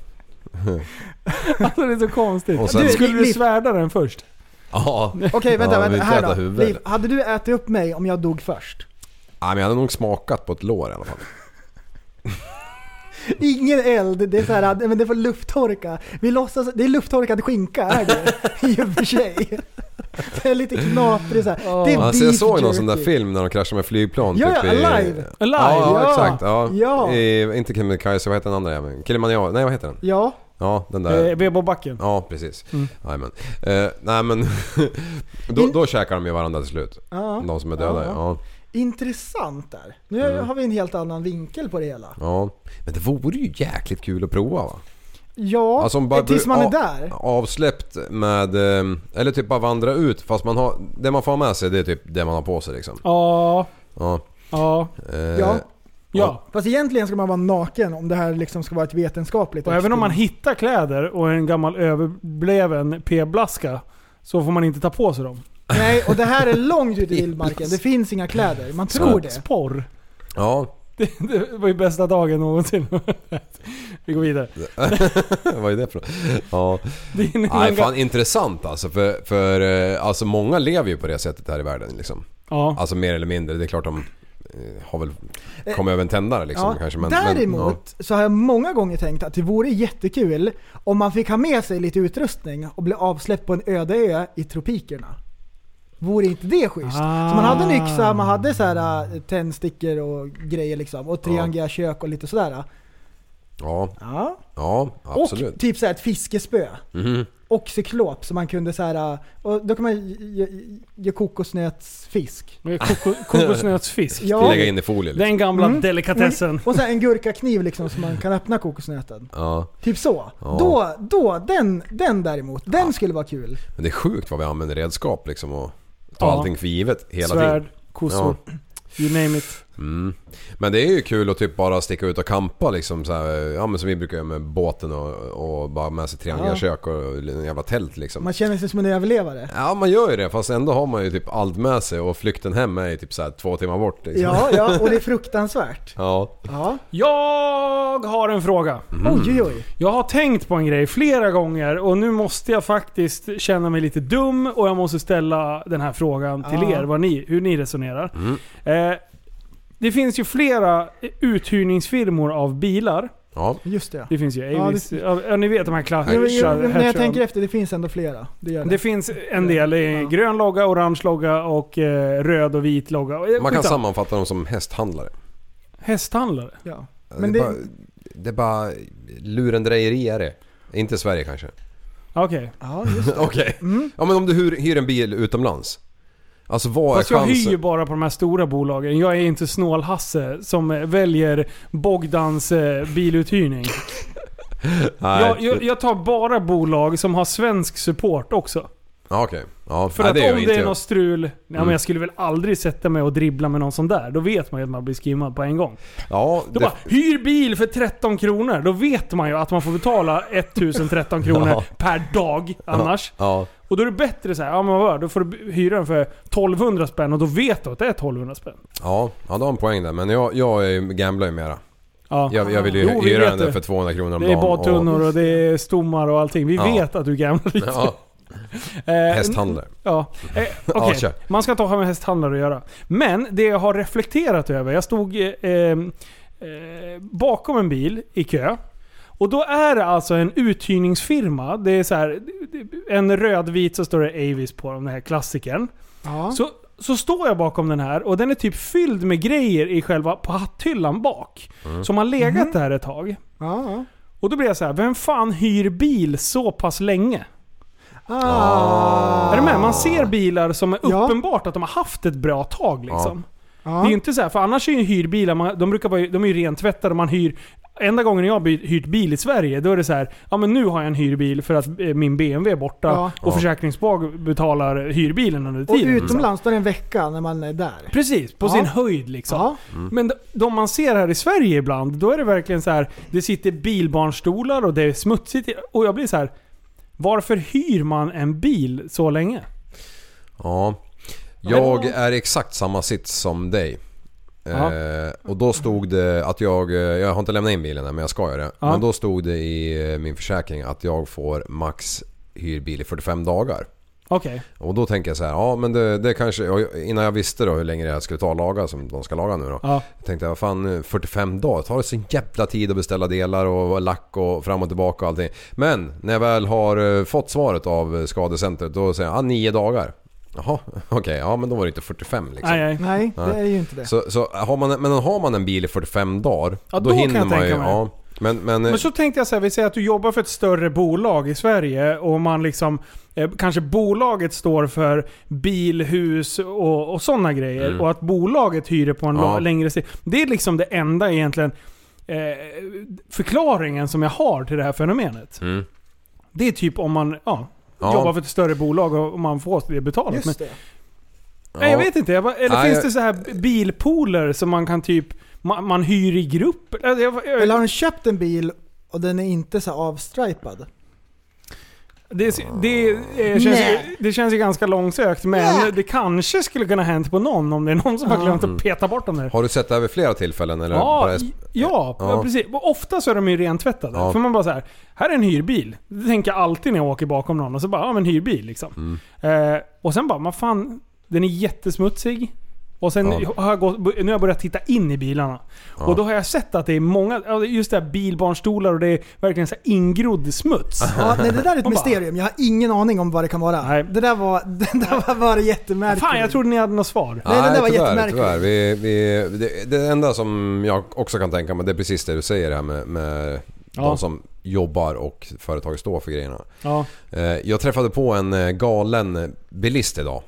F: Alltså det är så konstigt.
H: Och sen-
F: du, skulle du
G: Liv-
F: svärda den först?
H: Ja.
G: Okej vänta,
H: Ja,
G: vänta
H: vilket
G: här
H: jävla
G: då.
H: huvud.
G: Liv, hade du ätit upp mig om jag dog först?
H: Nej men jag hade nog smakat på ett lår i alla fall.
G: Ingen eld, det är så här, men det får lufttorka. Vi låtsas, det är lufttorkad skinka är det I och för sig. Det är lite knaprig så här. Det är
H: Alltså jag
G: beef
H: såg någon sån där
G: jerky.
H: film när de kraschade med flygplan.
G: Ja,
H: typ
G: ja,
H: i...
G: Alive.
F: Alive,
H: Ja,
G: ja.
H: exakt. Ja.
G: Ja.
H: I, inte Kebnekaise, vad heter den andra jäveln? Kilimanjaro? Nej vad heter den?
G: Ja,
H: Ja, den där.
F: Eh, Vebobacken.
H: Ja, precis.
G: Mm.
H: Jajamän. Eh, nej men... då, då käkar de ju varandra till slut.
G: Ja.
H: De som är döda
G: Ja.
H: ja.
G: intressant där. Nu
H: Mm.
G: har vi en helt annan vinkel på det hela.
H: ja. Men det vore ju jäkligt kul att prova va?
G: Ja,
H: Alltså om bara
G: tills man är
H: av-
G: där.
H: Avsläppt med... ehm, Eller typ bara vandra ut fast man har... Det man får ha med sig det är typ det man har på sig liksom.
F: Ja.
H: Ja.
F: Ja.
H: Eh,
G: Ja.
F: Ja.
G: Fast egentligen ska man vara naken om det här liksom ska vara ett vetenskapligt
F: Och även om man
G: experiment.
F: hittar kläder och en gammal överbleven p-blaska så får man inte ta på sig dem.
G: Nej, och det här är långt ute i vildmarken. Det finns inga kläder. Man tror det.
F: Skogsporr.
H: ja.
F: Det, det var ju bästa dagen någonsin. Vi går vidare.
H: Vad är det för något? Ja.
F: Det är någon
H: Nej,
F: gång-
H: fan intressant alltså. För, för eh, alltså, många lever ju på det sättet här i världen liksom.
F: Ja.
H: Alltså mer eller mindre. Det är klart de eh, har väl kommit över en tändare liksom
G: Ja,
H: kanske. Men, men,
G: Däremot så har jag många gånger tänkt att det vore jättekul om man fick ha med sig lite utrustning och bli avsläppt på en öde ö i tropikerna. Vore inte det schysst? Så man hade en yxa, man hade så här äh, tändstickor och grejer liksom. Och triangiga kök och lite sådär.
H: ja. Ja,
G: Ja.
H: ja, absolut.
G: Och typ så här ett fiskespö.
H: Mhm.
G: Och cyklop så man kunde så här äh, och då kan man ge, ge, ge kokosnötsfisk.
F: Men koko- Kokosnötsfisk.
G: Ja.
H: Lägga in i folie liksom.
F: Den gamla
G: Mm.
F: delikatessen.
G: Och så här en gurkakniv liksom så man kan öppna kokosnöten.
H: Ja.
G: Typ så.
H: Ja.
G: Då, då, den, den däremot, den skulle vara kul.
H: Men det är sjukt vad vi använder redskap liksom och tar
F: Ja.
H: allting för givet hela tiden.
F: Svärd, kossor. You name it.
H: Mm. Men det är ju kul att typ bara sticka ut och kampa liksom så här, ja men som vi brukar göra med båten och, och bara med sig triangiga
G: Ja.
H: kök och en jävla tält liksom.
G: Man känner sig som en överlevare.
H: Ja man gör ju det fast ändå har man ju typ allt med sig och flykten hem är ju typ så här två timmar bort liksom.
G: Ja, ja, och det är fruktansvärt.
H: Ja.
G: Ja.
F: Jag har en fråga.
H: Mm.
G: Oj, oj, oj.
F: Jag har tänkt på en grej flera gånger och nu måste jag faktiskt känna mig lite dum och jag måste ställa den här frågan till
G: Ja.
F: er, vad ni, hur ni resonerar.
H: Mm.
F: Eh, det finns ju flera uthyrningsfirmor av bilar.
H: Ja.
G: Just det.
F: Det finns ju
G: Ja,
F: Avis, ja, ni vet de här
G: Jo, jo,
F: klassiska.
G: men när jag
F: Hertzog.
G: tänker efter, det finns ändå flera. Det gör
F: Det
G: det.
F: finns en del, det är
G: Ja.
F: grön logga, orange logga och eh, röd och vit logga. Eh,
H: Man kan
F: skitsamma.
H: sammanfatta dem som hästhandlare.
F: Hästhandlare?
G: Ja. Men
H: Men det, är
G: det-
H: bara, det är bara lurendrejeriare. Inte Sverige kanske.
F: Okej.
G: Ja, just det.
H: Okej. Ja men om du hyr, hyr en bil utomlands. Alltså vad
F: Fast
H: är
F: jag
H: chansen?
F: hyr ju bara på de här stora bolagen. Jag är inte snål-Hasse som eh, väljer Bogdans eh, biluthyrning.
H: Nej.
F: jag, jag, jag tar bara bolag som har svensk support också.
H: Ja, okej. Ja,
F: För
H: nej,
F: att
H: det gör
F: om
H: inte
F: det är
H: jag.
F: något strul... Nej, men
H: Mm.
F: jag skulle väl aldrig sätta mig och dribbla med någon sån där. Då vet man ju att man blir skimmad på en gång.
H: Ja,
F: Då
H: det,
F: bara, hyr bil för 13 kronor. Då vet man ju att man får betala 1013 kronor
H: Ja.
F: per dag annars.
H: ja,
F: Och då är det bättre så här, ja men vad, då får du hyra den för 1200 spänn och då vet du att det är 1200 spänn.
H: ja, ja, du har en poäng där. Men jag, jag är ju- gamblar ju mera.
F: Ja.
H: Jag, jag vill ju
F: Ah, Jo, vi
H: hyra
F: vet
H: den där
F: det.
H: för 200 kronor om
F: Det är
H: dagen. och-
F: badtunnor och det är stommar och allting. Vi
H: Ja.
F: vet att du gamlar lite.
H: Ja,
F: Eh,
H: hästhandlare.
F: Ja. Eh,
H: Ja,
F: okej.
H: kör.
F: Man ska inte ha med hästhandlare att göra. Men det jag har reflekterat över. Jag stod eh, eh, bakom en bil i kö. Och då är det alltså en uthyrningsfirma. Det är så här, en rödvit så står det Avis på den här klassikern.
G: Ja.
F: Så, så står jag bakom den här och den är typ fylld med grejer i själva på hatthyllan bak.
H: Mm.
F: Som har legat där ett tag.
G: Mhm. ja.
F: Och då blir jag så här, vem fan hyr bil så pass länge?
G: Ah.
F: Är du med? Man ser bilar som är
G: Ja.
F: uppenbart att de har haft ett bra tag liksom.
G: Ja.
F: Det är ju inte så här, för annars är ju hyrbilar, man, de, brukar vara, de är ju rentvättade. Man hyr, enda gången jag har by- hyrt bil i Sverige, då är det så här, ja men nu har jag en hyrbil för att eh, min BMW är borta
G: Ja.
F: och försäkringsbolag betalar hyrbilen under
G: Och
F: tiden. liksom.
G: utomlands då är det en vecka när man är där.
F: Precis, på
G: Ja.
F: sin höjd liksom.
G: Ja.
F: Men de- de man ser här i Sverige ibland, då är det verkligen så här. Det sitter bilbarnstolar och det är smutsigt. i- Och jag blir så här. Varför hyr man en bil så länge?
H: Ja. Jag är i exakt samma sits som dig.
F: Ja.
H: Eh, och då stod det att jag, eh, jag har inte lämnat in bilen än men jag ska göra det.
F: Ja.
H: Men då stod det i eh, min försäkring att jag får max hyrbil i 45 dagar.
F: Okej.
H: Och då tänker jag så här, ja men det, det kanske, och jag- innan jag visste då hur länge det här skulle ta att laga som de ska laga nu då.
F: Ja.
H: Jag tänkte vad fan 45 dagar, tar det så jävla tid att beställa delar och lack och fram och tillbaka och allting. Men när jag väl har eh, fått svaret av eh, skadecentret då säger jag, ah, nio dagar. Jaha, okej, ja men då var det inte 45 liksom.
F: Nej, nej.
G: Nej, det
H: Nej.
G: är ju inte det.
H: Så, så har man, men har man en bil i 45 dagar,
F: Ja, då
H: då,
F: kan
H: hinner
F: jag
H: man ju...
F: tänka mig.
H: Ja, men, men,
F: Men så tänkte jag så här, vi säger att du jobbar för ett större bolag i Sverige och man liksom eh, Kanske bolaget står för bil, hus och, och sådana grejer. Och att bolaget hyr det på en
H: Mm. Ja.
F: la- längre sikt. Det är liksom det enda egentligen eh, förklaringen som jag har till det här fenomenet.
H: Mm.
F: Det är typ om man ja,
H: Ja.
F: jobbar för ett större bolag och och man får det betalat. men,
G: Just det.
F: Nej, jag vet inte. Jag bara, eller
H: Nej,
F: finns
H: jag-
F: det så här bilpooler som man kan typ... Man, man hyr i grupp? Eller, jag, jag,
G: Eller har de köpt en bil och den är inte så här avstripad?
F: Det, det, eh, känns ju,
E: Nej.
F: det känns ju ganska långsökt, men
E: Nej.
F: det kanske skulle kunna ha hänt på någon om det är någon som har glömt att peta bort dem där.
H: Har du sett det här vid flera tillfällen eller?
F: Ja,
H: Mm. bara-
F: i- ja,
H: Ja.
F: ja, precis. Och Ofta så är de ju rentvättade.
H: Ja.
F: För man bara så här, här är en hyrbil. Det tänker jag alltid när jag åker bakom någon. Och så bara, ja men hyrbil liksom.
H: Mm.
F: Eh, och sen bara, man fan, den är jättesmutsig. Och sen
H: Ja.
F: har jag gått, nu har jag börjat titta in i bilarna. Och då har jag sett att det är många, ja, just det här bilbarnstolar och det är verkligen så här ingrodd smuts.
G: Ja, nej, det där är ett
F: Och bara-
G: mysterium. Jag har ingen aning om vad det kan vara.
F: Nej.
G: Det där var, det där var, var jättemärkligt.
F: Fan, jag trodde ni hade något svar.
G: Nej, den där var
H: tyvärr,
G: jättemärklig.
H: Tyvärr. Vi, vi, det, det enda som jag också kan tänka mig, det är precis det du säger här med, med
F: Ja.
H: de som jobbar och företaget står för grejerna.
F: Ja.
H: Eh, Jag träffade på en eh, galen bilist idag.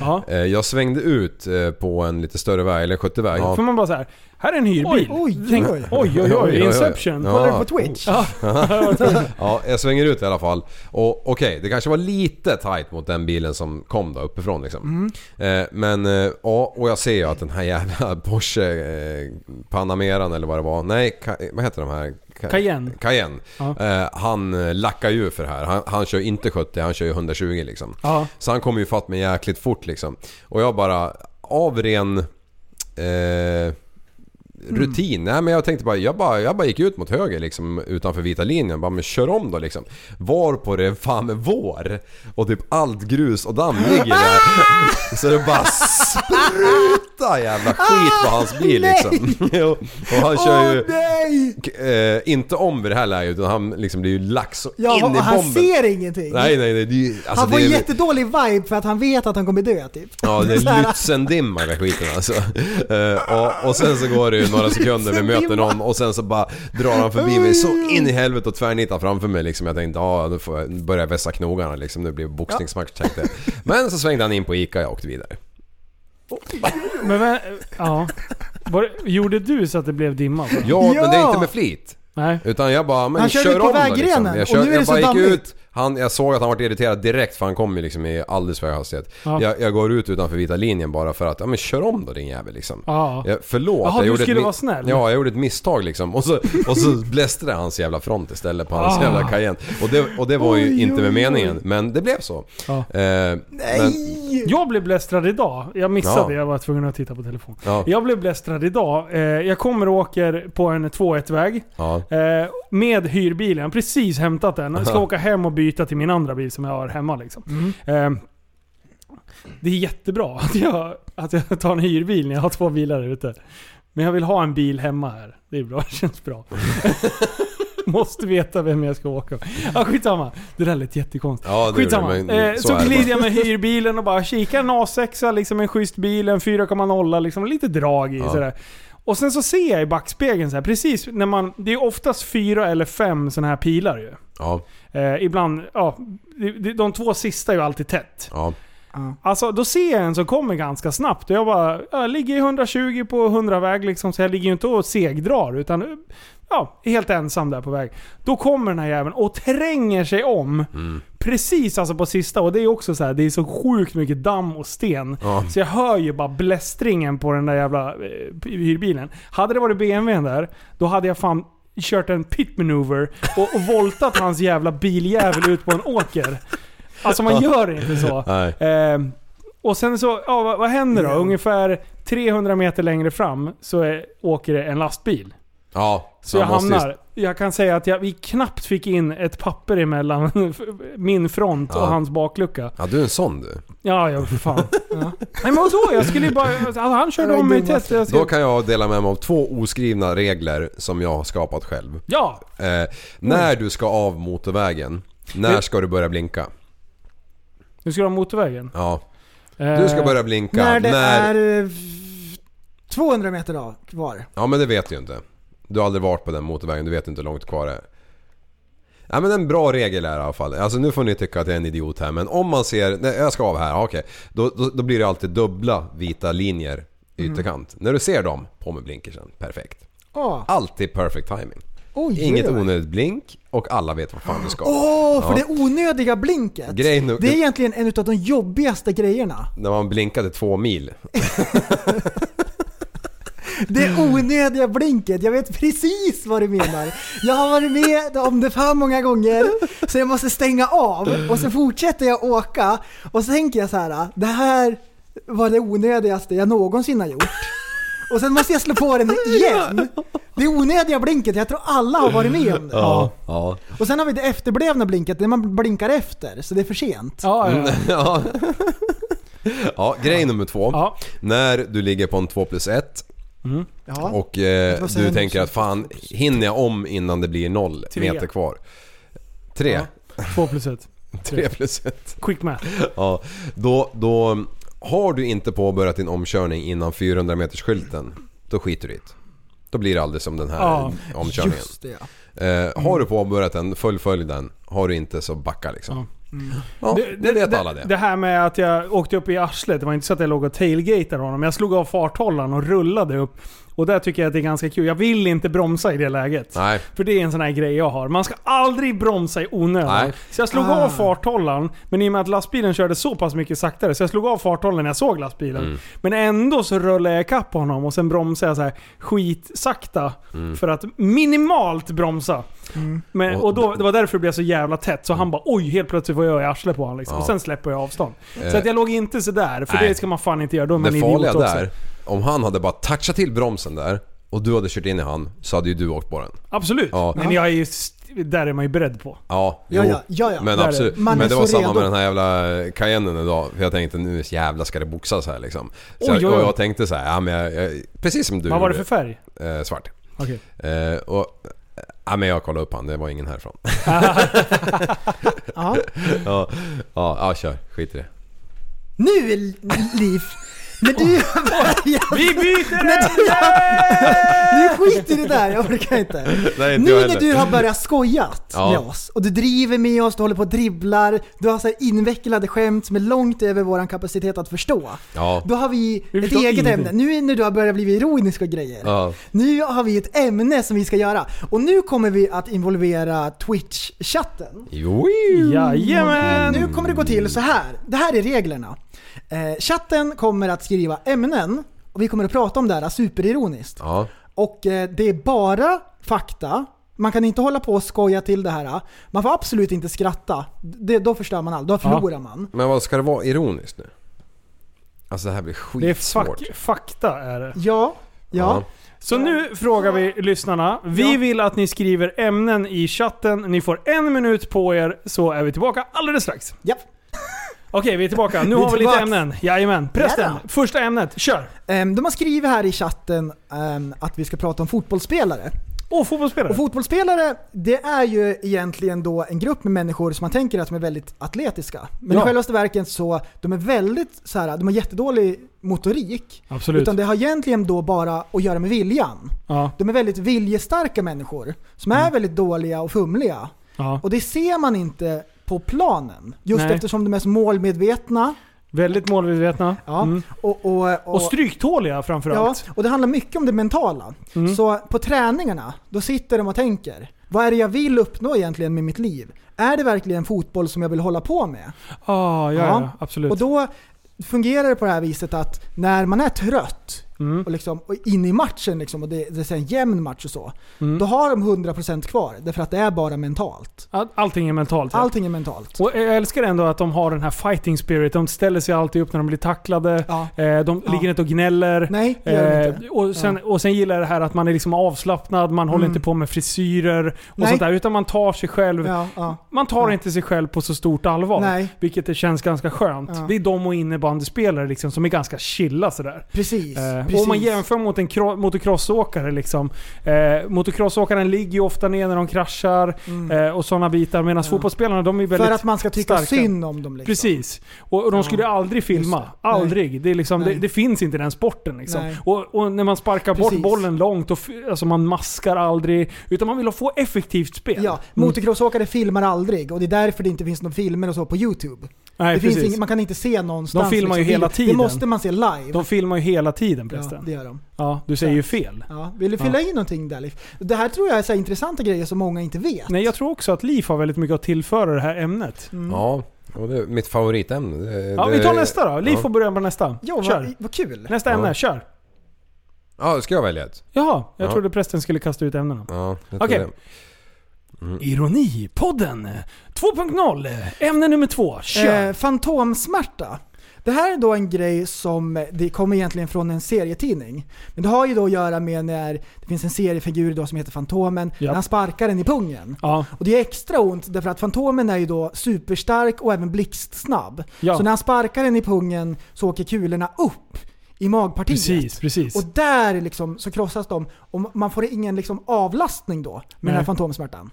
F: Ja.
H: Eh, Jag svängde ut eh, på en lite större väg, eller 70-väg.
F: För man bara så här, här är en hyrbil.
G: Oj, oj,
F: Tänk,
G: oj.
F: oj, oj, oj, Inception.
H: Ja.
G: Kollar du på Twitch?
F: Ja.
H: Ja, jag svänger ut i alla fall. Och okej, det kanske var lite tight mot den bilen som kom då uppifrån liksom.
F: Mm.
H: Eh, men eh, ja, och jag ser ju att den här jävla Porsche eh, Panameran eller vad det var. Nej, Ka- vad heter de här? Ka-
F: Cayenne.
H: Cayenne.
F: Ja.
H: Eh, han eh, lackar ju för det här. Han, han kör inte 70, han kör ju 120 liksom.
F: Ja.
H: Så han kommer ju fatt mig jäkligt fort liksom. Och jag bara, av ren... Eh,
G: Mm.
H: rutin. Nej men jag tänkte bara jag, bara, jag bara gick ut mot höger liksom utanför vita linjen. Bara men kör om då liksom. Var på det fan med vår. Och typ allt grus och damm ligger
G: Ah!
H: där. Så det bara sprutar jävla skit på hans bil liksom. Jo. och han kör ju...
G: Ah, nej!
H: k- eh, inte om vid det här läget utan han liksom blir ju lax och
G: Ja,
H: in i
G: och
H: bomben.
G: han ser ingenting.
H: Nej nej nej. Det, är ju- alltså,
G: han får
H: det är,
G: jättedålig vibe för att han vet att han kommer dö typ.
H: Ja, det
G: Så här,
H: är Lützendimma i den här skiten alltså. Eh, och, och sen så går det ju några sekunder, vi möter någon och sen så bara drar han förbi mig så
G: Mm.
H: in i helvete och tvärnitar framför mig liksom. Jag tänkte, ja nu får jag börja vässa knogarna liksom. Nu blir det boxningsmatch tänkte jag. Men så svängde han in på ICA och jag åkte vidare.
F: Men vä- ja. Var, gjorde du så att det blev dimma? på den?
H: Ja, men det är
G: Ja!
H: inte med flit.
F: Nej.
H: Utan jag bara, men
G: Han körde
H: kör
G: på
H: om då,
G: vägrenen,
H: liksom. jag,
G: och nu är det
H: jag
G: så
H: bara gick
G: dammigt.
H: ut, han, jag såg att han var irriterad direkt för han kom ju liksom i alldeles för hög hastighet.
F: Ja.
H: Jag, jag går ut utanför vita linjen bara för att, ja men kör om då din jävel liksom.
F: Ja.
H: Ja, förlåt,
F: Jaha,
H: jag
F: du
H: gjorde
F: skulle
H: ett mi-
F: vara snäll.
H: Ja, jag gjorde ett misstag liksom. Och så, och så bläste det hans jävla front istället på hans
F: Ah.
H: jävla Cayenne. Och det, och det var ju
G: Oj,
H: inte med
G: oj,
H: meningen, men det blev så.
F: Ja.
H: Eh, men,
F: Jag blev blästrad idag. Jag missade,
H: Ja.
F: jag var tvungen att titta på telefon.
H: Ja.
F: Jag blev blästrad idag. Eh, Jag kommer och åker på en 2-1-väg.
H: ja.
F: Eh, med hyrbilen, precis hämtat den. Jag ska åka hem och byta till min andra bil som jag har hemma. Liksom. Eh, det är jättebra att jag, att jag tar en hyrbil när jag har två bilar där ute. Men jag vill ha en bil hemma här. Det är bra, det känns bra. Måste veta vem jag ska åka med. Ja, skitsamma. Det där lät jättekonstigt.
H: Ja, det gjorde
F: skitsamma.
H: det, men
F: eh,
H: så
F: så
H: är det
F: glider
H: bara.
F: jag med hyrbilen och bara kikar en A6, liksom en schysst bil, en 4,0, liksom lite drag i.
H: Ja.
F: Sådär. Och sen så ser jag i backspegeln så här, precis när man... Det är oftast fyra eller fem sådana här pilar ju.
H: Ja,
F: Eh, ibland, ja. De, de två sista är ju alltid tätt.
H: ja.
F: Alltså då ser jag en som kommer ganska snabbt och jag bara, jag ligger i 120 på 100-väg liksom så jag ligger ju inte och segdrar utan ja, är helt ensam där på väg. Då kommer den här jäveln och tränger sig om precis alltså på sista och det är också så här, det är så sjukt mycket damm och sten.
H: Ja.
F: Så jag hör ju bara blästringen på den där jävla eh, hyrbilen. Hade det varit BMWn där, då hade jag fan kört en pit maneuver och, och voltat hans jävla biljävel ut på en åker. Alltså man gör inte så.
H: Nej.
F: Ehm, och sen så, ja, vad, vad händer då? Ungefär 300 meter längre fram så är, åker det en lastbil.
H: Ja,
F: Så jag
H: man måste ju-
F: hamnar... Jag kan säga att jag, vi knappt fick in ett papper emellan min front
H: Ja.
F: och hans baklucka.
H: Ja, du är en sån du.
F: Ja, ja för fan. ja. Nej men vadå? Jag skulle ju bara... Alltså, han körde om mig tätt. Jag
H: Då
F: skulle,
H: kan jag dela med mig av två oskrivna regler som jag har skapat själv.
F: ja!
H: Eh, när du ska av motorvägen, när
F: Men-
H: ska du börja blinka?
F: Nu ska du ha motorvägen.
H: Ja. Du ska
F: Eh,
H: börja blinka
G: när
H: när...
G: det är eh, 200 meter av- kvar.
H: Ja men det vet du ju inte. Du har aldrig varit på den motorvägen, du vet inte hur långt kvar det är. Ja men en bra regel är i alla fall. Alltså nu får ni tycka att jag är en idiot här men om man ser, nej jag ska av här, ja, okej. Då, då, då blir det alltid dubbla vita linjer i ytterkant.
G: Mm.
H: När du ser dem, på med blinkersen. Perfekt.
G: Ja.
H: Alltid perfect timing.
G: Oj,
H: Inget
G: oj, oj.
H: onödigt blink och alla vet vad fan du ska.
G: Åh, för
H: Ja.
G: det onödiga blinket.
H: Grejen nu-
G: det är egentligen en av de jobbigaste grejerna.
H: När man blinkade två mil.
G: Det onödiga blinket. Jag vet precis vad du menar. Jag har varit med om det för många gånger så jag måste stänga av och så fortsätter jag åka och så tänker jag så här. Det här var det onödigaste jag någonsin har gjort. Och sen måste jag slå på den igen. Det onödiga blinket, jag tror alla har varit med om det.
H: Ja. Ja.
G: Och sen har vi det efterblivna blinket, när man blinkar efter så det är för sent.
F: Ja,
H: Mm.
F: ja, ja.
H: Ja. ja, grej nummer två.
F: Ja.
H: När du ligger på en 2 plus 1 Mm.
G: Ja.
H: och eh,
G: vad säger
H: du
G: ni?
H: tänker att fan, hinner jag om innan det blir noll
F: Tre.
H: meter kvar? Tre.
F: Två plus ett.
H: Tre plus ett.
F: Quick math.
H: Ja. Då, då har du inte påbörjat din omkörning innan 400 meters skylten då skiter du i det. Då blir det aldrig som den här
F: Ja,
H: omkörningen.
G: Just det ja.
H: Eh, har du påbörjat den, fullfölj den. Har du inte så backa liksom. Ja, Mm. det, vet alla det.
F: Det här med att jag åkte upp i arslet, det var inte så att jag låg och tailgatade honom. Jag slog av farthållaren och rullade upp. Och där tycker jag att det är ganska kul. Jag vill inte bromsa i det läget.
H: Nej.
F: För det är en sån här grej jag har. Man ska aldrig bromsa i onödan.
H: Nej.
F: Så jag slog av farthållaren, men i och med att lastbilen körde så pass mycket saktare så jag slog av farthållaren när jag såg lastbilen.
H: Mm.
F: Men ändå så rullade jag ikapp honom och sen bromsade jag så här skitsakta för att minimalt bromsa. Men,
H: Mm. Och- Mm.
F: och då, det var därför det blev så jävla tätt. Så han bara oj, helt plötsligt var jag i arslet på honom. Liksom.
H: Ja.
F: Och sen släpper jag avstånd. Så
H: Eh.
F: att jag låg inte så där för
H: Nej.
F: det ska man fan inte göra. Då är man
H: Det farliga
F: idiot också.
H: där, om han hade bara touchat till bromsen där och du hade kört in i han så hade ju du åkt på den.
F: Absolut.
H: Ja.
F: Men jag är ju, st- där är man ju beredd på.
H: Ja,
G: Ja,
H: jo.
G: ja, ja, ja.
H: Men
F: Där är
H: absolut.
G: det. Man
H: men
G: är
H: det var
G: så
H: samma
G: redo.
H: med den här jävla Cayennen idag. För jag tänkte nu jävla ska det boxas här liksom. Så
F: Oj,
H: jag,
F: oj,
H: och
F: oj.
H: jag tänkte så här, ja men jag, jag, precis som du
F: Vad var det för
H: gjorde.
F: färg?
H: Eh, svart.
F: Okej.
H: Eh, och, ja men jag kollade upp han, det var ingen härifrån.
G: ja.
H: ja, ja, ja, kör. Skit i det.
G: Nu Liv! När du
F: Vi byter
G: Nu skit i det där, jag orkar inte.
H: Nej, inte jag
G: nu när
H: heller.
G: du har börjat skojat
H: Ja.
G: med oss och du driver med oss, du håller på och dribblar, du har så här invecklade skämt som är långt över vår kapacitet att förstå.
H: Ja.
G: Då har vi
F: Vi
G: ett
F: förstår
G: eget
F: ingenting.
G: ämne. Nu när du har börjat bli ironisk och grejer.
H: Ja.
G: Nu har vi ett ämne som vi ska göra. Och nu kommer vi att involvera Twitch-chatten. Mm,
H: Jo,
F: Jajamän!
G: Nu kommer det gå till så här. Det här är reglerna. Eh, chatten kommer att skriva ämnen och vi kommer att prata om det här superironiskt.
H: Ja.
G: Och eh, det är bara fakta. Man kan inte hålla på och skoja till det här. Man får absolut inte skratta. Det, då förstör man allt. Då förlorar man.
H: Men vad ska det vara ironiskt nu? Alltså det här blir
F: Det är
H: skitsvårt.
F: fak- fakta är det.
G: Ja, ja.
F: Så nu frågar vi lyssnarna. Vi vill att ni skriver ämnen i chatten. Ni får en minut på er så är vi tillbaka alldeles strax.
G: Japp.
F: Okej, vi är tillbaka. Nu
G: Vi är
F: har vi lite
G: tillbaka.
F: ämnen. Jajamän. Prästen,
G: Jadå.
F: första ämnet. Kör!
G: Ehm, De har skrivit här i chatten ehm, att vi ska prata om fotbollsspelare.
F: Åh, fotbollsspelare.
G: Och fotbollsspelare, det är ju egentligen då en grupp med människor som man tänker att de är väldigt atletiska. Men
F: Ja.
G: i självaste verken så, de är väldigt så här, de har jättedålig motorik.
F: Absolut.
G: Utan det har egentligen då bara att göra med viljan.
F: ja,
G: De är väldigt viljestarka människor som
F: Mm.
G: är väldigt dåliga och fumliga.
F: ja.
G: Och det ser man inte på planen. Just
F: Nej.
G: eftersom de är så målmedvetna.
F: Väldigt målmedvetna.
G: Ja.
F: Mm.
G: Och, och, och,
F: Och stryktåliga
G: Ja,
F: framförallt.
G: och det handlar mycket om det mentala.
F: Mm.
G: Så på träningarna, då sitter de och tänker. Vad är det jag vill uppnå egentligen med mitt liv? Är det verkligen fotboll som jag vill hålla på med?
F: Ah, ja, ja,
G: Ja.
F: absolut.
G: Och då fungerar det på det här viset att när man är trött
F: Mm.
G: och, liksom, och in i matchen liksom, och det, det är en jämn match och så.
F: mm.
G: Då har de 100% kvar därför att det är bara mentalt.
F: All- Allting är mentalt. ja.
G: Allting är mentalt.
F: Och jag älskar ändå att de har den här fighting spirit. De ställer sig alltid upp när de blir tacklade.
G: Ja.
F: Eh, De
G: Ja.
F: ligger inte och gnäller.
G: Nej, det gör
F: Eh,
G: de inte.
F: och, sen, och sen gillar jag det här att man är liksom avslappnad, man håller inte på med frisyrer och
G: Mm. Nej.
F: sånt där. Utan man tar sig själv.
G: Ja, ja.
F: Man tar inte sig själv på så stort allvar.
G: Nej.
F: Vilket det känns ganska skönt.
G: Ja.
F: Det är de och innebandyspelare liksom, som är ganska chilla sådär.
G: Precis.
F: Eh, och
G: precis.
F: om man jämför mot en kro- motocrossåkare liksom. Eh, motocrossåkaren ligger ju ofta ner när de kraschar eh, och sådana bitar. Medan fotbollsspelarna de är väldigt
G: Mm. för att man ska tycka
F: starka.
G: synd om dem. Liksom.
F: Precis. Och och de skulle aldrig filma.
G: Just det.
F: Aldrig. Det, är liksom, det,
G: Nej.
F: det finns inte i den sporten. Liksom.
G: Nej.
F: Och, och när man sparkar bort
G: Precis.
F: bollen långt, och, f- alltså man maskar aldrig. Utan man vill få effektivt spel. Mm.
G: Ja, motocrossåkare filmar aldrig och det är därför det inte finns några filmer och så på Youtube.
F: Nej,
G: det
F: precis.
G: finns ing, man kan inte se någonstans.
F: De filmar ju hela
G: Det-
F: tiden.
G: Det måste man se live.
F: De filmar ju hela tiden
G: ja,
F: prästen.
G: det
F: Ja,
G: gör de.
F: du säger ju fel.
G: Ja, vill du fylla in någonting där Liv? Det här tror jag är så här intressanta grejer som många inte vet.
F: Nej, jag tror också att Liv har väldigt mycket att tillföra det här ämnet.
G: Mm.
H: Ja, och det är mitt favoritämne. Det,
F: Ja,
H: det,
F: vi tar nästa då. Liv
H: ja.
F: får börja på nästa.
G: Jo,
F: kör.
G: vad, vad kul.
F: Nästa
H: Ja.
F: ämne, kör.
H: Ja, ska jag välja ett?
F: Jaha, jag
H: Ja.
F: trodde prästen skulle kasta ut ämnena.
H: Ja, jag tror
F: Okej.
H: det. Mm.
F: Ironipodden 2.0. Ämne nummer två. Kör!
G: Eh, fantomsmärta. Det här är då en grej som, eh, det kommer egentligen från en serietidning. Men det har ju då att göra med när det finns en seriefigur då som heter Fantomen,
F: Ja.
G: när han sparkar den i pungen.
F: ja.
G: Och det är extra ont därför att Fantomen är ju då superstark och även blixtsnabb.
F: Ja.
G: Så när han sparkar den i pungen så åker kulorna upp i magpartiet.
F: Precis, precis.
G: Och där liksom så krossas de och man får ingen liksom avlastning då med den
F: Nej.
G: här fantomsmärtan.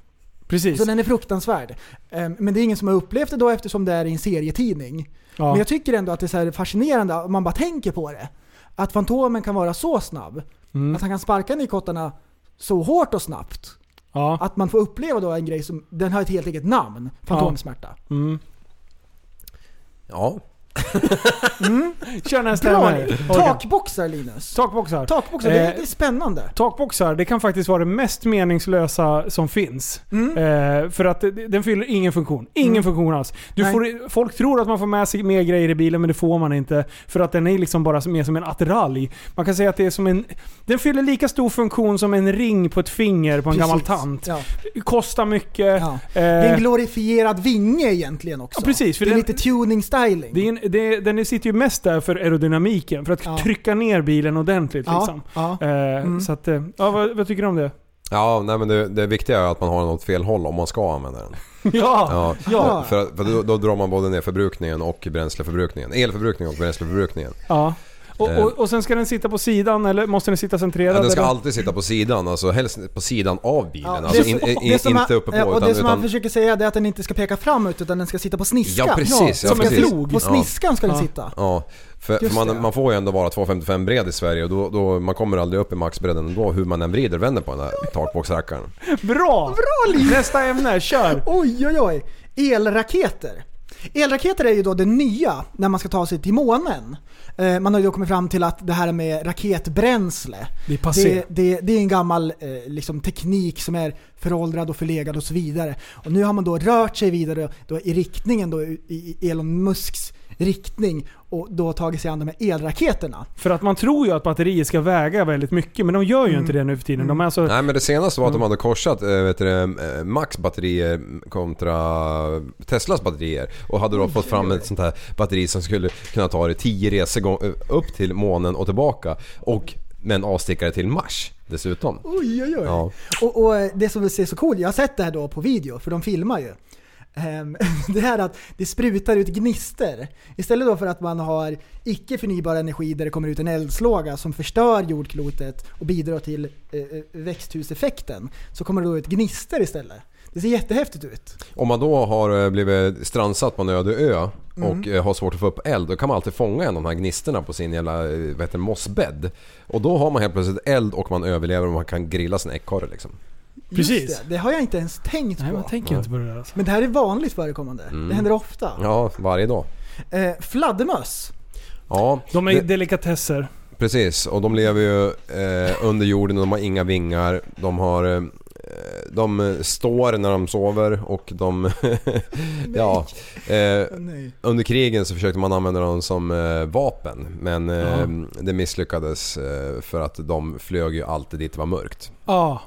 F: precis.
G: Så den är fruktansvärd. Ehm, Men det är ingen som har upplevt det då eftersom det är i en serietidning.
F: Ja.
G: Men jag tycker ändå att det är så här fascinerande om man bara tänker på det. Att Fantomen kan vara så snabb.
F: Mm.
G: Att han kan sparka nykottarna så hårt och snabbt.
F: ja.
G: Att man får uppleva då en grej som, den har ett helt eget namn. Fantomsmärta.
F: Mm.
H: Ja.
F: Kör nästa
G: Bra!
F: ämne. Orkan.
G: Takboxar Linus.
F: Takboxar.
G: Takboxar, det,
F: Eh,
G: är- det är spännande.
F: Takboxar, det kan faktiskt vara det mest meningslösa som finns.
G: Mm.
F: Eh, för att det- den fyller ingen funktion. Ingen funktion alls. Du
G: Nej.
F: får, folk tror att man får med sig mer grejer i bilen, men det får man inte. För att den är liksom bara mer som en attiralj. Man kan säga att det är som en... Den fyller lika stor funktion som en ring på ett finger på en gammal
G: Precis.
F: tant.
G: Ja.
F: Kostar mycket.
G: Ja.
F: Eh,
G: Det är en glorifierad vinge egentligen också.
F: Ja, precis, för
G: det är
F: den-
G: lite tuning-styling.
F: det är en, det, den sitter ju mest där för aerodynamiken, för att
G: Ja.
F: trycka ner bilen ordentligt.
G: ja, Mm.
F: Liksom.
G: ja.
F: Eh, Så att, eh, ja, vad, vad tycker du om det?
H: Ja, nej men det, det viktiga är att man har den åt fel håll om man ska använda den.
F: Ja!
H: Ja,
G: Ja.
H: För, att- för då, då drar man både ner förbrukningen och bränsleförbrukningen. Elförbrukningen och bränsleförbrukningen.
F: ja. Och, och, och sen ska den sitta på sidan, eller måste den sitta centrerad?
H: Eh. Ja, den ska
F: eller?
H: alltid sitta på sidan, alltså helst på sidan av bilen.
G: Ja,
H: alltså
G: det
H: in,
G: som-
H: in,
G: det som han-
H: inte uppe
G: ja,
H: på
G: Och
H: utan...
G: det som han
H: utan
G: försöker säga det är att den inte ska peka framåt utan den ska sitta på sniskan.
H: Ja, precis, ja,
G: som
H: precis.
G: en flod. På
H: Ja.
G: sniskan ska den
F: Ja.
G: sitta.
H: ja, för, för
G: Just
H: man,
G: det, ja.
H: man får ju ändå vara 2,55 bred i Sverige och då, då, man kommer aldrig upp i maxbredden ändå hur man än vrider och vänder på den där takboxrackaren.
F: Bra! Bra Nästa ämne, kör!
G: Oj, oj, oj. Elraketer. Elraketer är ju då det nya när man ska ta sig till månen. Eh, Man har ju då kommit fram till att det här med raketbränsle,
F: Det är
G: det,
F: passé.
G: det, det är en gammal eh, liksom, teknik som är föråldrad och förlegad och så vidare. Och nu har man då rört sig vidare då, i riktningen då, i, i Elon Musks riktning och då tagit sig an de här elraketerna.
F: För att man tror ju att batterier ska väga väldigt mycket, men de gör ju
G: Mm.
F: inte det nu för tiden. De är alltså...
H: Nej men det senaste var att de hade korsat eh, vet du, det, eh, Max batterier kontra Teslas batterier och hade då fått fram ett sånt här batteri som skulle kunna ta det 10 resor gång- eh, upp till månen och tillbaka och med en avstickare till Mars dessutom.
G: Oj, oj, oj.
H: Ja.
G: Och, och det som ser så coolt jag har sett det här då på video, för de filmar ju. Ehm, Det här att det sprutar ut gnister Istället då för att man har icke förnybar energi där det kommer ut en eldslåga som förstör jordklotet och bidrar till eh, eh, växthuseffekten. Så kommer det då ut gnister istället. Det ser jättehäftigt ut.
H: Om man då har eh, blivit strandsatt på en öde ö
F: Mm.
H: och eh, har svårt att få upp eld då kan man alltid fånga en av de här gnistorna på sin jävla eh, vad heter det, mossbädd. Och då har man helt plötsligt eld och man överlever och man kan grilla sin ekorre liksom.
G: Just
F: Precis.
G: Det, det har jag inte ens tänkt
F: Nej,
G: på.
F: man tänker inte på det där alltså.
G: Men det här är vanligt förekommande. Det händer ofta.
H: Mm. Ja, varje dag.
G: Eh, fladdermöss.
H: Ja,
F: De är
H: det-
F: delikatesser.
H: Precis, och de lever ju eh, under jorden och de har inga vingar. De har... Eh, de står när de sover och de... ja. Eh,
G: Nej.
H: under krigen så försökte man använda dem som eh, vapen men eh, det misslyckades eh, för att de flög ju alltid dit det var mörkt.
F: Ja.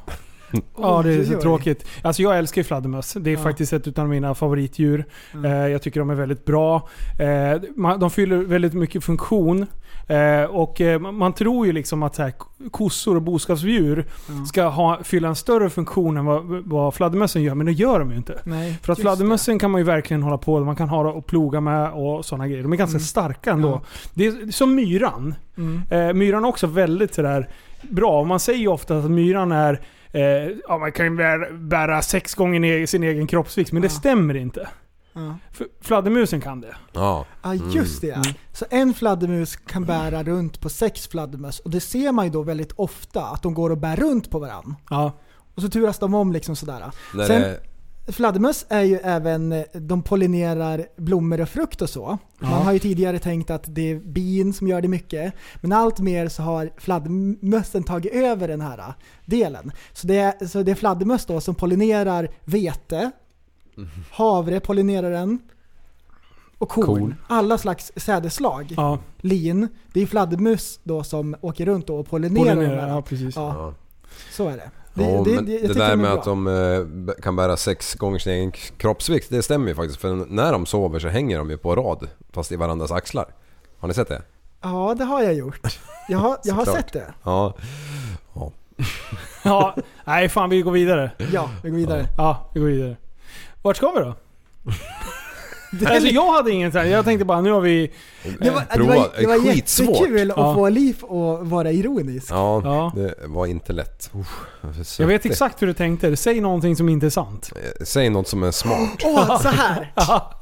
F: Ja, det är
G: Oj, oj,
F: så
G: oj.
F: tråkigt. Alltså jag älskar ju fladdermöss. Det är
G: Ja. Mm.
F: faktiskt ett utav mina favoritdjur. Eh, jag tycker de är väldigt bra. Eh, man- de fyller väldigt mycket funktion. Eh, och eh, man- man tror ju liksom att så här, kossor och boskapsdjur ska ha, fylla en större funktion än vad, vad fladdermössen gör, men det gör de ju inte.
G: Nej,
F: För att
G: just
F: fladdermössen kan man ju verkligen hålla på Man kan ha det och ploga med och sådana grejer. De är ganska starka ändå.
G: Mm. Ja.
F: Det är som myran.
G: Mm.
F: Eh, myran är också väldigt sådär bra. Och Man säger ju ofta att myran är Eh, ja, man kan ju bära, bära sex gånger ner sin egen kroppsvikt, men det stämmer inte.
G: det. Ja.
F: För fladdermusen kan det.
H: Ja.
G: Ja just det ja. Så en fladdermus kan bära runt på sex fladdermöss och det ser man ju då väldigt ofta att de går och bär runt på varandra.
F: Ja.
G: Och så turas de om liksom sådär.
H: När
G: Sen-
H: det,
G: Fladdermöss är ju även, eh, de pollinerar blommor och frukt och så. Man har ju tidigare tänkt att det är bin som gör det mycket. Men allt mer så har fladdermössen tagit över den här eh, delen. Så det är, så det är fladdermöss då som pollinerar vete, havre pollinerar den, och korn.
H: Korn.
G: Alla slags sädesslag.
F: Ja,
G: Lin. Det är fladdermus då som åker runt då och pollinerar
F: pollinerar.
G: de här.
F: Ja, precis.
G: Ja,
H: Ja.
G: så är det. Det, det,
H: Det,
G: det,
H: men
G: jag
H: det
G: tycker
H: där
G: de är
H: med
G: bra.
H: att de eh, b- kan bära sex gånger sin egen k- kroppsvikt, det stämmer ju faktiskt. För när de sover så hänger de ju på rad, fast i varandras axlar. Har ni sett det?
G: Ja, det har jag gjort. Jag har, jag har
H: Såklart.
G: sett det.
H: Ja.
F: Ja, nej fan vi går vidare.
G: Ja, vi går vidare.
F: Ja, vi går vidare. Vart ska vi då? Alltså jag hade ingen så här. jag tänkte bara nu har vi...
G: Det var, det
H: Prova.
G: var, det var
H: Skitsvårt.
G: jättekul att
F: Ja.
G: få Liv att vara ironisk.
H: Ja,
F: Ja.
H: det var inte lätt. Usch, varför
F: Jag vet
H: svettig.
F: exakt hur du tänkte, säg någonting som inte är sant.
H: Eh, Säg något som är smart.
G: Åh, så här! Åh,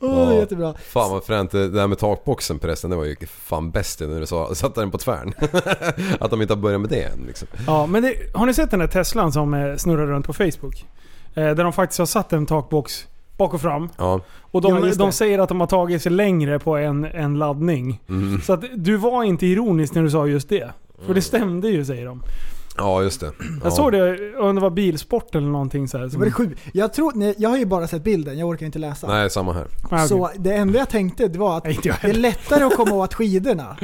G: det är
H: Ja.
G: jättebra.
H: Fan vad fränt. Det där med takboxen förresten, det var ju fan bäst när du sa, satte den på tvären. att de inte har börjat med det än liksom.
F: Ja, men det, har ni sett den där Teslan som eh, snurrar runt på Facebook? Eh, där de faktiskt har satt en takbox bak och fram.
H: Ja.
F: Och de,
G: Ja, just
F: de
G: det.
F: säger att de har tagit sig längre på en, en laddning.
H: Mm.
F: Så att du var inte ironisk när du sa just det. För det stämde ju säger de.
H: ja, just det.
F: Jag
H: Ja.
F: såg det, om det var bilsport eller någonting så här.
G: Det
F: Som,
G: var det sju. Jag, tror, nej, jag har ju bara sett bilden, jag orkar inte läsa.
H: Mm. Nej, samma här.
F: Ah, okej.
G: Så det enda jag tänkte det var att
F: Nej, inte jag
G: det är
F: heller.
G: lättare att komma åt skidorna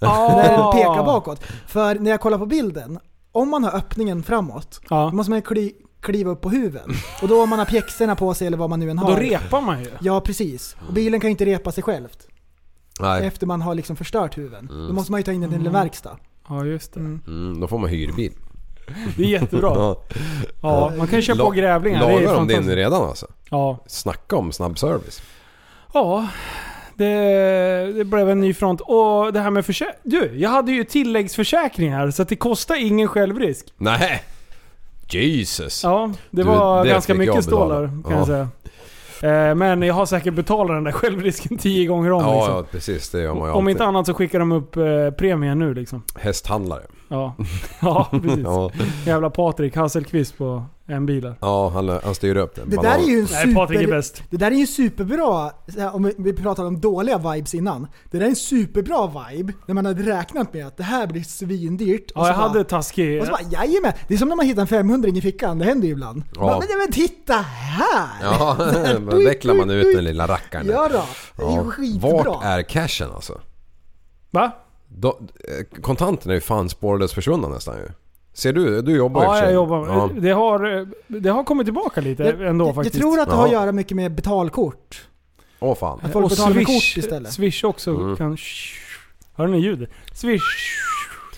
G: när den
F: Ah.
G: pekar bakåt. För när jag kollar på bilden, om man har öppningen framåt,
F: Ja.
G: då måste man ju kli, kliva upp på huven. Och då om man har pjäxorna på sig eller vad man nu än
F: Och
G: har.
F: då repar man ju.
G: Ja, precis. Och bilen kan ju inte repa sig självt
H: Nej.
G: efter man har liksom förstört huven. Då måste man ju ta in den
F: Mm.
G: till en verkstad.
F: Ja, just det.
H: Mm, då får man hyrbil.
F: Det är jättebra.
H: Ja.
F: Ja, man kan ju köpa på grävlingar. Det är
H: Lagar de det
F: fantastiskt.
H: nu redan alltså?
F: Ja.
H: Snacka om snabb service.
F: Ja, det, det blev en ny front. Och det här med försäkring. Du, jag hade ju tilläggsförsäkringar så att det kostar ingen självrisk.
H: Nej. Jesus.
F: Ja, det
H: Du,
F: var
H: det
F: ganska
H: fick jag
F: mycket
H: betala.
F: stålar kan
H: Ja.
F: jag säga. Eh, Men jag har säkert betalat den där självrisken tio gånger om.
H: ja,
F: liksom.
H: ja, precis. Det gör man ju
F: Om
H: alltid.
F: inte annat så skickar de upp eh, premien nu liksom.
H: Hästhandlare.
F: Ja, ja precis.
H: Ja,
F: Jävla Patrik Hasselqvist på en bil där.
H: ja han, han styr upp den.
G: Det där är ju en
F: Nej, Patrik är
G: super...
F: bäst.
G: Det där är ju en superbra, så här, om vi- vi pratade om dåliga vibes innan. Det där är en superbra vibe när man hade räknat med att det här blir svindyrt. och
F: Ja,
G: så
F: jag
G: bara-
F: hade taskig...
G: Och så bara, jajamän. Det är som när man hittar en 500 i fickan, det händer ju ibland.
H: Ja.
G: Bara, men, men titta här!
H: Ja, då vecklar man ut den lilla rackaren.
G: Ja då, det är ju
H: Ja.
G: skitbra.
H: Vart är cashen alltså?
F: Va?
H: Då, eh, kontanterna är ju fan spårlöst försvunna nästan ju. Ser du? Du jobbar i och
F: Ja,
H: för sig.
F: jag jobbar.
H: Ja.
F: Det, har, eh, det har kommit tillbaka lite ändå
G: jag, jag
F: faktiskt.
G: tror att det har att
H: Ja.
G: göra mycket med betalkort.
H: Åh fan.
G: Att folk
F: och
G: betalar med
F: swish-
G: kort istället.
F: Swish också
H: Mm.
F: kan... Hör ni ljudet? Swish.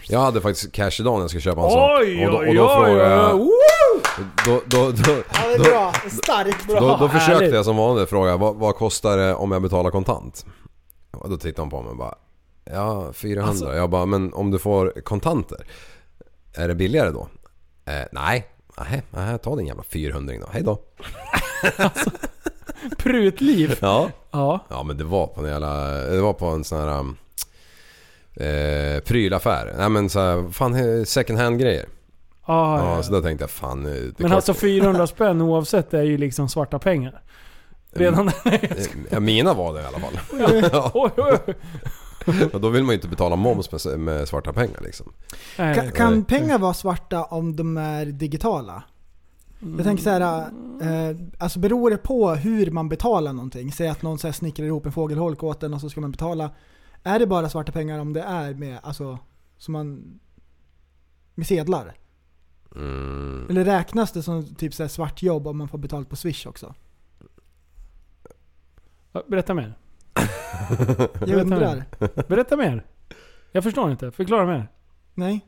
H: Jag hade faktiskt cash idag när jag ska köpa en sak.
F: Oj,
H: Och då,
F: oj,
H: och
F: oj,
H: då
F: oj.
H: frågade jag...
F: Woo!
H: Då, då, då,
G: Ja, det är bra. Starkt. Bra.
H: Då, då
F: härligt.
H: försökte jag som vanligt fråga vad, vad kostar det om jag betalar kontant? Och då tittade hon på mig och bara Ja, 400.
F: Alltså-
H: Jag bara, men om du får kontanter, är det billigare då? Eh, nej. Nej, nej, ta din jävla 400 då. Hej då.
F: Prutliv.
H: Ja.
F: Ja.
H: ja, men det var på en jävla... Det var på en sån här... um, Eh, prylaffär. Nej men så här, fan he- second hand grejer.
F: Ah,
H: Ja,
F: ja.
H: så då tänkte jag fan... eh, Det är
F: Men
H: klart-
F: alltså 400 spänn oavsett är ju liksom svarta pengar. Redan där.
H: Eh, Mina var det i alla fall.
F: Oj, oj.
H: Och då vill man ju inte betala moms med, med svarta pengar liksom.
F: Nej.
G: Kan, kan pengar vara svarta om de är digitala? Jag tänker så här, eh, alltså beror det på hur man betalar någonting? Säg att någon så här snickrar ihop en fågelholk åt en och så ska man betala. Är det bara svarta pengar om det är med, alltså, som man, med sedlar?
H: Mm.
G: Eller räknas det som typ så här svart jobb om man får betalt på swish också?
F: Berätta mer.
G: Jag undrar.
F: Berätta mer. Jag förstår inte. Förklara mer.
G: Nej?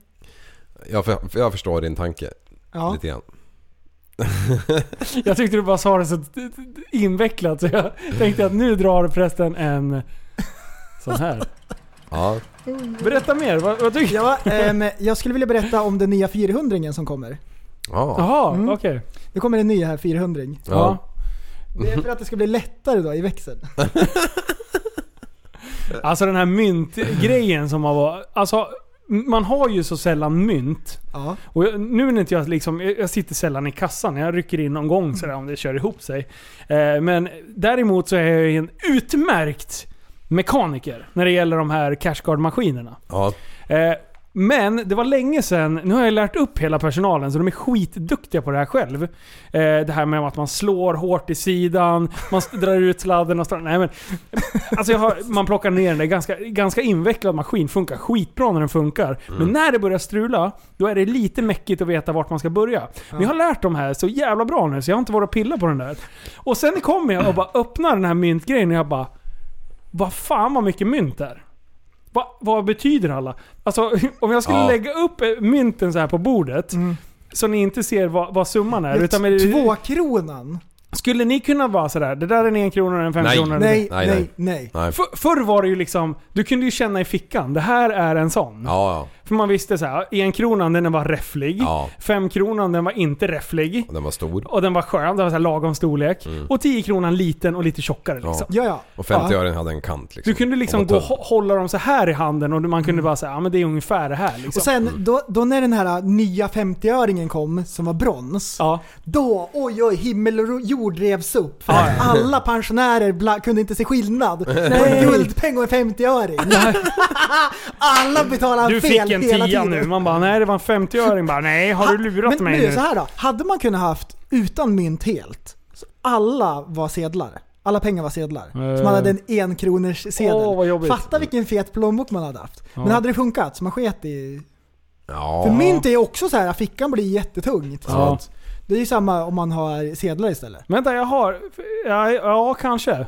H: Jag, för, jag förstår din tanke
G: Ja.
H: lite grann.
F: Jag tyckte du bara sa det så t- t- invecklat så jag tänkte att nu drar prästen en sån här.
H: Ja.
F: Berätta mer. Vad, vad tycker du?
G: Ja, ehm, jag skulle vilja berätta om den nya 400 som kommer.
H: Ja.
F: Jaha,
G: Mm.
F: okej.
G: Det kommer en ny här, 400
H: Ja.
F: Ja.
G: Det är för att det ska bli lättare då i växeln.
F: Alltså den här myntgrejen som har varit... Alltså, man har ju så sällan mynt.
G: Ja.
F: Och jag, nu när inte jag liksom, jag jag sitter sällan i kassan. Jag rycker in någon gång sådär om det kör ihop sig. Eh, men däremot så är jag ju en utmärkt mekaniker när det gäller de här cashguard-maskinerna.
H: ja.
F: Eh, Men det var länge sedan, nu har jag lärt upp hela personalen så de är skitduktiga på det här själv. Eh, det här med att man slår hårt i sidan, man drar ut sladden och står, Nej men. Alltså jag har, man plockar ner den, det är ganska, ganska invecklad maskin, funkar skitbra när den funkar. Men när det börjar strula, då är det lite mäckigt att veta vart man ska börja. Men jag har lärt dem här så jävla bra nu så jag har inte varit och pillat på den där. Och sen kommer jag och bara öppnar den här myntgrejen och jag bara... Vad fan vad mycket mynt det är. Va, vad betyder alla? Alltså om jag skulle
H: Ja.
F: lägga upp eh, mynten så här på bordet. Så ni inte ser vad, vad summan är. Utan med,
G: Två kronan.
F: Skulle ni kunna vara sådär, det där är en enkrona och en femkrona. eller-
G: Nej,
H: Nej,
G: nej,
H: nej.
G: nej.
H: Nej.
F: För, förr var det ju liksom, du kunde ju känna i fickan, det här är en sån.
H: Ja,
F: För man visste så här, enkronan den var räfflig.
H: Ja.
F: Femkronan den var inte räfflig.
H: ja. Den var stor.
F: Och den var skön, den var så här lagom storlek. Och 10 kronan liten och lite tjockare
H: Ja.
F: liksom.
G: Ja, ja.
H: Och 50 öringen hade en kant liksom.
F: Du kunde liksom
H: Den
F: gå
H: var
F: och
H: tunn.
F: hå- hålla dem så här i handen och man kunde bara säga ja men det är ungefär det här liksom.
G: Mm. Och sen då, då när den här nya 50-öringen kom som var brons.
F: ja.
G: Då, oj oj, himmel och ro- jord revs upp. För att alla pensionärer bla, kunde inte se skillnad på en guldpeng och en 50-öring. alla betalade
F: Du
G: fel
F: fick en
G: hela
F: tia
G: tiden.
F: nu. Man bara nej det var en 50-öring. Bara, nej har du lurat
G: men,
F: mig
G: men det är
F: nu?
G: Så här då, hade man kunnat haft utan mynt helt, så alla var sedlar. Alla pengar var sedlar. Så man hade en enkronors sedel.
F: Eh. Åh, vad jobbigt.
G: Fatta vilken fet plånbok man hade haft. Men hade det funkat så man sket i...
H: Ja.
G: För mynt är ju också så här, fickan blir jättetung till
F: Ja.
G: slut. Det är ju samma om man har sedlar istället.
F: Vänta jag har, ja, ja kanske. Eh,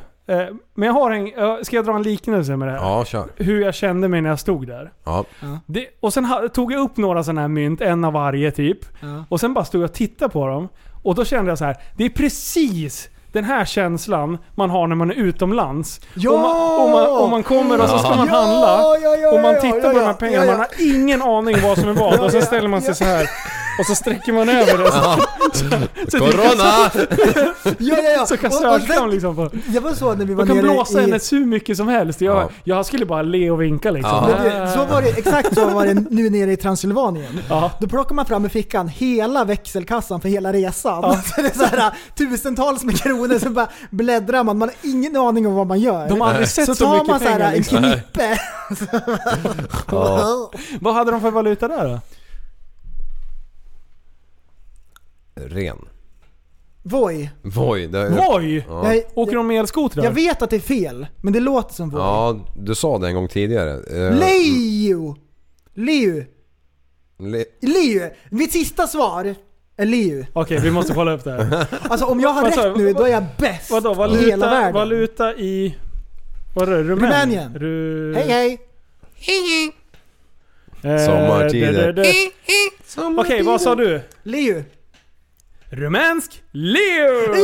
F: Men jag har en, ja, ska jag dra en liknelse med det här?
H: Ja, kör.
F: Hur jag kände mig när jag stod där.
H: Ja.
F: Det, och sen ha, tog jag upp några sådana här mynt, en av varje typ.
G: Ja.
F: Och sen bara stod jag och tittade på dem. Och då kände jag så här. det är precis den här känslan man har när man är utomlands.
G: Ja!
F: Om, man, om, man, om man kommer och så ska man
G: Ja,
F: handla.
G: ja, ja,
F: och man
G: ja,
F: tittar
G: ja,
F: på de
G: ja,
F: här pengarna,
G: ja, ja.
F: man har ingen aning vad som är vad. Och sen ställer man sig så här. Och så sträcker man över det. Så, så, så,
H: Corona!
G: Ja, ja, ja.
F: så
G: Och- och
F: kassörskan
G: sen-
F: liksom. På.
G: Det var så när vi var
F: Man kan
G: nere
F: blåsa
G: i...
F: hennes hur mycket som helst. Jag,
H: Ja.
F: jag skulle bara le och vinka liksom.
G: Men det- Så var det, exakt så var det nu nere i Transylvanien.
F: Ja.
G: Då plockar man fram i fickan hela växelkassan för hela resan. Så det är så här, äh, tusentals med kronor så bara bläddrar man. Man har ingen aning om vad man gör.
F: De har aldrig sett så,
G: så tar
F: mycket
G: man så
F: pengar.
G: här, äh, en
F: liksom.
G: knippe.
H: Ja.
F: Vad hade de för valuta där då?
H: Ren.
G: Voi.
H: Voi. Det,
F: Voi!
G: Jag,
F: Åker de med elskotrar?
G: jag vet att det är fel, men det låter som voi.
H: Ja, du sa det en gång tidigare. Eh,
G: Leu! Leu!
H: le-
G: Leu! Mitt sista svar är leu.
F: Okej, vi måste kolla upp det här.
G: Alltså om jag har
F: Vad sa
G: rätt
F: du?
G: nu, då är jag bäst
F: Vadå?
G: i hela
F: Valuta,
G: världen.
F: valuta i... Vad är det? Rumänien?
G: Rumänien.
F: Ru...
G: Hej hej!
F: Eh,
H: Sommartider.
F: dö, dö, dö. Okej, vad sa du?
G: Leu!
F: Rumänsk leo!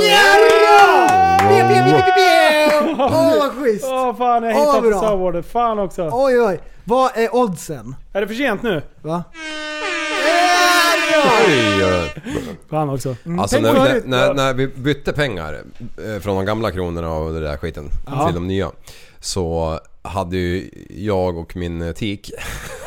G: Åh vad schysst!
F: Åh fan, jag
G: Åh, vad
F: hittade
G: bra.
F: oh, Saword. Fan också.
G: Oj oj, vad är oddsen?
F: Är det för sent nu?
G: Va?
H: Oj, oj, oj.
F: Fan också.
H: Alltså
G: tänk
H: när, när,
G: förut
H: när,
G: då.
H: när vi bytte pengar eh, från de gamla kronorna och den där skiten till de nya. Så hade ju jag och min eh, tik,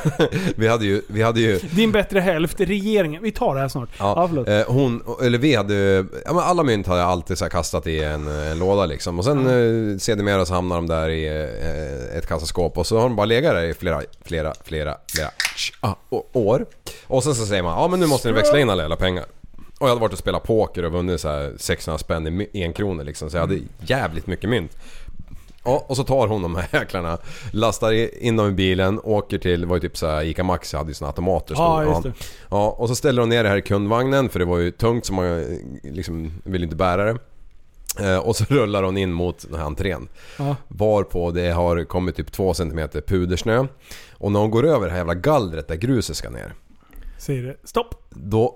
H: vi hade ju, vi hade ju
F: Din bättre hälft, regeringen. Vi tar det här snart. Ja,
H: Ja,
F: förlåt.
H: eh, hon, eller vi hade ju- ja, men alla mynt hade jag alltid så här kastat i en, en låda liksom. Och sen eh, sedermera så hamnar de där i eh, ett kassaskåp och så har de bara legat där i flera, flera, flera, flera tsch, ah, å- år. Och sen så säger man ja men nu måste ni växla in alla jävla pengar. Och jag hade varit och spelat poker och vunnit så här 600 spänn i my- en krona liksom. Så jag hade jävligt mycket mynt. Ja, och så tar hon de här jäklarna, lastar i- in dem i bilen, åker till, det var ju typ så här, Ica Maxi hade ju såna automater. stod-
F: Ja, just det.
H: ja, och så ställer hon ner det här i kundvagnen för det var ju tungt så man eh, liksom ville inte bära det. Eh, Och så rullar hon in mot den här entrén.
F: Ja.
H: Varpå det har kommit typ 2 cm pudersnö. Och när hon går över det här jävla gallret där gruset ska ner.
F: Säger det. Stopp.
H: Då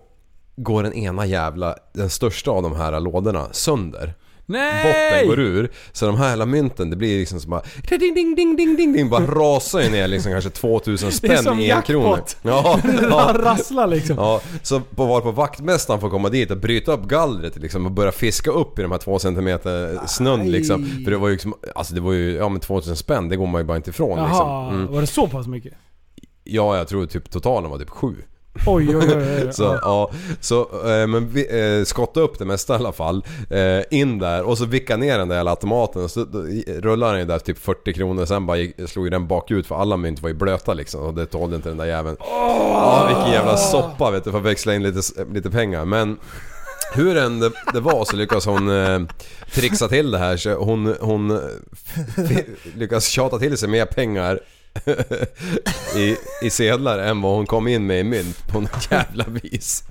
H: går den ena jävla, den största av de här lådorna sönder
F: Nej!
H: botten går ur. Så de här hela mynten, det blir liksom som bara... Ding, ding, ding, ding, ding, ding, bara rasar ju ner liksom kanske 2000
F: Det är
H: spänn
F: som
H: i en krona.
F: jackpot.
H: Ja,
F: Bara
H: ja.
F: rasslar liksom.
H: Ja, så på var på vaktmästaren får komma dit och bryta upp gallret liksom och börja fiska upp i de här två centimeter snön liksom. För det var ju liksom, alltså det var ju, ja men 2000 spänn, det går man ju bara inte ifrån liksom.
F: Jaha,
H: Mm.
F: var det så pass mycket?
H: Ja, jag tror typ totalen var typ sju.
F: Oj, oj, oj. oj,
H: Så, ja. så, eh, men vi, eh, skotta upp det mesta i alla fall. Eh, in där och så vicka ner den där jävla automaten. Och så då, i- rullade den ju där typ 40 kronor. Sen bara gick, slog ju den bakut för alla mynt var ju blöta liksom. Och det tålde inte den där jäveln. Ja, vilken jävla soppa vet du för att växla in lite, lite pengar. Men hur än det, det var så lyckas hon eh, trixa till det här. Så hon hon eh, fi- lyckas tjata till sig mer pengar i, i sedlar än vad hon kom in med i mynt på något jävla vis.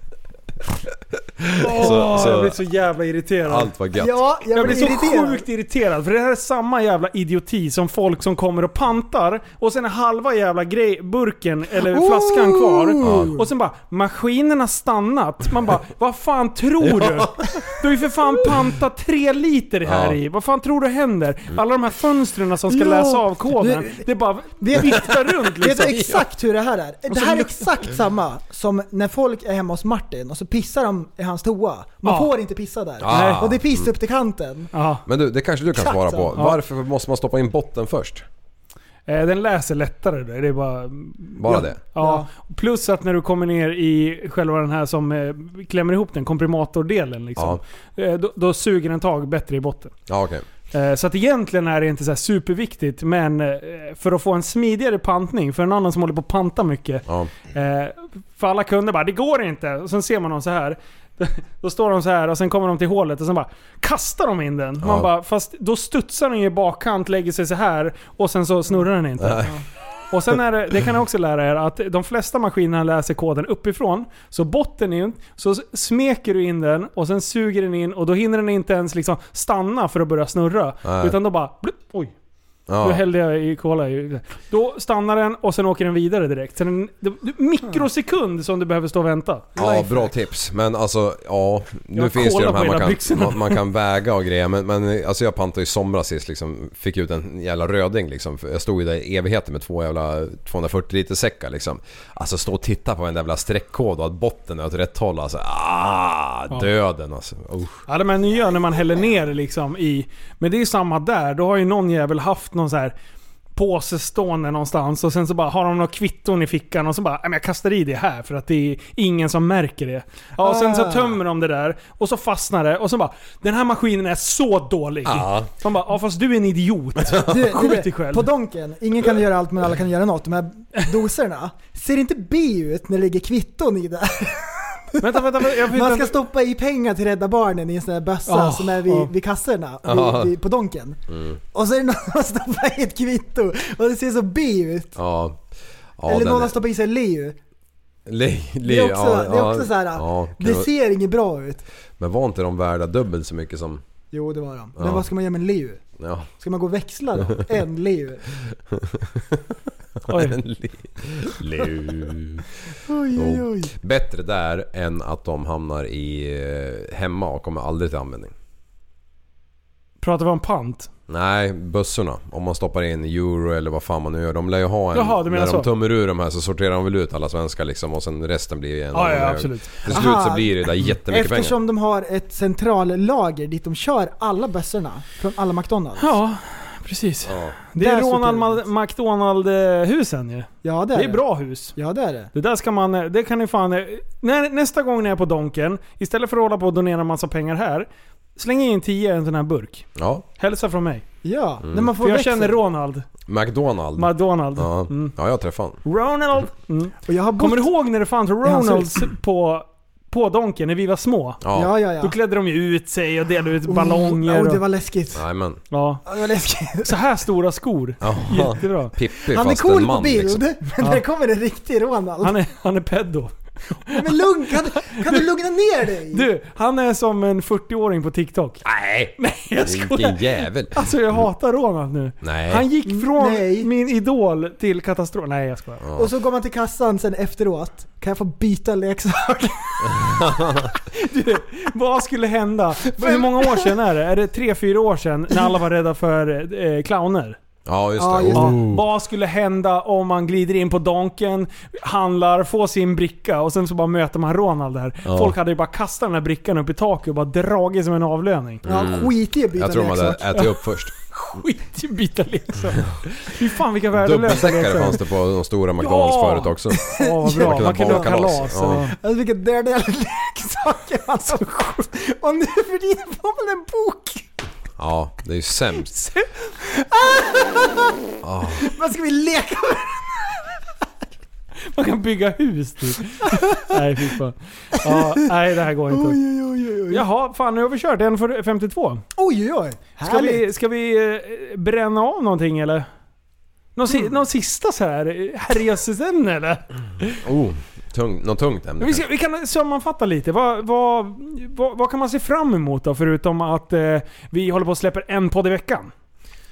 F: Åh,
H: Så- så-
F: jag blir så jävla irriterad.
H: Allt var gött.
G: Ja, jag,
F: Jag
G: blir
F: blir så
G: irriterad.
F: sjukt irriterad för det här är samma jävla idioti som folk som kommer och pantar och sen är halva jävla grej, burken eller flaskan kvar. Och sen bara maskinen har stannat. Man bara vad fan tror du? Du har ju för fan pantat tre liter här
H: Ja. Mm.
F: i. Vad fan tror du händer? Alla de här fönstren som ska
G: Ja.
F: läsa av koden.
G: Du-
F: Det bara
G: Vet-
F: viftar runt
G: Vet du
F: liksom.
G: exakt hur det här är? Det här är
F: Mm.
G: exakt samma som när folk är hemma hos Martin och så pissar de i hans toa. Man
F: Ja.
G: får inte pissa där.
H: Ah.
G: Och det är piss upp till kanten.
F: Ja,
H: Men du, det kanske du kan svara på.
G: Katten.
H: Varför måste man stoppa in botten först?
F: eh, den läser lättare där. Det är bara...
H: Bara
F: Ja.
H: det?
F: Ja. Plus att när du kommer ner i själva den här som eh, klämmer ihop den, komprimatordelen liksom. Eh, då, då suger den tag bättre i botten.
H: Ja okej.
F: Eh, så att egentligen är det inte så här superviktigt, men eh, för att få en smidigare pantning, för en annan som håller på att panta mycket.
H: Ja.
F: Eh, för alla kunder bara, det går inte. Och sen ser man dem så här. Då står de så här och sen kommer de till hålet och sen bara kastar de in den. Man
H: Ja.
F: bara, fast då studsar den ju i bakkant, lägger sig så här och sen så snurrar den inte. Och sen är det, det kan jag också lära er, att de flesta maskinerna läser koden uppifrån. Så botten är ju inte- så smeker du in den och sen suger den in och då hinner den inte ens liksom stanna för att börja snurra.
H: Nej.
F: Utan då bara, blup, oj. Nu
H: Ja.
F: hällde jag i cola. i- Då stannar den och sen åker den vidare direkt. Så den, det, det, mikrosekund som du behöver stå och vänta.
H: Ja, bra tips. Men alltså, ja. Nu
F: Jag
H: finns det ju
F: kollar
H: de här
F: på
H: man
F: hela
H: kan,
F: byxorna.
H: man, man kan väga och grejer. Men, men alltså jag pantade i somras sist liksom. Fick ut en jävla röding liksom. För Jag stod ju där i evigheter med två jävla 240 liter säckar liksom. Alltså stå och titta på en jävla streckkod och att botten är åt rätt håll. Alltså, ah, döden alltså. Usch.
F: Ja, de här nya när man häller ner liksom i... Men det är ju samma där. Då har ju någon jävel haft någon så här påse stående någonstans och sen så bara har de några kvitton i fickan och så bara "Nej, men jag kastar i det här för att det är ingen som märker det. Ja, och sen så
G: Ah.
F: tömmer de det där och så fastnar det och så bara den här maskinen är så dålig.
H: Ja.
F: De bara ja fast du är en idiot.
G: Du,
F: Skjut
G: du,
F: dig själv.
G: på Donken, ingen kan göra allt men alla kan göra något. De här doserna. Ser inte B ut när det ligger kvitton i det?
F: vänta, vänta, vänta. Jag fick
G: Man
F: vänta.
G: ska stoppa i pengar till Rädda Barnen i en sån här bössa
F: Ah,
G: som är vid,
F: ah.
G: vid kassorna
H: Ah. Mm.
G: vid, vid, på Donken. Och så är det någon som stoppar i ett kvitto och det ser så B ut.
H: Ja. Ja,
G: Eller
H: den
G: någon
H: är-
G: har stoppat i sig Leo.
H: Le, le,
G: Det är också,
H: ja,
G: det är också
H: ja,
G: så här,
H: ja, kan
G: det
H: vara-
G: ser inget bra ut.
H: Men var inte de värda dubbelt så mycket som...
G: Jo det var de.
H: Ja.
G: Men vad ska man göra med Leo?
H: Ja,
G: Ska man gå och växla då? En Leo?
F: Oj.
H: en le, le.
G: Oj, oj,
H: Jo.
G: oj.
H: Bättre där än att de hamnar i eh, hemma och kommer aldrig till användning.
F: Pratar vi om pant?
H: Nej, bössorna. Om man stoppar in euro eller vad fan man nu gör. De lär ju ha en...
F: Jaha, du menar
H: när
F: så.
H: de tömmer ur de här så sorterar de väl ut alla svenskar liksom och sen resten blir ju en
F: Ja,
H: en
F: ja
H: hög.
F: absolut.
H: Till slut så
G: Aha.
H: blir det där jättemycket pengar.
G: Eftersom de har ett centrallager dit de kör alla bössorna från alla McDonalds.
F: Ja, precis.
H: Ja.
F: Det är
G: Där sorterar
F: Ronald Ma- McDonald-husen ju.
G: Ja det är
F: Det är bra hus.
G: Ja det är det.
F: Det där ska man, eh, det kan ni fan... När, nästa gång ni är på Donken, istället för att hålla på och donera massa pengar här, släng in 10 i en sån här burk.
H: Ja,
F: Hälsa från mig.
G: Ja,
H: Mm.
G: när man får
F: För jag
G: växel.
F: känner Ronald.
H: McDonald.
F: McDonald.
H: ja.
F: Mm.
H: ja, jag träffade honom.
F: Ronald! Mm.
G: Och jag har bott...
F: Kommer du ihåg när det fanns
G: hans
F: Ronalds på, på Donken när vi var små?
G: Ja, ja, ja.
F: Då klädde de ju ut sig och delade ut ballonger.
G: Oh,
F: och-
G: det var läskigt.
H: Nej men.
F: ja.
G: Ja, Det var läskigt.
F: Så här stora skor.
H: Ja.
F: Jättebra.
H: Pippi
G: Han är
H: fast
G: cool
H: en
G: på
H: man
G: bild,
H: liksom.
G: men
F: Ja.
G: när det kommer en riktig Ronald.
F: Han är, han är peddo.
G: Nej, Men lugn, kan, kan du lugna ner dig?
F: Du, han är som en 40-åring på TikTok.
H: Nej!
F: Nej, jag
H: Vilken
F: skojar.
H: jävel.
F: Alltså jag hatar Ronald nu.
H: Nej.
F: Han gick från
G: Nej.
F: min idol till katastrof. Nej jag skojar.
G: Och så går man till kassan sen efteråt. Kan jag få byta leksak?
F: Vad skulle hända? För hur många år sedan är det? Är det 3-4 år sedan när alla var rädda för eh, clowner?
H: Ja, just det.
G: Ja, just det.
F: Ja,
H: Oh.
F: Vad skulle hända om man glider in på Donken, handlar, får sin bricka och sen så bara möter man Ronald där.
H: Ja.
F: Folk hade ju bara kastat den här brickan upp i taket och bara dragit som en avlöning.
G: Ja, skit i att byta
H: Mm. Jag tror man hade
G: leksak.
H: ätit upp först.
F: Skit i byta leksak. liksom. Fy fan vilka värdelösa
H: Dubbelstäckare
F: leksaker.
H: fanns det på de stora McDonalds
F: Ja.
H: förut också.
F: Ja, vad bra. Man kunde ha
H: barnkalas.
F: kalas.
H: Ja.
F: och-
G: Alltså vilka döda leksaker man som Och nu för tiden får man en bok.
H: Ja, det är ju sämst.
G: Vad ska vi leka med?
F: Man kan bygga hus typ. nej fy fan. Ja, nej det här går inte.
G: Oj, oj, oj, oj.
F: Jaha, fan nu har vi kört. 1.52.
G: Oj, oj, oj.
F: Ska
G: Härligt.
F: vi, ska vi eh, bränna av någonting eller? Någon,
G: Mm.
F: si, någon sista så här eh, härjelsesämne eller?
H: Oh, tung, något tungt ämne.
F: Men Vi, ska, vi kan sammanfatta lite. Vad, vad, vad, vad kan man se fram emot då? Förutom att eh, vi håller på att släpper en podd i veckan.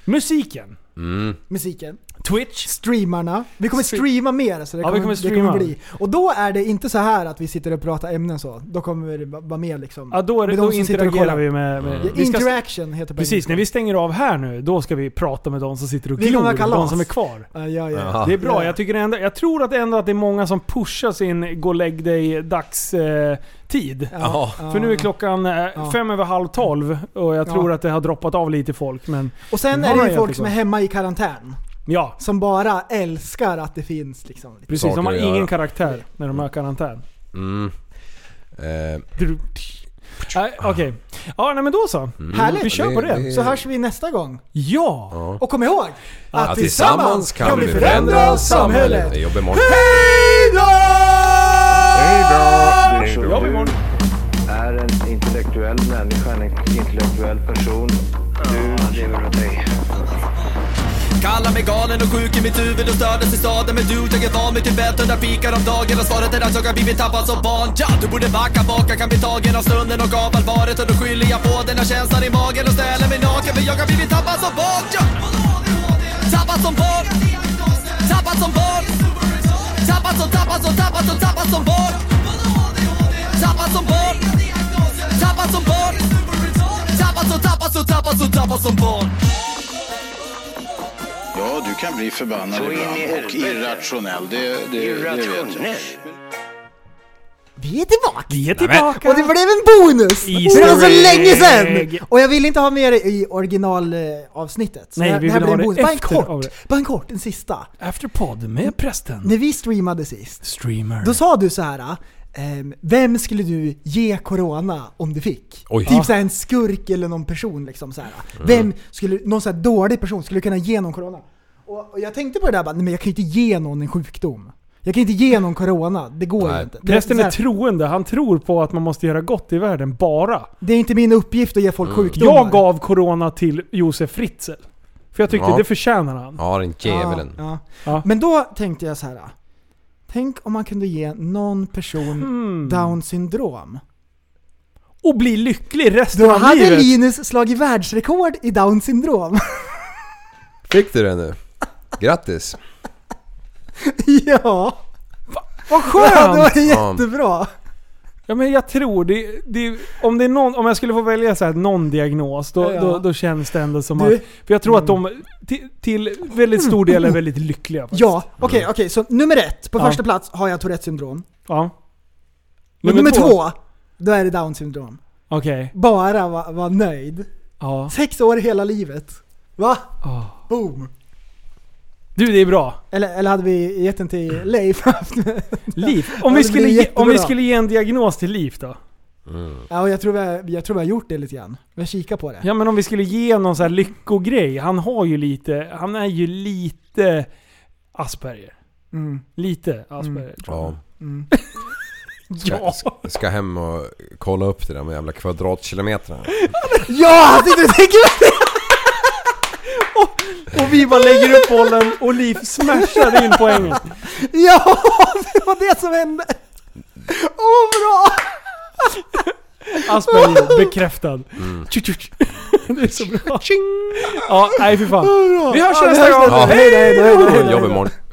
F: Musiken.
H: Mm.
G: Musiken.
F: Twitch.
G: Streamarna. Vi kommer
F: Stre-
G: streama mer. Så det
F: Ja, vi
G: kommer,
F: kommer
G: Det
F: streama.
G: kommer bli. Och då är det inte så här att vi sitter och pratar ämnen så. Då kommer vi vara med liksom.
F: Ja, då, är det-
G: Med de
F: då
G: som sitter och
F: interagerar
G: kollar. Mm.
F: vi med... med
G: Ja,
F: vi ska,
G: Interaction heter
F: precis, när
G: engelska.
F: vi stänger av här nu, då ska vi prata med de som sitter och
G: Vi kommer ha
F: glor. De
G: kalas.
F: som är kvar.
G: Ja, ja, ja.
H: Jaha.
F: Det är bra.
G: Ja.
F: Jag, tycker ändå, jag tror att ändå att det är många som pushar sin gå och lägg dig dags eh, tid.
H: Ja.
F: För nu är klockan eh,
G: Ja.
F: fem över halv tolv och jag
G: Ja.
F: tror att det har droppat av lite folk. Men
G: Och sen
F: Ja,
G: är det ju
F: jag
G: folk
F: tycker
G: som är
F: så.
G: hemma i karantän.
F: ja,
G: Som bara älskar att det finns liksom. lite-
F: precis. De
H: Saker
F: har
H: att
F: ingen
H: göra.
F: karaktär när de har karantän.
H: Mm. Eh,
F: Dru- Nej, Okej. Ja, nej men då så.
H: Mm.
G: Härligt.
F: Vi kör på
H: Det-
F: det.
H: det-
G: Så hörs vi nästa gång.
F: Ja!
G: Och kom ihåg! Att,
H: att tillsammans kan vi förändra samhället. Jag jobbar imorgon.
A: Du är en intellektuell människa, en intellektuell person. Du lever av dig.
B: Kallar mig galen och sjuk i mitt huvud och stördes i staden Men du, jag är van vid Tibet under fikar om dagen Och svaret är att jag har blivit tappad som barn ja, Du borde backa bak, jag kan bli tagen av stunden och av allvaret Och då skyller jag på den här känslan i magen och ställer mig naken För jag har blivit tappad som barn ja. Tappad som barn Tappad som barn Tappad som, tappad som, tappad som, tappad som barn Tappad som barn Tappad som barn Tappad som, tappad som, tappad som, tappad som barn
C: Ja, du kan bli förbannad ibland och irrationell. Det, det, det vet jag.
G: Vi är tillbaka!
F: Vi är tillbaka!
G: Och det blev en bonus!
F: Easter
G: det var så
F: egg.
G: länge sedan! Och jag ville inte ha med det i eh, originalavsnittet.
F: Nej, vi vill ha det
G: Bara en
F: efter av
G: kort,
F: det.
G: bara en kort, en sista.
F: Afterpod med prästen.
G: När vi streamade sist,
F: Streamer.
G: då sa du så här. ehm, vem skulle du ge corona om du fick?
H: Oj. Mm.
G: Typ såhär en skurk eller någon person liksom så här. Vem skulle, någon så här dålig person skulle du kunna ge någon corona? Och, och jag tänkte på det där bara, nej men jag kan ju inte ge någon en sjukdom. Jag kan inte ge någon corona, det går
H: Nej.
G: ju inte. Det-
F: Prästen
G: så
F: är
G: här-
F: troende. Han tror på att man måste göra gott i världen bara.
G: Det är inte min uppgift att ge
H: Mm.
G: folk sjukdomar.
F: Jag gav corona till Josef Fritzl. För jag tyckte
H: Ja.
F: det förtjänar han.
H: Ja, den djävulen.
G: Ja,
F: Ja.
G: ja. Men då tänkte jag så här. Tänk om man kunde ge någon person
F: Mm.
G: down syndrom.
F: Och bli lycklig resten
G: Då
F: av
G: hade
F: livet.
G: Linus slagit världsrekord i down syndrom.
H: Fick du det nu? Grattis!
G: ja!
F: Vad
G: ja! Det
F: skönt!
G: var
H: Ja.
G: jättebra!
F: Ja men jag tror det, det om, det är någon, om jag skulle få välja så här, någon diagnos, då,
G: Ja.
F: då, då känns det ändå som
G: Du- Mm.
F: att... För jag tror att de till, till väldigt stor del är väldigt lyckliga faktiskt.
G: Ja, okej, okej. så nummer ett, på
F: Ja.
G: första plats har jag Tourettes syndrom.
F: ja.
G: Men nummer två, då är det down syndrom.
F: Okej.
G: Bara vara var nöjd.
F: Ja.
G: Sex år hela livet. Va?
F: Ah.
G: Boom!
F: Du det är bra.
G: Eller, eller hade vi gett den till Leif?
F: Liv.
G: Ja,
F: Om,
G: det
F: vi skulle,
G: blir
F: ge, om vi
G: jättebra.
F: skulle ge en diagnos till Liv då?
H: Mm,
G: ja, och jag tror vi har, jag tror vi har gjort det lite grann. Vi har kikat på det.
F: Ja men om vi skulle ge någon så här lyckogrej. Han har ju lite, han är ju lite Asperger.
G: Mm.
F: Lite Asperger tror jag.
H: Ja.
G: Mm.
F: Ja.
H: Ska, ska- ska hem och kolla upp det där med jävla kvadratkilometrarna.
G: Ja, sitter du och tänker på det?
F: Och vi bara lägger upp bollen och Liv smashar in poängen.
G: Ja, det var det som hände! Åh, oh, bra!
F: Asperger bekräftad.
H: Mm.
F: Tju, tju, tju. Det är så bra. Ja, nej fy fan. Vi hörs nästa gång.
H: Ja.
F: Hej då!
H: Jobb imorgon.